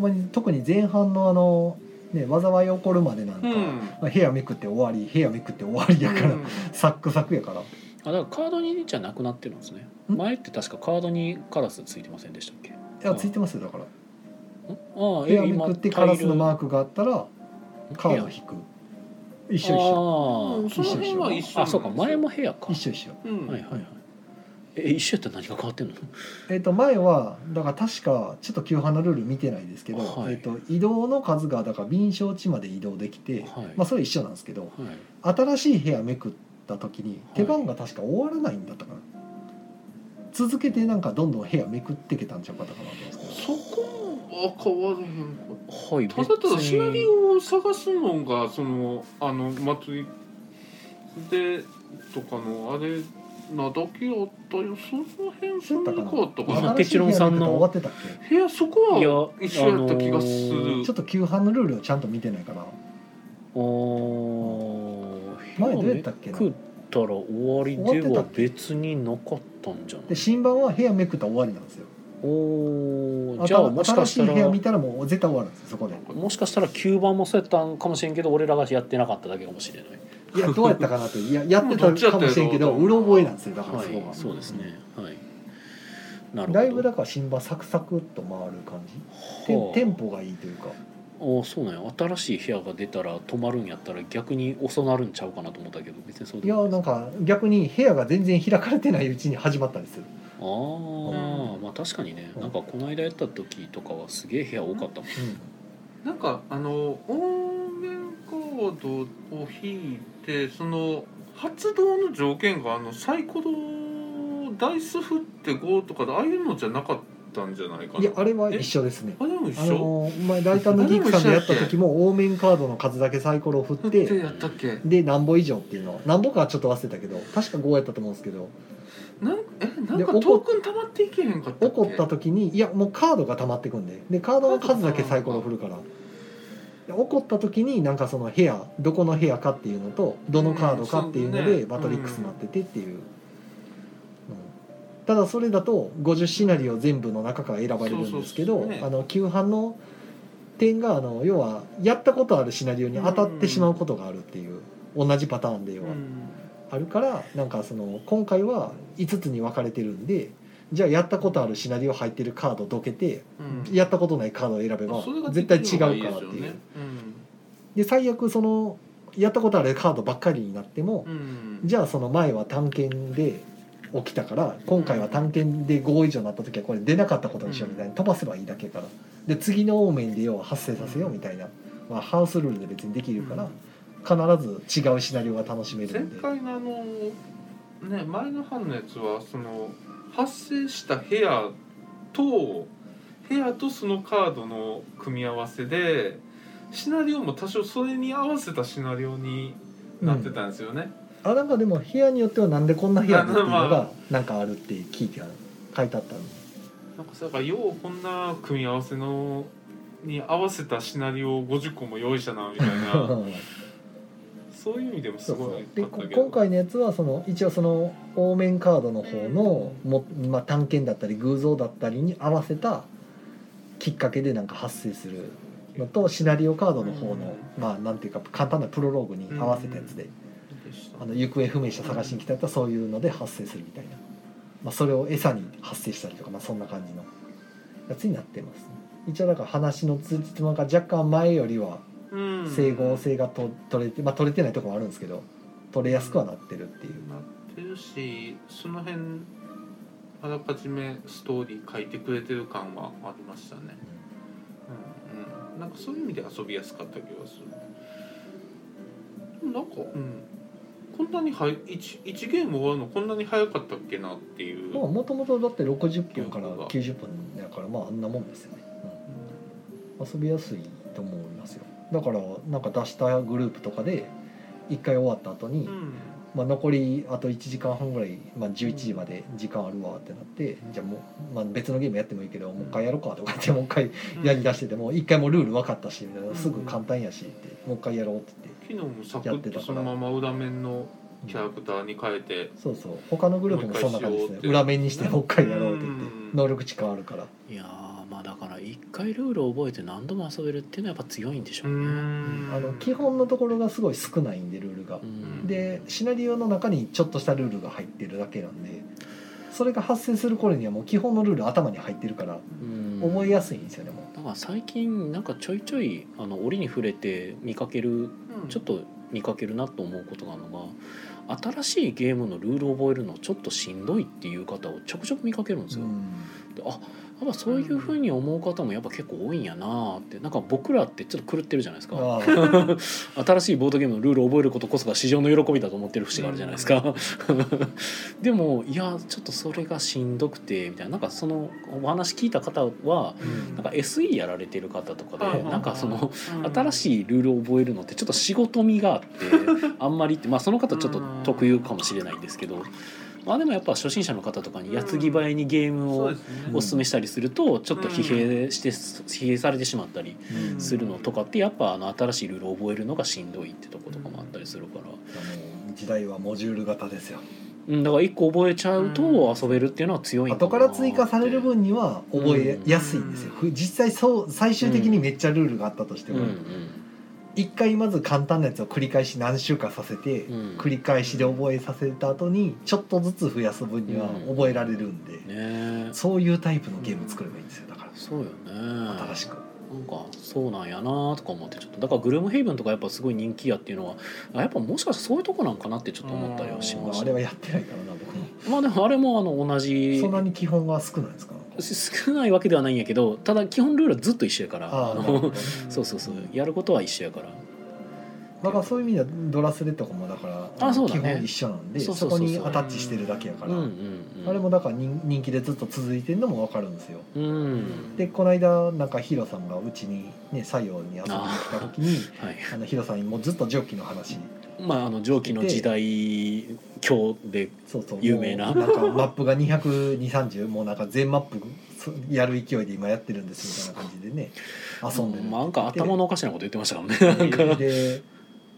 Speaker 2: ほんまに特に前半のあの、ね、災い起こるまでなんか、
Speaker 4: うん。
Speaker 2: まあ部屋めくって終わり部屋めくって終わりやから、
Speaker 4: うん
Speaker 2: サックサクやから
Speaker 3: あだからカードにじゃなくなってるんですね
Speaker 2: ん
Speaker 3: 前って確かカードにカラスついてませんでしたっけん
Speaker 2: いやついてますよだから
Speaker 3: ああ
Speaker 2: 部
Speaker 3: え
Speaker 2: 屋め
Speaker 3: 今
Speaker 2: くってカラスのマ
Speaker 3: ー
Speaker 2: ークがあったらカード引く一緒一緒
Speaker 3: あ
Speaker 4: その辺は一緒
Speaker 3: ああそうか前も部屋か
Speaker 2: 一緒一緒
Speaker 4: うん
Speaker 3: はいはいはいえ一緒やったら何が変わってんの
Speaker 2: えっ、と前はだから確かちょっと旧版のルール見てないですけど、
Speaker 3: はい
Speaker 2: えっと移動の数がだから便乗地まで移動できて、
Speaker 3: はい
Speaker 2: まあそれ一緒なんですけど
Speaker 3: はい
Speaker 2: 新しい部屋めくった時に手番が確か終わらないんだったかな、続けてなんかどんどん部屋めくってけたんちゃうかったかなと思うんですけど
Speaker 4: そこは変わらへんか
Speaker 3: はい
Speaker 4: ただただシナリオを探すのがそのあの祭りでとかのあれなだけやったよその辺そんなに変わったか
Speaker 3: まあ
Speaker 4: な
Speaker 2: 新しい部屋めくったら
Speaker 3: テチロンさんの
Speaker 2: 終わってたっけ
Speaker 4: 部屋そこ
Speaker 3: いや
Speaker 4: は一緒やった気がす
Speaker 3: あのー
Speaker 4: る
Speaker 2: ちょっと旧版のルールをちゃんと見てないから
Speaker 3: お
Speaker 2: 前どうやったっけな
Speaker 3: 食ったら終わりでは別になかったんじゃない
Speaker 2: で新版は部屋めくったら終わりなんですよ
Speaker 3: おーじゃあもしかした
Speaker 2: 新しい部
Speaker 3: ら
Speaker 2: 屋見たらもう絶対終わるんですよそ こで
Speaker 3: もしかしたら9番もそうやったんかもしれんけど俺らがやってなかっただけかもしれない
Speaker 2: いやどうやったかなって いややって
Speaker 4: どっちや
Speaker 2: た
Speaker 4: っ
Speaker 2: か
Speaker 4: たんやろ
Speaker 2: もしれんけどうろ覚えなんですよだから
Speaker 3: は
Speaker 2: そこが、
Speaker 3: いそうですねはいなるほど
Speaker 2: だいぶだから新版サクサクっと回る感じて
Speaker 3: はあ
Speaker 2: テンポがいいというか
Speaker 3: ああそうなんや新しい部屋が出たら泊まるんやったら逆に遅なるんちゃうかなと思ったけど別にそう
Speaker 2: い
Speaker 3: で
Speaker 2: や
Speaker 3: も
Speaker 2: なんか逆に部屋が全然開かれてないうちに始まったりする
Speaker 3: ああ、
Speaker 4: う
Speaker 3: まあ確かにね
Speaker 2: うん
Speaker 3: なんかこの間やった時とかはすげえ部屋多かったもん
Speaker 4: なんかあの応面カードを引いてその発動の条件があのサイコロダイス振って5とかでああいうのじゃなかったんじゃないか
Speaker 2: い
Speaker 4: な
Speaker 2: やあれは一緒ですね
Speaker 4: あれも一
Speaker 2: あ
Speaker 4: 緒
Speaker 2: の前ライターのギークさんでやった時も多面カードの数だけサイコロを振っ
Speaker 4: 振っ ててやったっけ
Speaker 2: で何本以上っていうのは何本かはちょっと忘れたけど確か5やったと思うんですけど
Speaker 4: なんえなん
Speaker 2: で
Speaker 4: か
Speaker 2: 怒
Speaker 4: ト
Speaker 2: っ
Speaker 4: ークン溜まっていけへんかったっけ
Speaker 2: 怒った時にいやもうカードが溜まってくんででカードの数だけサイコロ振るからで怒った時になんかその部屋どこの部屋かっていうのとどのカードかっていうの
Speaker 4: うんそう
Speaker 2: で
Speaker 4: ね
Speaker 2: マトリックスになっててっていう、うんただそれだと50シナリオ全部の中から選ばれるんですけど
Speaker 4: そうそうそうね
Speaker 2: あの旧版の点があの要はやったことあるシナリオに当たってしまうことがあるっていう同じパターンで要は。
Speaker 4: うん
Speaker 2: あるからなんかその今回は5つに分かれてるんでじゃあやったことあるシナリオ入ってるカードどけて
Speaker 4: うん
Speaker 2: やったことないカードを選べば
Speaker 4: それが
Speaker 2: 絶
Speaker 4: で
Speaker 2: 対
Speaker 4: き
Speaker 2: 違
Speaker 4: る
Speaker 2: うか
Speaker 4: のが
Speaker 2: らっ
Speaker 4: いい
Speaker 2: て
Speaker 4: で
Speaker 2: い
Speaker 4: す
Speaker 2: う
Speaker 4: よねうん
Speaker 2: で最悪そのやったことあるカードばっかりになっても、
Speaker 4: うん
Speaker 2: じゃあその前は探検で起きたから今回は探検で5以上になった時はこれ出なかったことにしようみたいな飛ばせばいいだけやからで次のオーメンで要は発生させようみたいな、まあ、ハウスルールで別にできるから必ず違うシナリオが楽しめる
Speaker 4: 前
Speaker 2: んで。
Speaker 4: 回のあのね前の班のやつはその発生した部屋と部屋とそのカードの組み合わせでシナリオも多少それに合わせたシナリオになってたんですよね。
Speaker 2: あなんかでも部屋によってはなんでこんな部屋にっていうの
Speaker 4: まあま
Speaker 2: がなんかあるって聞いてある書いてあったの
Speaker 4: なんかさだからようこんな組み合わせのに合わせたシナリオを50個も用意したなみたい なそういう意味でもす
Speaker 2: そうそ
Speaker 4: ご
Speaker 2: う
Speaker 4: い
Speaker 2: で
Speaker 4: 良か
Speaker 2: こ
Speaker 4: ったけど
Speaker 2: 今回のやつはその一応その方面カードの方のも、まあ、探検だったり偶像だったりに合わせたきっかけでなんか発生するのとシナリオカードの方の、まあなんていうか簡単なプロローグに合わせたやつで、
Speaker 4: でした
Speaker 2: あの行方不明者探しに来たやつはそういうので発生するみたいな、まあ、それを餌に発生したりとか、まあ、そんな感じのやつになってます、ね、一応だから話の通じつまが若干前よりは
Speaker 4: うん
Speaker 2: 整合性がと取れて、まあ、取れてないところもあるんですけど取れやすくはなってるっていう、
Speaker 4: なってるしその辺あらかじめストーリー書いてくれてる感はありましたね、うんうん、なんかそういう意味で遊びやすかった気がするなんか、うん、こんなには 1, 1ゲーム終わるのこんなに早かったっけなっていう、
Speaker 2: まあもともとだって60分から
Speaker 4: 記憶が
Speaker 2: 90分だからまああんなもんですよね、うん遊びやすいと思いますよだからなんか出したグループとかで1回終わった後に、
Speaker 4: うん
Speaker 2: まあ、残りあと1時間半ぐらい、まあ、11時まで時間あるわってなってじゃあもう、まあ、別のゲームやってもいいけどもう一回やろうかとかってもう一回やりだしてても一回もうルール分かったしみたいなすぐ簡単やしってもう一回やろうって言って
Speaker 4: 昨日もサク
Speaker 2: やっ
Speaker 4: ッ
Speaker 2: てた
Speaker 4: と
Speaker 2: から
Speaker 4: そのまま裏面のキャラクターに変えて、
Speaker 2: そうそう他のグループもそんな感じです
Speaker 4: もう一回しようっ
Speaker 2: ね
Speaker 4: て
Speaker 2: 裏面にしてもう一回やろうって言って
Speaker 4: うん
Speaker 2: 能力値変わるから
Speaker 3: いやーまあだから一回ルールを覚えて何度も遊べるっていうのはやっぱ強いんでしょうね。
Speaker 2: あの基本のところがすごい少ないんでルールが
Speaker 3: うん
Speaker 2: でシナリオの中にちょっとしたルールが入ってるだけなんでそれが発生する頃にはもう基本のルール頭に入ってるから
Speaker 3: うん
Speaker 2: 覚えやすいんですよねもう
Speaker 3: なんか最近なんかちょいちょいあの折に触れて見かける
Speaker 4: うん
Speaker 3: ちょっと見かけるなと思うことがあるのが新しいゲームのルールを覚えるのちょっとしんどいっていう方をちょくちょく見かけるんですよ。であやっぱそういうふうに思う方もやっぱ結構多いんやなってなんか僕らってちょっと狂ってるじゃないですか。
Speaker 2: あー
Speaker 3: 新しいボードゲームのルールを覚えることこそが市場の喜びだと思ってる節があるじゃないですか でもいやちょっとそれがしんどくてみたいななんかそのお話聞いた方は
Speaker 2: うん
Speaker 3: なんか SE やられてる方とか
Speaker 4: はい
Speaker 3: で
Speaker 4: はい
Speaker 3: なんかその
Speaker 4: うん
Speaker 3: 新しいルールを覚えるのってちょっと仕事味があって あんまりってまあその方ちょっと特有かもしれないんですけどまあでもやっぱ初心者の方とかに矢継ぎ早にゲーム
Speaker 4: そう
Speaker 3: を
Speaker 4: ですね
Speaker 3: おすすめしたりするとちょっと疲弊して疲弊されてしまったり
Speaker 4: うん
Speaker 3: するのとかってやっぱあの新しいルールを覚えるのがしんどいってとことかもあったりするか
Speaker 2: あ
Speaker 3: ら、
Speaker 2: の時代はモジュール型ですよ
Speaker 3: うん、だから一個覚えちゃう
Speaker 4: うん
Speaker 3: と遊べるっていうのは強いんだ
Speaker 2: 後から追加される分には覚えやすいんですよ、
Speaker 4: う
Speaker 2: 実際そう最終的にめっちゃルールがあったとして
Speaker 3: うんう
Speaker 2: も、
Speaker 3: ん
Speaker 2: 一回まず簡単なやつを繰り返し何週かさせて、
Speaker 3: うん
Speaker 2: 繰り返しで覚えさせた後にちょっとずつ増やす分には
Speaker 3: うん
Speaker 2: 覚えられるんで、
Speaker 3: ねえ
Speaker 2: そういうタイプのゲーム作ればいいんですよだから、
Speaker 3: そうよね
Speaker 2: 新しく、
Speaker 3: なんかそうなんやなとか思ってちょっとだからグルームヘイブンとかやっぱすごい人気やっていうのはあやっぱもしかしてそういうとこなんかなってちょっと思ったりはし
Speaker 2: ま
Speaker 3: ま
Speaker 2: あ、
Speaker 3: し
Speaker 2: あ
Speaker 3: た
Speaker 2: れはやってないからな僕も、
Speaker 3: まあでもあれもあの同じ
Speaker 2: そんなに基本が少ないですか
Speaker 3: 少ないわけではないんやけどただ基本ルールはずっと一緒やから
Speaker 2: ああ
Speaker 3: あ
Speaker 2: な
Speaker 3: の
Speaker 2: るほどね
Speaker 3: そうそうそうやることは一緒やから
Speaker 2: だからそういう意味ではドラスレとかもだから
Speaker 3: あそうだね
Speaker 2: 基本一緒なんで
Speaker 3: そうそ
Speaker 2: そう
Speaker 3: そう
Speaker 2: こ
Speaker 3: そう
Speaker 2: にアタッチしてるだけやか
Speaker 3: うん
Speaker 2: ら、
Speaker 3: うんうん
Speaker 2: あれもだから人人気でずっと続いてるのもわかるんですよ
Speaker 3: うん
Speaker 2: でこの間なんかヒロさんがうちにね西洋に遊びに来た時 に
Speaker 3: はい
Speaker 2: あのヒロさんにもうずっと蒸気の話
Speaker 3: まああの蒸気の時代今日で
Speaker 2: そうそう
Speaker 3: 有名
Speaker 2: も
Speaker 3: な
Speaker 2: うなんかマップが22030もうなんか全マップやる勢いで今やってるんですみたいな感じ でね遊んでる
Speaker 3: まあなんか頭のおかしなこと言ってましたから
Speaker 2: で
Speaker 3: ね
Speaker 2: で、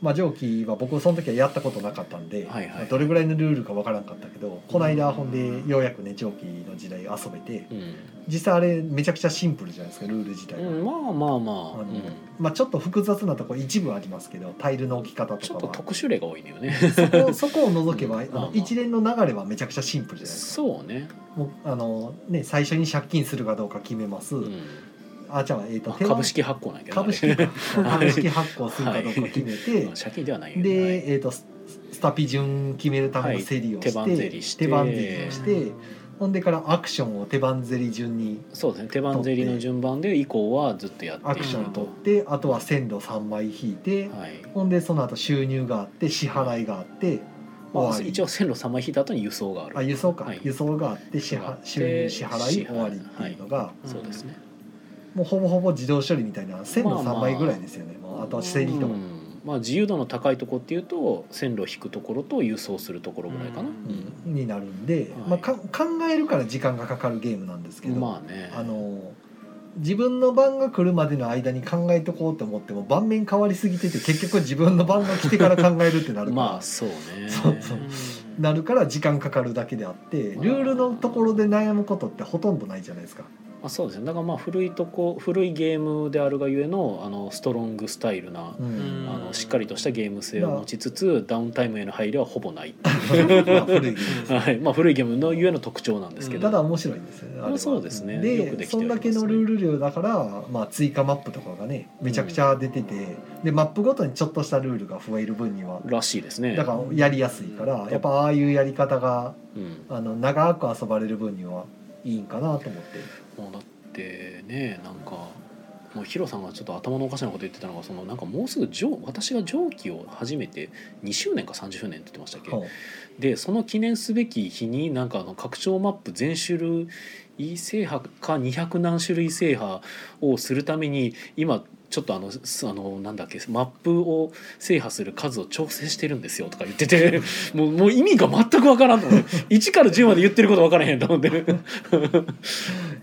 Speaker 2: まあ、蒸気は僕その時はやったことなかったんで、
Speaker 3: はいはい
Speaker 2: まあどれぐらいのルールかわからんかったけどこの間ほんでようやくね蒸気の時代遊べて
Speaker 3: うん、
Speaker 2: 実際あれめちゃくちゃシンプルじゃないですかルール自体は。
Speaker 3: うんまあまあまあ、
Speaker 2: あの
Speaker 3: うん
Speaker 2: まあ、ちょっと複雑なところ一部ありますけどタイルの置き方
Speaker 3: ち
Speaker 2: と
Speaker 3: ょっ
Speaker 2: か
Speaker 3: と
Speaker 2: は
Speaker 3: 特殊例が多いのよね
Speaker 2: そこそこを除けば、
Speaker 3: うん
Speaker 2: あ
Speaker 3: まあま
Speaker 2: の
Speaker 3: あ
Speaker 2: 一連の流れはめちゃくちゃシンプルじゃないですか
Speaker 3: そうね、
Speaker 2: もうあの、ね、最初に借金するかどうか決めます、
Speaker 3: うん
Speaker 2: あちゃうわえっ、と
Speaker 3: まあ
Speaker 2: 手は
Speaker 3: 株式発行なんやけど
Speaker 2: 株式か株式発行するかどうか決め
Speaker 3: あれ
Speaker 2: て
Speaker 3: まあ、 借金ではないけど
Speaker 2: で、
Speaker 3: はい
Speaker 2: えっ、とススタピ順決めるための競りをして、
Speaker 3: はい手番競りして
Speaker 2: 手番競りをしてほんでからアクションを手番競り順に
Speaker 3: そうですね手番競りの順番で以降はずっとやっ
Speaker 2: ア
Speaker 3: て
Speaker 2: ク
Speaker 3: い
Speaker 2: シ
Speaker 3: く
Speaker 2: ョン取
Speaker 3: と
Speaker 2: っ、てあとは鮮度3枚引いて、
Speaker 3: はい
Speaker 2: ほんでその後収入があって支払いがあって
Speaker 3: まあ、
Speaker 2: 終わ
Speaker 3: 一
Speaker 2: り
Speaker 3: 応線路3枚引いた後に輸送がある
Speaker 2: あ輸送か、
Speaker 3: はい
Speaker 2: 輸送があって支
Speaker 3: があ
Speaker 2: 払
Speaker 3: って
Speaker 2: 収入支払
Speaker 3: 支
Speaker 2: い
Speaker 3: 払い
Speaker 2: 終わりっていうのが、
Speaker 3: そうですね
Speaker 2: もうほぼほぼ自動処理みたいな鮮度
Speaker 3: まあまあ
Speaker 2: 3倍ぐらいですよね、もうあと競りと
Speaker 3: う
Speaker 2: か、
Speaker 3: んまあ、自由度の高いとこっていうと線路引くところと輸送するところぐらいかな、
Speaker 4: うん
Speaker 2: になるんで、
Speaker 3: はい
Speaker 2: まあ、か考えるから時間がかかるゲームなんですけど、
Speaker 3: まあね
Speaker 2: あの自分の番が来るまでの間に考えとこうと思っても盤面変わりすぎてて結局自分の番が来てから考えるってなるから、
Speaker 3: まあそうね
Speaker 2: そうそうなるから時間かかるだけであってルールのところで悩むことってほとんどないじゃないですか。
Speaker 3: まあ、そうですねだからまあ古いとこ古いゲームであるがゆえのあのストロングスタイルな、
Speaker 2: うん
Speaker 3: あのしっかりとしたゲーム性を持ちつつダウンタイムへの配慮はほぼない、
Speaker 2: まあ古いゲーム
Speaker 3: はいまあ、古いゲームのゆえの特徴なんですけど、
Speaker 2: ただ面白いんですよねあれは
Speaker 3: そうですねよくで
Speaker 2: で
Speaker 3: きて
Speaker 2: そ
Speaker 3: お
Speaker 2: ん
Speaker 3: ります
Speaker 2: だ
Speaker 3: ね
Speaker 2: けのルール量だから、まあ、追加マップとかがねめちゃくちゃ出てて、でマップごとにちょっとしたルールが増える分には
Speaker 3: らしいですね
Speaker 2: だからやりやすいから、やっぱああいうやり方が
Speaker 3: うん、
Speaker 2: あの長く遊ばれる分にはいいんかなと思って
Speaker 3: もうだってねなんかもうヒロさんがちょっと頭のおかしなこと言ってたのがそのなんかもうすぐ上私が上記を初めて2周年か30周年って言ってましたっけ、
Speaker 2: ほう
Speaker 3: でその記念すべき日になんかあの拡張マップ全種類制覇か200何種類制覇をするために今ちょっとあのすあのなんだっけマップを制覇する数を調整してるんですよとか言っててもうもう意味が全くわからんと思って1から10まで言ってることわからへんと思って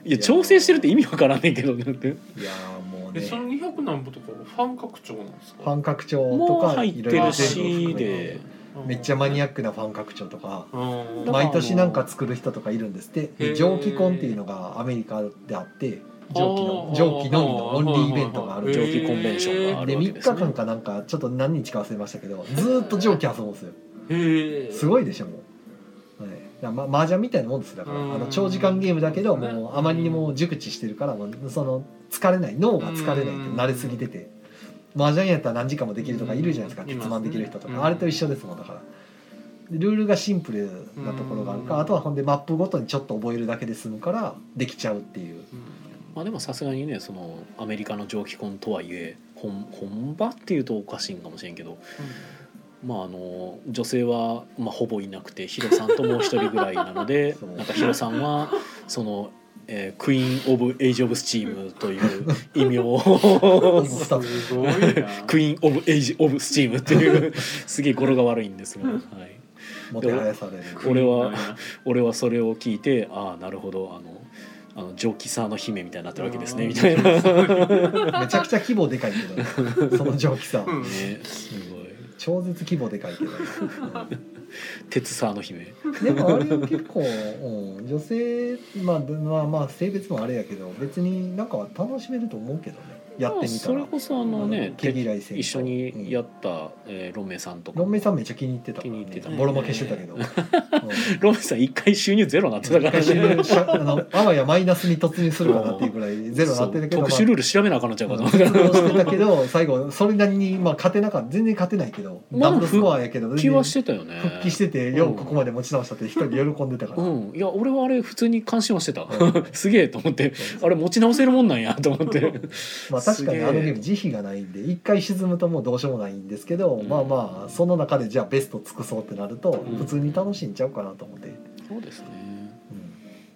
Speaker 3: いや調整してるって意味わからんねんけど ねって
Speaker 2: いやーもう
Speaker 4: え
Speaker 2: ね
Speaker 4: その200何歩とかはファン拡張なんです
Speaker 2: フ
Speaker 4: か
Speaker 2: ァン拡張と
Speaker 3: もう
Speaker 2: か
Speaker 3: 入っ
Speaker 2: い
Speaker 3: て
Speaker 2: ろいろ
Speaker 3: る
Speaker 2: 全
Speaker 3: し
Speaker 2: 部
Speaker 3: で
Speaker 2: めっちゃマニ
Speaker 4: ア
Speaker 2: アックなファン拡張とか
Speaker 4: うん
Speaker 3: だから
Speaker 2: 毎年なんか作る人とかいるんですって
Speaker 4: へ
Speaker 2: で
Speaker 4: ー
Speaker 2: 蒸気コンっていうのがアメリカであって蒸気の
Speaker 4: あー
Speaker 2: 蒸気のみのオンリーイベントがある
Speaker 4: へ
Speaker 3: 上
Speaker 4: ー
Speaker 3: 記コンベンションがあ
Speaker 2: で
Speaker 3: るわけ
Speaker 2: 3
Speaker 3: で
Speaker 2: 日
Speaker 3: すね。
Speaker 2: 間かなんかちょっと何日か忘れましたけどずーっと蒸気遊ぶんですよ
Speaker 4: へえ
Speaker 2: すごいでしょもう、はい、だからま麻雀みたいなもんですだからあ
Speaker 4: うん
Speaker 2: の長時間ゲームだけど
Speaker 4: ね
Speaker 2: もうあまりにも熟知してるからもうその疲れない脳が疲れないって
Speaker 4: うん
Speaker 2: 慣れすぎてて麻雀やったら何時間もできるとかいるじゃないですか
Speaker 4: うん
Speaker 2: 鉄腕できる人と
Speaker 4: いますねう
Speaker 2: か
Speaker 4: ん
Speaker 2: あれと一緒ですもんだからルールがシンプルなところがあるか
Speaker 4: う
Speaker 2: ら
Speaker 4: ん
Speaker 2: あとはほんでマップごとにちょっと覚えるだけで済むからできちゃうっていう
Speaker 3: まあでもさすがにねそのアメリカの蒸気婚とはいえ本本場っていうとおかしいんかもしれんけど、まあ、あの女性は、まあ、ほぼいなくてヒロさんともう一人ぐらいなの で
Speaker 2: そう
Speaker 3: なんかヒロさんはその、えークイーン・オブ・エイジ・オブ・スチームという異 名を
Speaker 2: スタッフ
Speaker 4: すごいな
Speaker 3: クイーン・オブ・エイジ・オブ・スチームっていうすげえ語呂が悪いんですが、はい、
Speaker 2: もてはやされる
Speaker 3: 俺は俺はそれを聞いてああなるほどあのあの蒸気サーの姫みたいになってるわけですねみたいな。
Speaker 2: めちゃくちゃ規模でかいけどね、 その蒸気さ
Speaker 4: うん
Speaker 3: ねすごい
Speaker 2: 超絶規模でかいけど、
Speaker 3: 鉄沢の姫
Speaker 2: でもあれは結構、うん、女性、まあ、まあまあ性別もあれやけど別になんか楽しめると思うけどねやってみた
Speaker 3: それ
Speaker 2: ら
Speaker 3: こそあのね
Speaker 2: 毛嫌いせんと
Speaker 3: 一緒にやった、えーロンメイさんとか
Speaker 2: ロンメイさんめっちゃ気に入ってたからね
Speaker 3: 気に入ってた
Speaker 2: ボロ負けしてたけ ど、うん、
Speaker 3: ロンメイさん一回収入ゼロになってた から
Speaker 2: 昔
Speaker 3: ね
Speaker 2: のしゃあのあわやマイナスに突入するかなっていうぐらいゼロになってるけど、
Speaker 3: そう
Speaker 2: まあ、
Speaker 3: 特殊ルール調べなあかんのちゃうか
Speaker 2: う
Speaker 3: と
Speaker 2: ん
Speaker 3: 思
Speaker 2: 出動してたけど最後それなりに、まあ、勝てなかった全然勝てないけど、
Speaker 3: まあ
Speaker 2: ダブルスコアやけど
Speaker 3: う気はしてたよね
Speaker 2: 復帰してて、ようここまで持ち直したって一人で喜んでたから、
Speaker 3: うんいや俺はあれ普通に関心はしてた
Speaker 2: う ん
Speaker 3: すげえと思ってあれ持ち直せるもんなんやと思って
Speaker 2: まあ、確か
Speaker 3: す
Speaker 2: に
Speaker 3: げえ
Speaker 2: あのゲーム慈悲がないんで一回沈むともうどうしようもないんですけど、
Speaker 3: うん
Speaker 2: まあまあその中でじゃあベスト尽くそうってなると
Speaker 3: ん
Speaker 2: 普通に楽しんちゃうかなと思って、
Speaker 3: そうですね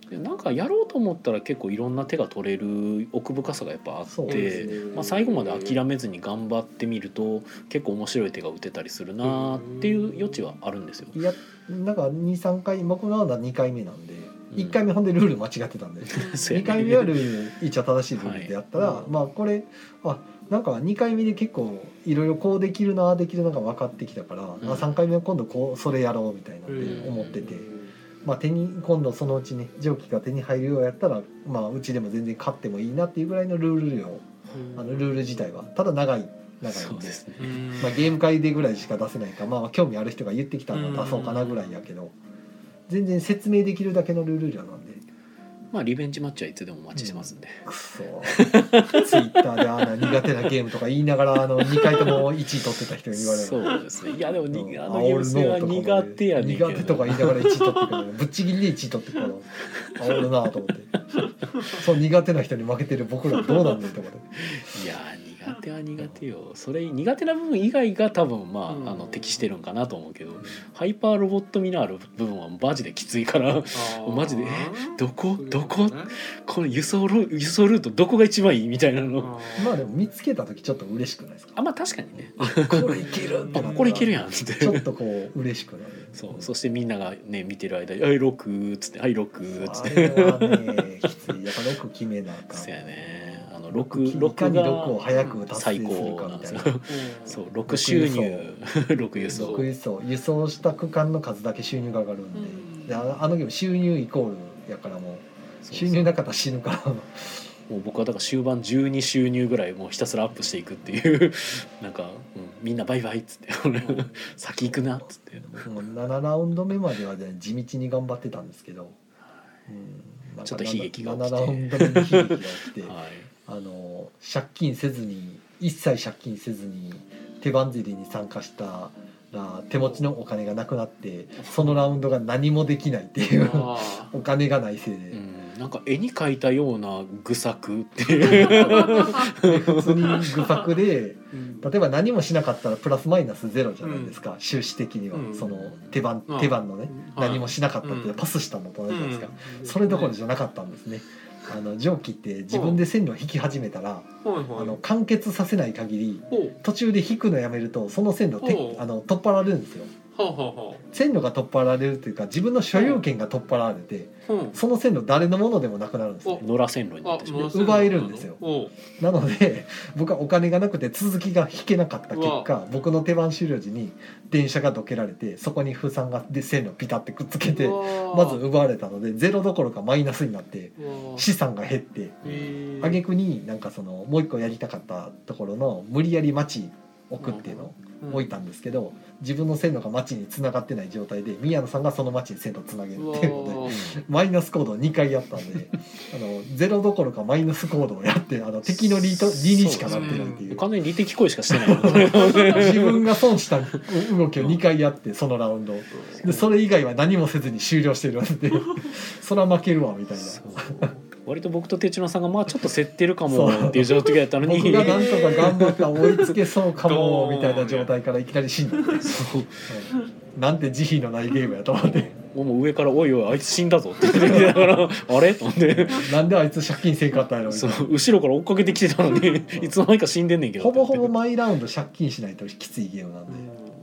Speaker 2: うん
Speaker 3: でなんかやろうと思ったら結構いろんな手が取れる奥深さがやっぱあっ
Speaker 2: そう
Speaker 3: て、
Speaker 2: ですね
Speaker 3: まあ、最後まで諦めずに頑張ってみると結構面白い手が打てたりするなっていう余地はあるんですよ。
Speaker 2: いやなんか23回僕のは2回目なんで
Speaker 3: うん
Speaker 2: 1回目ほんでルール間違ってたんで、2回目はルール一応正しいルールでやったら、
Speaker 4: はい
Speaker 2: まあこれあなんか2回目で結構いろいろこうできるなできるなが分かってきたから、
Speaker 3: ん
Speaker 2: あ3回目は今度こうそれやろうみたいなって思ってて。まあ、手に今度そのうちね蒸気が手に入るようやったら、まあ、うちでも全然買ってもいいなっていうぐらいのルール量あのルール自体はただ長い長い
Speaker 3: そ
Speaker 2: ん
Speaker 3: う
Speaker 2: で
Speaker 3: ですね
Speaker 4: うん
Speaker 2: まあ、ゲーム会でぐらいしか出せないか、まあ、興味ある人が言ってきたら出そうかなぐらいやけど全然説明できるだけのルール量なんで
Speaker 3: まあリベンジマッチはいつでもお待ちしてますんで、
Speaker 2: くそツイッターであんな苦手なゲームとか言いながらあの2回とも1位取ってた人に言われる
Speaker 3: そうですねいやでもに
Speaker 2: うん
Speaker 3: あのゲーム性は
Speaker 2: 煽るの
Speaker 3: 苦手やねんけど
Speaker 2: 苦手とか言いながら1位取ってくるぶっちぎりで1位取ってくるあおるなと思ってそう苦手な人に負けてる僕らどうなんだって思って
Speaker 3: いやー苦手は苦手よそれ苦手な部分以外が多分まあ,、
Speaker 4: うん
Speaker 3: あの適してるんかなと思うけどハイパーロボット味のある部分はマジできついから
Speaker 4: ー
Speaker 3: マジでえ どこ
Speaker 4: そういう
Speaker 3: ど
Speaker 4: と
Speaker 3: こ
Speaker 4: ね
Speaker 3: この輸送ル輸送ルートどこが一番いいみたいなの
Speaker 2: まあでも見つけた時ちょっと嬉しくないですか
Speaker 3: あまあ確かにね
Speaker 2: これいけるって
Speaker 3: あ
Speaker 2: な
Speaker 3: これいける
Speaker 2: や
Speaker 3: やんっつって
Speaker 2: ちょっとこう嬉しくなる
Speaker 3: そうそしてみんながね見てる間に「はい6」っつって「はい6」っつっ
Speaker 2: あ
Speaker 3: て
Speaker 2: れはねきついやっぱ6決めなあかん
Speaker 3: そうやねあの
Speaker 2: 6
Speaker 3: 6
Speaker 2: いか
Speaker 3: 6
Speaker 2: に6を
Speaker 3: が
Speaker 2: 早く達
Speaker 3: 最
Speaker 2: 成する
Speaker 3: 高
Speaker 2: か
Speaker 3: な
Speaker 2: み
Speaker 3: ん
Speaker 2: た
Speaker 3: です
Speaker 2: い
Speaker 3: よ
Speaker 2: な
Speaker 3: そうう6収入6 輸送
Speaker 2: 6輸送輸送した区間の数だけ収入が上がるんで,、であのあのゲーム収入イコールやからもう
Speaker 3: そう
Speaker 2: 収入なかったら死ぬから
Speaker 3: もう僕はだから終盤12収入ぐらいもうひたすらアップしていくっていう なんか、うんみんなバイバイっつって 俺先行くなっつって
Speaker 2: もう7ラウンド目まではね地道に頑張ってたんですけど、うんなんか
Speaker 3: ちょっと悲劇が起き
Speaker 2: 7
Speaker 3: て
Speaker 2: ラウンド目に悲劇が起きて
Speaker 3: はい
Speaker 2: あの借金せずに一切借金せずに手番釣りに参加したら手持ちのお金がなくなってそのラウンドが何もできないっていうお金がないせいで。
Speaker 3: うん、なんか絵に描いたような愚策っ ていう
Speaker 2: 普通に愚策で
Speaker 4: うん
Speaker 2: 例えば何もしなかったらプラスマイナスゼロじゃないですか、収支的には、
Speaker 4: うん
Speaker 2: その手番
Speaker 4: うん
Speaker 2: 手番のね、
Speaker 4: はい
Speaker 2: 何もしなかったって
Speaker 4: うん
Speaker 2: パスしたのと同じじゃないですか、
Speaker 4: うん
Speaker 2: それどころじゃなかったんですね。あの蒸気って自分で線路を引き始めたら、
Speaker 4: はいはい
Speaker 2: あの完結させない限り
Speaker 4: ほう
Speaker 2: 途中で引くのやめるとその線路て、
Speaker 4: うん
Speaker 2: あの取っ払われるんですよ
Speaker 4: はあはあは
Speaker 2: 線路が取っ払われるというか自分の所有権が取っ払われて
Speaker 4: あうん
Speaker 2: その線路誰のものでもなくなるんですね
Speaker 4: お
Speaker 3: 野良線路になってしまう
Speaker 4: 回せ
Speaker 2: 奪えるんですよ
Speaker 4: おう
Speaker 2: なので 僕はお金がなくて続きが引けなかった結
Speaker 4: う
Speaker 2: 果僕の手番終了時に電車がどけられてそこに風船がで線路をピタってくっつけて
Speaker 4: うわ
Speaker 2: まず奪われたのでゼロどころかマイナスになって
Speaker 4: うわ
Speaker 2: 資産が減って
Speaker 4: へえ
Speaker 2: 挙句になんかそのもう一個やりたかったところの無理やり町置くっていうのを置いたんですけど自分の線路が町に繋がってない状態で宮野さんがその町に線路繋げる
Speaker 4: う
Speaker 2: っ
Speaker 4: わ
Speaker 2: ていうので。
Speaker 3: うん
Speaker 2: マイナスコードを2回やったん であのゼロどころかマイナスコードをやってあの敵の利と利にしかなってないってい
Speaker 3: お
Speaker 2: う
Speaker 3: 金に利的行為しかしてないの
Speaker 2: 自分が損した動きを2回やってそのラウンドをでそれ以外は何もせずに終了してるん でそら負けるわみたいな
Speaker 3: そう割と僕と手野さんがまあちょっと競ってるかもっていう状態だったのに
Speaker 2: 僕がなんとか頑張った追いつけそうかもみたいな状態からいきなり死んだ、はい
Speaker 3: そう
Speaker 2: なんて慈悲のないゲームやと思 って
Speaker 3: もう上から「おいおいあいつ死んだぞ」って言って だから「あれ?」と思って
Speaker 2: なんであいつ借金せんかったんやろみた
Speaker 3: そ
Speaker 2: いな
Speaker 3: の後ろから追っかけてきてたのにいつの間にか死んでんねんけど
Speaker 2: ほぼほぼ毎ラウンド借金しないときついゲームなんで。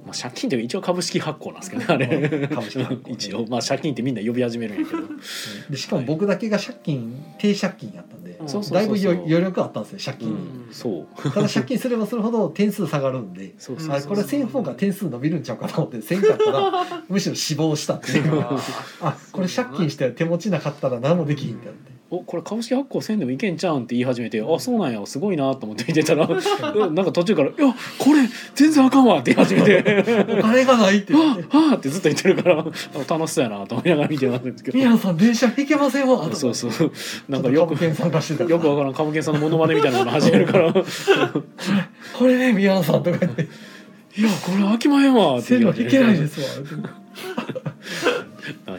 Speaker 3: まあ、借金って一応株式発行なんですけどねあれ
Speaker 2: 株式発行ね
Speaker 3: 一応まあ借金ってみんな呼び始めるんやけど
Speaker 2: でしかも僕だけが借金低借金やったんで、
Speaker 4: うん
Speaker 3: そうそうそうそう
Speaker 2: だいぶよ余力あったんですよ借
Speaker 3: う
Speaker 2: 金に、
Speaker 3: んそう
Speaker 2: ただ借金すればするほど点数下がるんで
Speaker 3: そう
Speaker 4: うん
Speaker 3: そう
Speaker 2: あこれ1000方が点数伸びるんちゃうかと思って1000だったらむしろ死亡したっていう
Speaker 4: あ
Speaker 2: あこれ借金して手持ちなかったら何もできひんってなって
Speaker 3: おこれ株式発行せんでもいけんちゃうんって言い始めてあそうなんやすごいなと思って見てたらうんなんか途中から「いやこれ全然あかんわ」って言い始めて
Speaker 2: お金がないって言っ
Speaker 3: は
Speaker 2: て
Speaker 3: あはあってずっと言ってるからあ楽しそうやなと思いながら見てたんですけ
Speaker 2: 「
Speaker 3: ど
Speaker 2: 宮野さん電車引けませんわ」と
Speaker 3: そうそうなんか
Speaker 2: ちょ
Speaker 3: よ
Speaker 2: っと株
Speaker 3: く
Speaker 2: 券参加してた
Speaker 3: よくわからんカムケンさんのモノマネみたいなのが始め るから「いやこ
Speaker 2: これね宮野さん」とか言って
Speaker 3: れ飽きまへんわ」
Speaker 2: 「
Speaker 3: って
Speaker 2: 線
Speaker 3: 言
Speaker 2: 路引けないですすわ」って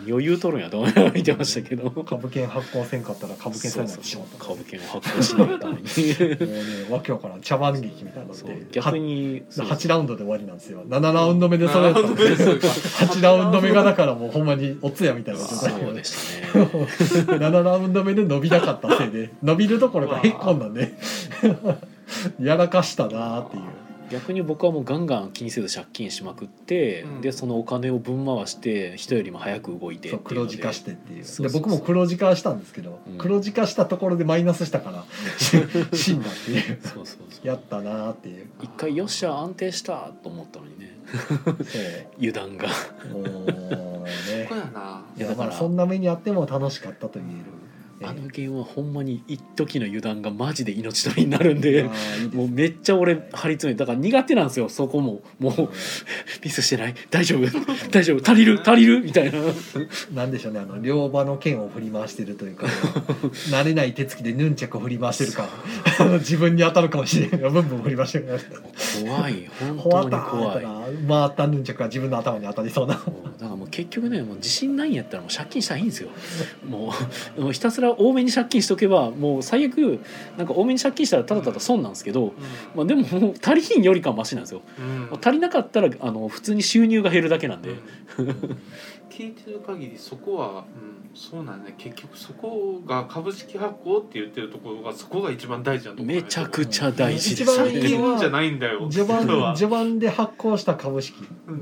Speaker 3: 余裕取るんやと思いながら見てましたけど
Speaker 2: 株券発行せんかったら株券されなくてしまった
Speaker 3: そうそうそう株券を発行しないために
Speaker 2: もうねわけわからん茶番劇みたいになっ
Speaker 3: そう
Speaker 2: て
Speaker 3: 逆にそう
Speaker 2: 8ラウンドで終わりなんですよ7ラウンド目で それやったんで8ラウンド目がだからもうほんまにお通夜みたいな状態
Speaker 3: そう
Speaker 2: で
Speaker 3: でしたね
Speaker 2: 7ラウンド目で伸びなかったせいで伸びるどころかへっこんだんでやらかしたなーっていう
Speaker 3: 逆に僕はもうガンガン気にせず借金しまくって、
Speaker 4: うん
Speaker 3: でそのお金を分回して人よりも早く動いて
Speaker 2: そう
Speaker 3: っていう
Speaker 2: 黒
Speaker 3: ので
Speaker 2: 字化してっていう
Speaker 3: そう
Speaker 2: で
Speaker 3: そうそう
Speaker 2: 僕も黒字化したんですけど
Speaker 3: うん
Speaker 2: 黒字化したところでマイナスした からし死んだっていう
Speaker 3: そうそうそう
Speaker 2: やったなーっていう
Speaker 3: 一回よっしゃ安定したと思ったのにね
Speaker 2: そ
Speaker 3: 油断が
Speaker 2: うもうね
Speaker 4: こやな。
Speaker 2: いやだからそんな目にあっても楽しかったと言える
Speaker 3: あのゲームはほんまに一時の油断がマジで命取りになるん
Speaker 2: あーい
Speaker 3: で
Speaker 2: いですね
Speaker 3: もうめっちゃ俺張り詰めてだから苦手なんですよそこももうミスしてない大丈夫大丈夫足りる足りるみたいな
Speaker 2: なんでしょうねあの両刃の剣を振り回してるというか慣れない手つきでヌンチャクを振り回してるか自分に当たるかもしれないがブンブン振り回してるから
Speaker 3: 怖い本
Speaker 2: 怖
Speaker 3: 当
Speaker 2: った
Speaker 3: に
Speaker 2: ー
Speaker 3: 怖
Speaker 2: っ
Speaker 3: い
Speaker 2: たら回ったヌンチャクが自分の頭に当たりそうな
Speaker 3: そうだからもう結局ねもう自信ないんやったらもう借金したらいいんですよもう もうひたすら多めに借金しとけばもう最悪なんか多めに借金したらただただ損なんですけど、まあ、でももう足りひんよりかはマシなんですよ
Speaker 4: うん
Speaker 3: 足りなかったらあの普通に収入が減るだけなんで、
Speaker 4: うん聞いてる限りそこは、うん、そうなんだね結局そこが株式発行って言ってるところがそこが一番大事なところ
Speaker 3: めちゃくちゃ大事です
Speaker 2: 一番
Speaker 4: 借
Speaker 2: いい
Speaker 3: ね
Speaker 2: の
Speaker 4: 金運じゃないんだよ
Speaker 2: 序盤
Speaker 4: それは
Speaker 2: 序盤で発行した株式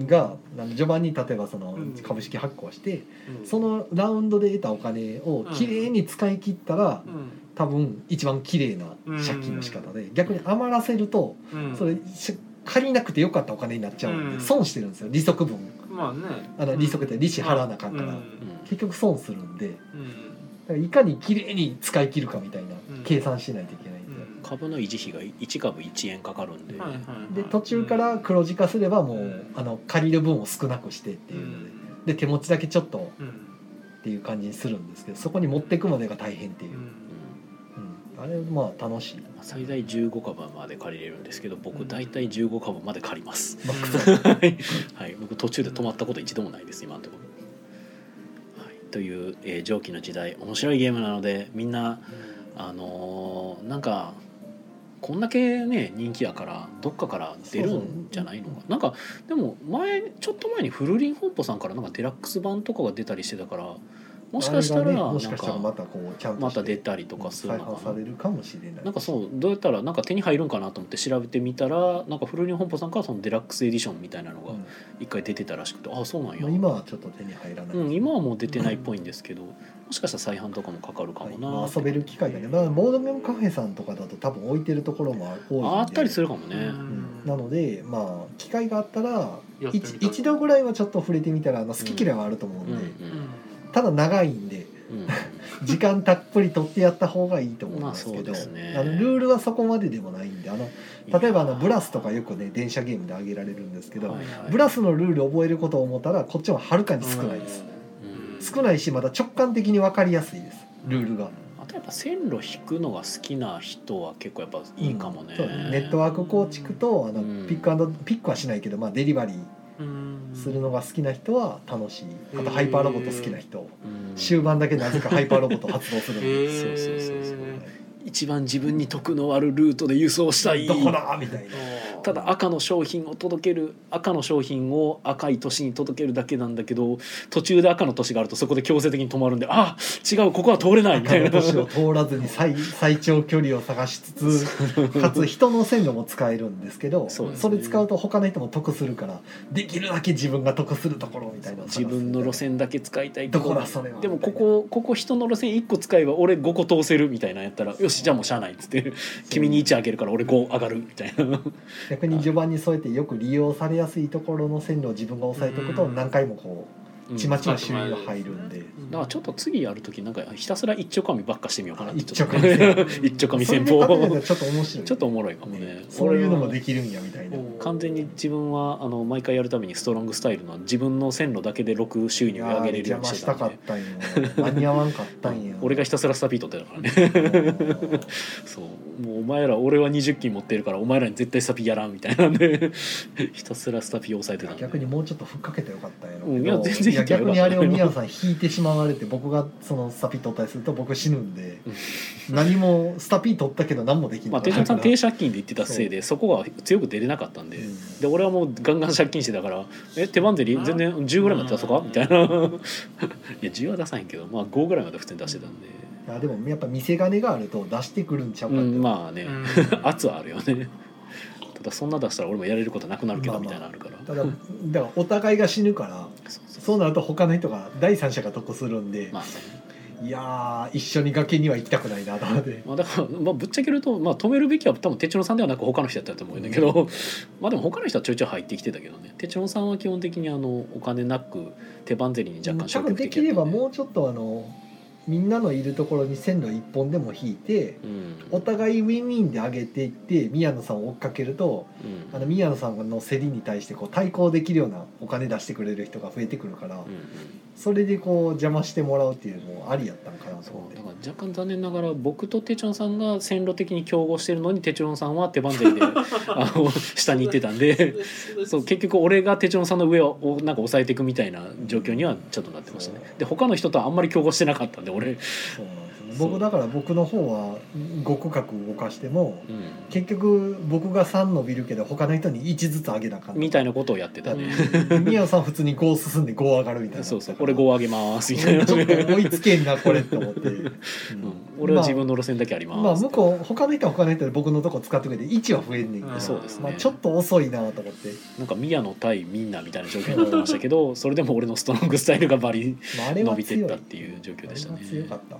Speaker 2: が、あの序盤に例えばその
Speaker 4: うん
Speaker 2: 株式発行して、
Speaker 4: うん
Speaker 2: そのラウンドで得たお金を
Speaker 4: うん
Speaker 2: きれいに使い切ったら、
Speaker 4: うん
Speaker 2: 多分一番きれいな借金の仕方で、逆に余らせると
Speaker 4: うん
Speaker 2: それし借りなくてよかったお金になっちゃうん
Speaker 4: うん
Speaker 2: で損してるんですよ利息分
Speaker 4: まあね
Speaker 2: あの利息って利子払わなあかんから
Speaker 4: うん
Speaker 2: 結局損するんでだから
Speaker 4: うん
Speaker 2: いかにきれいに使い切るかみたいな
Speaker 4: うん
Speaker 2: 計算しないといけないんで。
Speaker 4: うん
Speaker 3: 株の維持費が1株1円かかるんで、
Speaker 4: はいはいはい
Speaker 2: で途中から黒字化すればもう、
Speaker 4: うん
Speaker 2: あの借りる分を少なくしてって
Speaker 4: う
Speaker 2: いうので、
Speaker 4: ん
Speaker 2: で手持ちだけちょっと
Speaker 4: うん
Speaker 2: っていう感じにするんですけどそこに持ってくまでが大変っていうう、
Speaker 3: うんん
Speaker 2: うんあれまあ楽しい、ま
Speaker 3: 最大15株まで借りれるんですけど僕大体15株まで借ります、
Speaker 2: あ、
Speaker 4: うん
Speaker 2: 臭い
Speaker 3: はい、僕途中で止まったこと一度もないです今のところ、はい、という、えー、上記の時代面白いゲームなのでみんなあのーなんかこんだけね人気やからどっかから出るんじゃないのかなんかでも前ちょっと前にフルリン本舗さんからなんかデラックス版とかが出たりしてたから もしかした
Speaker 2: あ
Speaker 3: ら
Speaker 2: れ
Speaker 3: な
Speaker 2: がね
Speaker 3: ん
Speaker 2: もしかしたらまた
Speaker 3: か
Speaker 2: こうちゃんと
Speaker 3: また
Speaker 2: して
Speaker 3: 出たりとかする
Speaker 2: 再
Speaker 3: の
Speaker 2: 販
Speaker 3: か
Speaker 2: さ
Speaker 3: な
Speaker 2: れるかもしれない
Speaker 3: なんかそうどうやったらなんか手に入るんかなと思って調べてみたらなんかフルリン本舗さんからそのデラックスエディションみたいなのが
Speaker 2: うん
Speaker 3: 一回出てたらしくてああそうなんや
Speaker 2: まあ今はちょっと手に入らない、
Speaker 3: うん、今はもう出てないっぽいんですけど、もしかしたら再販とかもかかるか
Speaker 2: はい
Speaker 3: もな、
Speaker 2: まあ、遊べる機会がね、まあ、ボードゲームカフェさんとかだと多分置いてるところも多いんで
Speaker 3: あったりするかもね、
Speaker 2: うんなのでまあ機会があったら
Speaker 4: やってみた
Speaker 2: 一一度ぐらいはちょっと触れてみたらあの好き嫌いはあると思うんで、
Speaker 3: うん
Speaker 2: ただ長いんで
Speaker 3: うんうん
Speaker 2: 時間たっぷり取ってやった方がいいと思うんですけど、
Speaker 3: まあそうですね
Speaker 2: あのルールはそこまででもないんであの 例えばあのブラスとかよくね電車ゲームで挙げられるんですけど、
Speaker 3: はいはい
Speaker 2: ブラスのルール覚えることを思ったらこっちははるかに少ないです、
Speaker 3: うん
Speaker 2: 少ないしまた直感的に分かりやすいですルールが、
Speaker 3: あとやっぱ線路引くのが好きな人は結構やっぱいいかもね、
Speaker 2: そうネットワーク構築とあの
Speaker 3: うん
Speaker 2: ピックアンドピックはしないけど、まあ、デリバリーするのが好きな人は楽しいあとハイパーロボット好きな人
Speaker 3: うん
Speaker 2: 終盤だけなぜかハイパーロボット発動するん
Speaker 4: へ
Speaker 2: で
Speaker 4: ー
Speaker 3: そうそうそうそう一番自分に得のあるルートで輸送したい
Speaker 2: どこだみたいな
Speaker 3: ただ赤の商品を届ける赤の商品を赤い年に届けるだけなんだけど途中で赤の年があるとそこで強制的に止まるんであ違うここは通れないみた
Speaker 2: 赤
Speaker 3: いな
Speaker 2: の年を通らずに 最最長距離を探しつつかつ人の線路も使えるんですけど
Speaker 3: そう
Speaker 2: そ
Speaker 3: ですね
Speaker 2: れ使うと他の人も得するからできるだけ自分が得するところみたいな
Speaker 3: 自分の路線だけ使いたいけ
Speaker 2: ど
Speaker 3: ど
Speaker 2: こだそれは
Speaker 3: でもここここ人の路線1個使えば俺5個通せるみたいなのやったらよしじゃあもうしゃあないっつって君に1あげるから俺5上がるみたいな
Speaker 2: 逆に序盤にそうやってよく利用されやすいところの線路を自分が押さえておくと
Speaker 4: うん
Speaker 2: 何回もこうちまちま収入が入るんで。
Speaker 3: だからちょっと次やる時なんかひたすら一丁紙ばっかしてみようかなって
Speaker 2: 一
Speaker 3: ちょ
Speaker 2: 丁
Speaker 3: っと
Speaker 2: 紙戦
Speaker 3: 一丁紙
Speaker 2: それ
Speaker 3: 戦
Speaker 2: で勝てるの
Speaker 3: 法
Speaker 2: がちょっと面白い
Speaker 3: ちょっとおもろいかもね
Speaker 2: ねそういうのもできるんやみたいな
Speaker 3: 完全に自分はあの毎回やるためにストロングスタイルの自分の線路だけで6収
Speaker 2: い
Speaker 3: 入
Speaker 2: や
Speaker 3: 上
Speaker 2: ー
Speaker 3: げれるよ
Speaker 2: 邪
Speaker 3: う
Speaker 2: 魔
Speaker 3: にし
Speaker 2: してた
Speaker 3: た
Speaker 2: か
Speaker 3: ん
Speaker 2: っ
Speaker 3: で
Speaker 2: たんよ間に合わんかったんよ
Speaker 3: 俺がひたすらスタピー取ってたからねそうもうお前ら俺は20金持ってるからお前らに絶対スタピーやらんみたいなんでひたすらスタピーを抑えてたんで
Speaker 2: 逆にもうちょっとふっかけてよかったんやろ
Speaker 3: うんいや全然
Speaker 2: い
Speaker 3: いい
Speaker 2: や
Speaker 3: けど
Speaker 2: 逆にあれを宮野さん引いてしまわれて僕がそのスタピー取ったりすると僕死ぬんで何もスタピー取ったけど何もできない
Speaker 3: まあ手帳さん低借金で言ってたせいでそこが強く出れなかったんで、
Speaker 2: うん
Speaker 3: で俺はもうガンガン借金してたから「え手番ゼリー全然10ぐらいまで出そうか?」みたいな いや10は出さへんけど、まあ、5ぐらいまで普通に出してたんで、
Speaker 2: いやでもやっぱ見せ金があると出してくるんちゃう
Speaker 3: う
Speaker 2: かって、
Speaker 3: ん、まあね、
Speaker 4: うん
Speaker 3: 圧はあるよねただそんな出したら俺もやれることなくなるけど
Speaker 2: まあ
Speaker 3: み
Speaker 2: まあ
Speaker 3: たいなのあるから、
Speaker 2: ただだからお互いが死ぬから
Speaker 3: そうそう
Speaker 2: そうなると他の人が第三者が得するんで、
Speaker 3: まあね
Speaker 2: いやー一緒に崖には行きたくないなと思って。
Speaker 3: まあ、だから、まあ、ぶっちゃけると、まあ、止めるべきは多分哲郎さんではなく他の人やったと思うんだけど、まあでも他の人はちょいちょい入ってきてたけどね哲郎さんは基本的にあのお金なく手番ゼリーに若干
Speaker 2: 多
Speaker 3: 消
Speaker 2: 分
Speaker 3: 極
Speaker 2: で
Speaker 3: 的
Speaker 2: き
Speaker 3: や
Speaker 2: れ
Speaker 3: った
Speaker 2: ば
Speaker 3: んで
Speaker 2: もうちょっとあのみんなのいるところに線路一本でも引いて
Speaker 3: うん
Speaker 2: お互いウィンウィンで上げていって宮野さんを追っかけると
Speaker 3: うん
Speaker 2: あの宮野さんの競りに対してこう対抗できるようなお金出してくれる人が増えてくるから
Speaker 3: うんうん
Speaker 2: それでこう邪魔してもらうっていうのもありやったんかなと
Speaker 3: そ
Speaker 2: 思っ
Speaker 3: う
Speaker 2: て
Speaker 3: だから若干残念ながら僕とテチョンさんが線路的に競合してるのにテチョンさんは手 番銭であの下に行ってたんでそう結局俺がテチョンさんの上をなんか抑えていくみたいな状況にはちょっとなってましたねで他の人とはあんまり競合してなかったんで俺、
Speaker 2: そうなんですよね
Speaker 3: そう
Speaker 2: 僕だから僕の方は5区画動かしても
Speaker 3: うん、
Speaker 2: 結局僕が3伸びるけど他の人に1ずつ上げなあかん
Speaker 3: みたいなことをやってたね
Speaker 2: うん宮野さん普通に5進んで5上がるみたいな
Speaker 3: そうそう俺5上げますみたいな、
Speaker 2: ち
Speaker 3: う
Speaker 2: ょっと追
Speaker 3: ん、
Speaker 2: いつけんなこれと思って、うん
Speaker 3: 俺は自分の路線だけあります、
Speaker 2: まあ向こう他の人は他の人で僕のとこ使ってくれて1は増えんねんけど、
Speaker 4: うん
Speaker 3: そうですね、
Speaker 2: まあ、ちょっと遅いなと思って、
Speaker 3: なんか宮野対みんなみたいな状況になってました けどそれでも俺のストロングスタイルがバリ
Speaker 2: まあ、あれ
Speaker 3: 伸
Speaker 2: は
Speaker 3: びてっ
Speaker 2: 強い
Speaker 3: たっていう状況でしたね
Speaker 2: あれは強かった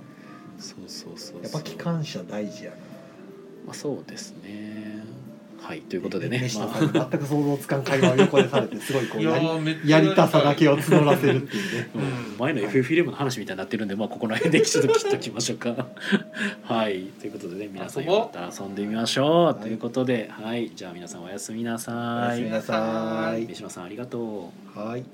Speaker 3: そうそうそうそう
Speaker 2: やっぱ機関車大事やな
Speaker 3: まあ、そうですねはいということでね
Speaker 2: 飯
Speaker 3: ま
Speaker 2: 田
Speaker 3: あ
Speaker 2: さん全く想像つかん会話を横でされてすご いこうやり
Speaker 4: ーめっちゃ
Speaker 2: やりたさだけを募らせるっていうね
Speaker 3: う
Speaker 4: うんん
Speaker 3: 前の FF11 の話みたいになってるんで、まあ、ここら辺 でちょっと切っときましょうか はいということでね皆さん
Speaker 4: 遊ぼう
Speaker 3: よかったら遊んでみましょう、
Speaker 2: い
Speaker 3: ということではいじゃあ皆さんおやすみな
Speaker 2: お
Speaker 3: さ
Speaker 2: やす
Speaker 3: い
Speaker 2: みなさ
Speaker 4: はい
Speaker 3: 三島さんありがとう
Speaker 2: はい